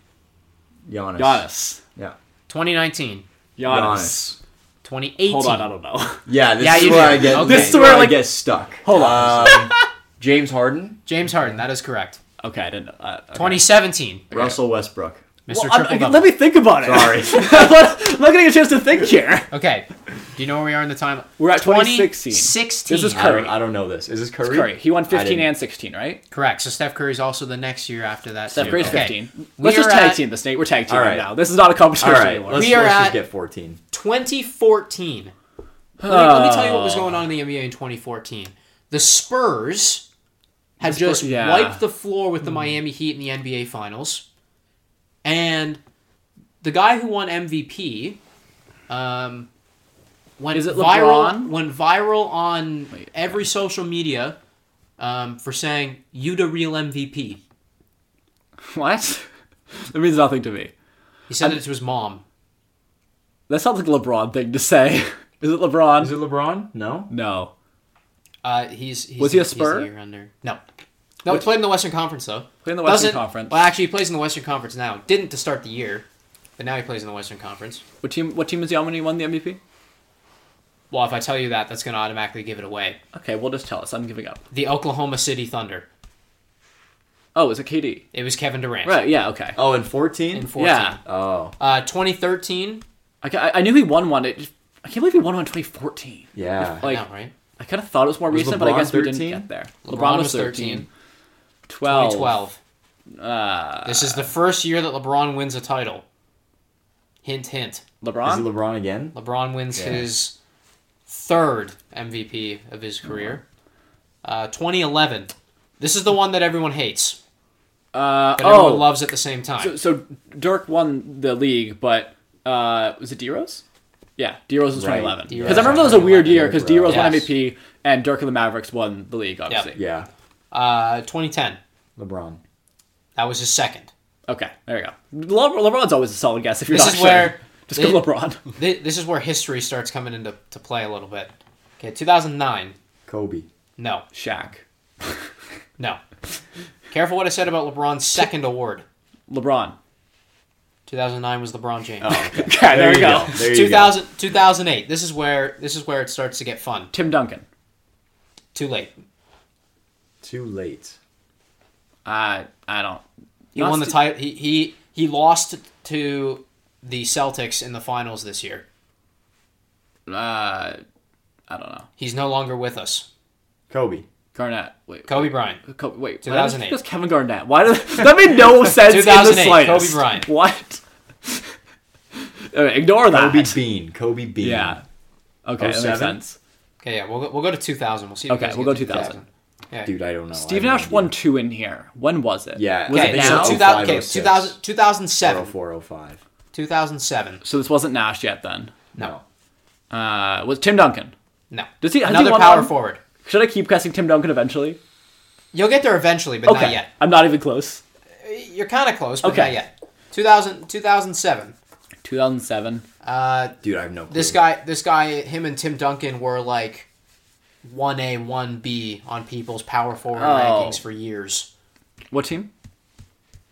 S1: Giannis.
S2: Giannis.
S1: Yeah.
S3: 2019,
S2: Giannis.
S1: Giannis.
S3: 2018.
S2: Hold on, I don't know.
S1: Yeah. This
S3: Yeah,
S1: is
S3: you
S1: where
S3: do.
S1: I get.
S3: Okay.
S1: This is where I get stuck.
S2: Hold on.
S1: Um, James Harden.
S3: James Harden, that is correct.
S2: okay, I didn't. Uh, okay.
S3: 2017,
S1: Russell Westbrook.
S3: Mr.
S2: Well, I'm-
S3: Triple
S2: let me think about it.
S1: Sorry.
S2: I'm not I'm not getting a chance to think here.
S3: Okay. Do you know where we are in the time?
S2: We're at 2016.
S3: 2016.
S2: This is
S1: I don't,
S2: Curry.
S1: I don't know this. Is this Curry?
S2: Curry. He won 15
S1: didn't-
S2: and 16, right?
S3: correct. So Steph Curry's also the next year after that.
S2: Steph
S3: too.
S2: Curry's
S3: Okay.
S2: 15.
S3: We
S2: Let's just
S3: are
S2: tag
S3: at
S2: team this, Nate. We're tag teaming
S1: All right.
S2: now. This is not a competition
S1: All right.
S2: anymore.
S1: Let's,
S3: We are
S1: let's
S3: at-
S1: just get 14.
S3: 2014. Let me, let me tell you what was going on in the NBA in 2014. The Spurs had
S2: Spur-
S3: just
S2: yeah. Hmm.
S3: wiped the floor with the Miami Heat in the NBA Finals, and the guy who won MVP um, went
S2: Is it
S3: viral
S2: LeBron?
S3: went viral on every social media um, for saying "You the real MVP."
S2: What? That means nothing to me.
S3: He said it to his mom.
S2: That sounds like a LeBron thing to say. Is it
S1: it
S2: LeBron?
S1: LeBron? No.
S2: no.
S3: Uh, he's, he's
S2: Was he a
S3: he's the
S2: Spur?
S3: year under. No, no, he played in the Western Conference though.
S2: Played in the Western
S3: Doesn't-
S2: Conference.
S3: Well, actually, he plays in the Western Conference now. Didn't to start the year, but now he plays in the Western Conference.
S2: What team? What team is the on when he won the MVP?
S3: Well, if I tell you that, that's going to automatically give it away.
S2: Okay, well just tell us. I'm giving up.
S3: The Oklahoma City Thunder.
S2: Oh, is it KD?
S3: It was Kevin Durant.
S2: Right. Yeah. Okay.
S1: Oh, and 14?
S3: In 14.
S2: Yeah.
S1: oh,
S3: Uh, 2013.
S2: I, ca- I knew he won one. It, I can't believe he won one in 2014.
S1: yeah.
S2: Like
S3: no, right?
S2: I kind of thought it was more
S1: Was
S2: recent, but I
S1: LeBron
S2: guess we
S1: 13?
S2: didn't get there. LeBron, was, Oh. 13. 12. Uh.
S3: 2012. this is the first year that LeBron wins a title. Hint, hint.
S1: Is it
S2: LeBron?
S1: LeBron again?
S3: LeBron wins
S1: Yeah.
S3: his third MVP of his career. Uh, 2011. This is the one that everyone hates,
S2: uh,
S3: but
S2: oh,
S3: everyone loves at the same time.
S2: so, so Dirk won the league, but uh, was it D Rose? Yeah, D Rose was
S1: Right.
S2: 2011.
S3: D. Rose
S2: Because I remember that was a
S3: 2011,
S2: weird year because
S1: Dirk
S2: D Rose won
S3: Rose.
S2: MVP and Dirk and the Mavericks won the league, obviously.
S1: Yeah,
S3: uh, 2010.
S1: LeBron.
S3: That was his second.
S2: Okay, there you go. Le- LeBron's always a solid guess if you're
S3: This
S2: not
S3: is
S2: sure.
S3: where
S2: Just go
S3: they-
S2: LeBron.
S3: Thi- This is where history starts coming into to play a little bit. Okay, 2009.
S1: Kobe.
S3: No,
S2: Shaq.
S3: no. Careful what I said about LeBron's second award.
S2: LeBron.
S3: 2009 was LeBron James.
S2: Okay, there, we
S1: you
S2: go.
S1: go. Oh, There you go.
S3: 2000, 2008. This is where this is where it starts to get fun.
S2: Tim Duncan.
S3: Too late.
S1: Too late.
S2: I I don't.
S3: He won the
S2: Lost-
S3: title. He, he he lost to the Celtics in the finals this year.
S2: Uh, I don't know.
S3: He's no longer with us.
S1: Kobe.
S2: Garnett. Wait.
S3: Kobe Bryant.
S2: Co- wait.
S3: 2008.
S2: It was Kevin Garnett. Why does that made no sense in the
S3: 2008,
S2: slightest?
S3: Kobe Bryant.
S2: What? Okay, ignore that.
S1: Kobe Bean. Kobe Bean.
S2: Yeah. Okay, that
S3: oh
S2: makes
S1: 07?
S2: sense.
S3: Okay, yeah, we'll go, we'll go to 2000. We'll see. If
S2: Okay,
S3: you guys
S2: we'll
S3: get
S2: go
S3: to
S2: 2000.
S3: Yeah.
S1: Dude, I don't know.
S2: Steven Nash won two in here. When was it?
S1: Yeah.
S2: Was
S1: Okay,
S2: it
S1: so
S2: now? Oh
S3: so
S1: 2000
S3: 2000, okay,
S1: 05, 06.
S3: 2000, 2007.
S1: 405.
S3: 2007.
S2: So this wasn't Nash yet then.
S3: No.
S2: Uh, was Tim Duncan?
S3: No.
S2: Does he has he
S3: Another
S2: won
S3: power
S2: one?
S3: forward.
S2: Should I keep guessing Tim Duncan eventually?
S3: You'll get there eventually, but
S2: Okay,
S3: not yet.
S2: I'm not even close.
S3: You're kind of close, but
S2: Okay.
S3: not yet. 2000, 2007.
S2: 2007.
S3: Uh,
S1: Dude, I have no clue.
S3: this guy, this guy, him and Tim Duncan were like one A, one B on people's power forward
S2: Oh.
S3: rankings for years.
S2: What team?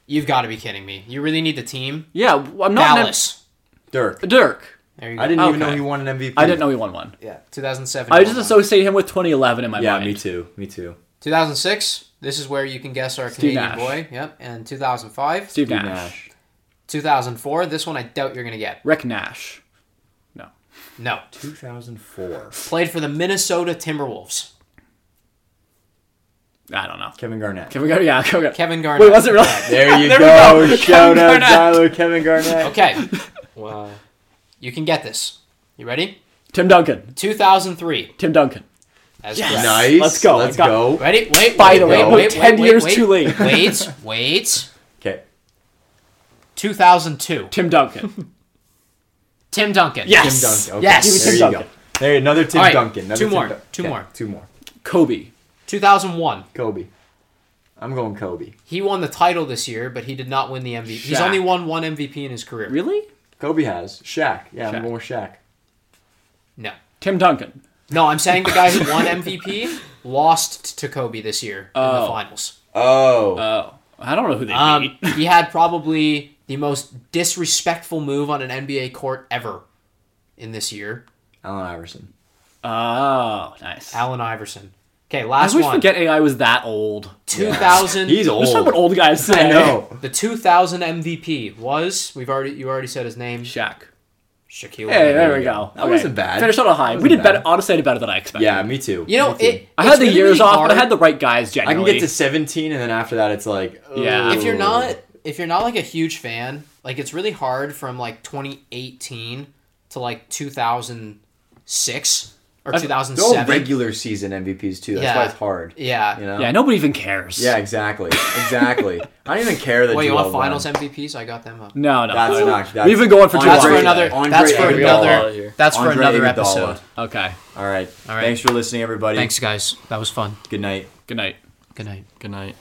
S3: You've got to be kidding me. You really need the team.
S2: Yeah, well, I'm not
S3: Dallas.
S1: Dirk.
S2: Dirk.
S3: There you go.
S1: I didn't even
S2: Okay.
S1: know he won an MVP.
S2: I didn't know he won one.
S3: Yeah, 2007.
S2: I just associate him with 2011 in my
S1: Yeah,
S2: mind.
S1: me too. Me too.
S3: 2006. This is where you can guess our
S2: Steve
S3: Canadian
S2: Nash.
S3: boy. Yep. And 2005.
S2: Steve
S1: Steve
S2: Nash.
S1: Nash.
S3: 2004. This one I doubt you're gonna get.
S2: Rick Nash. No.
S3: No.
S1: 2004.
S3: Played for the Minnesota Timberwolves.
S2: I don't know.
S1: Kevin Garnett.
S2: Can we go? Yeah, go, go.
S3: Kevin Garnett.
S2: Wait, was it really?
S1: There you
S2: There we
S1: go.
S2: go.
S1: Shout
S2: Kevin
S1: out
S2: Garnett.
S1: Tyler Kevin Garnett.
S3: Okay,
S4: Wow.
S3: you can get this. You ready?
S2: Tim Duncan.
S3: 2003.
S2: Tim Duncan.
S3: That's
S2: Yes.
S3: correct.
S1: Nice.
S2: Let's go,
S1: Let's
S2: let's
S1: go.
S2: go.
S3: Ready? Wait.
S2: Finally,
S3: wait,
S1: I'm
S3: wait, wait,
S2: 10
S3: wait,
S2: years
S3: wait,
S2: too late.
S3: Wait, wait.
S1: Okay.
S3: 2002.
S2: Tim Duncan.
S3: Tim Duncan.
S1: Tim
S2: Yes.
S1: Duncan. Okay.
S3: Yes. Give me
S1: There
S3: Tim
S1: you
S2: Duncan.
S1: go. There, another Tim
S3: All right,
S1: Duncan. Another
S3: two
S1: Tim
S3: more,
S1: Dun-
S3: two
S1: Okay,
S3: more.
S1: Two more.
S2: Kobe.
S3: 2001.
S1: Kobe. I'm going Kobe.
S3: He won the title this year, but he did not win the MVP. He's
S2: Shaq.
S3: only won one MVP in his career.
S2: Really?
S1: Kobe has Shaq. Yeah,
S2: Shaq.
S1: I'm going with Shaq.
S3: No.
S2: Tim Duncan.
S3: No, I'm saying the guy who won MVP lost to Kobe this year in the
S2: Oh.
S3: finals.
S1: Oh.
S2: Oh, I don't know who they
S3: Um,
S2: beat.
S3: he had probably the most disrespectful move on an NBA court ever in this year.
S1: Allen Iverson.
S2: Oh, nice.
S3: Allen Iverson. Okay,
S2: I
S3: last
S2: always
S3: one.
S2: forget AI was that old.
S3: 2000.
S1: He's
S2: Let's talk about
S1: old.
S2: old guys today.
S1: I know.
S3: The 2000 MVP was we've already you already said his name
S2: Shaq.
S3: Shaquille.
S2: Hey,
S3: O'Neal.
S2: there we go.
S1: That wasn't bad.
S2: Finished on a high.
S1: That
S2: We did
S1: wasn't
S2: better.
S1: bad.
S2: Honestly, I did better than I expected.
S1: Yeah, me too.
S3: You know
S1: Me too.
S3: it.
S2: I
S3: it's
S2: had the
S3: really
S2: years off,
S3: hard
S2: but I had the right guys.
S1: I
S2: Generally,
S1: can get to 17, and then after that, it's like.
S2: Yeah.
S3: If you're
S1: ooh.
S3: not if you're not like a huge fan, like it's really hard from like 2018 to like 2006 or
S1: They're all
S3: 2007.
S1: regular season MVPs too. That's
S3: Yeah.
S1: why it's hard.
S3: yeah.
S1: You know.
S2: Yeah, nobody even cares.
S1: Yeah, exactly. Exactly. I don't even care that
S3: Wait, you
S1: Joel
S3: want finals
S1: won.
S3: MVPs? I got them up.
S2: No, no.
S1: That's
S2: no.
S1: not- that's-
S2: We've been going for two
S3: That's for
S2: hours.
S3: another.
S1: Andre
S3: that's for
S1: Iguodala
S3: another.
S4: here.
S3: That's for
S1: Andre
S3: another
S1: Iguodala.
S3: episode.
S2: Okay.
S1: All right.
S3: All right.
S1: Thanks for listening, everybody.
S3: Thanks, guys. That was fun.
S1: Good night.
S2: Good night.
S3: Good night.
S4: Good night.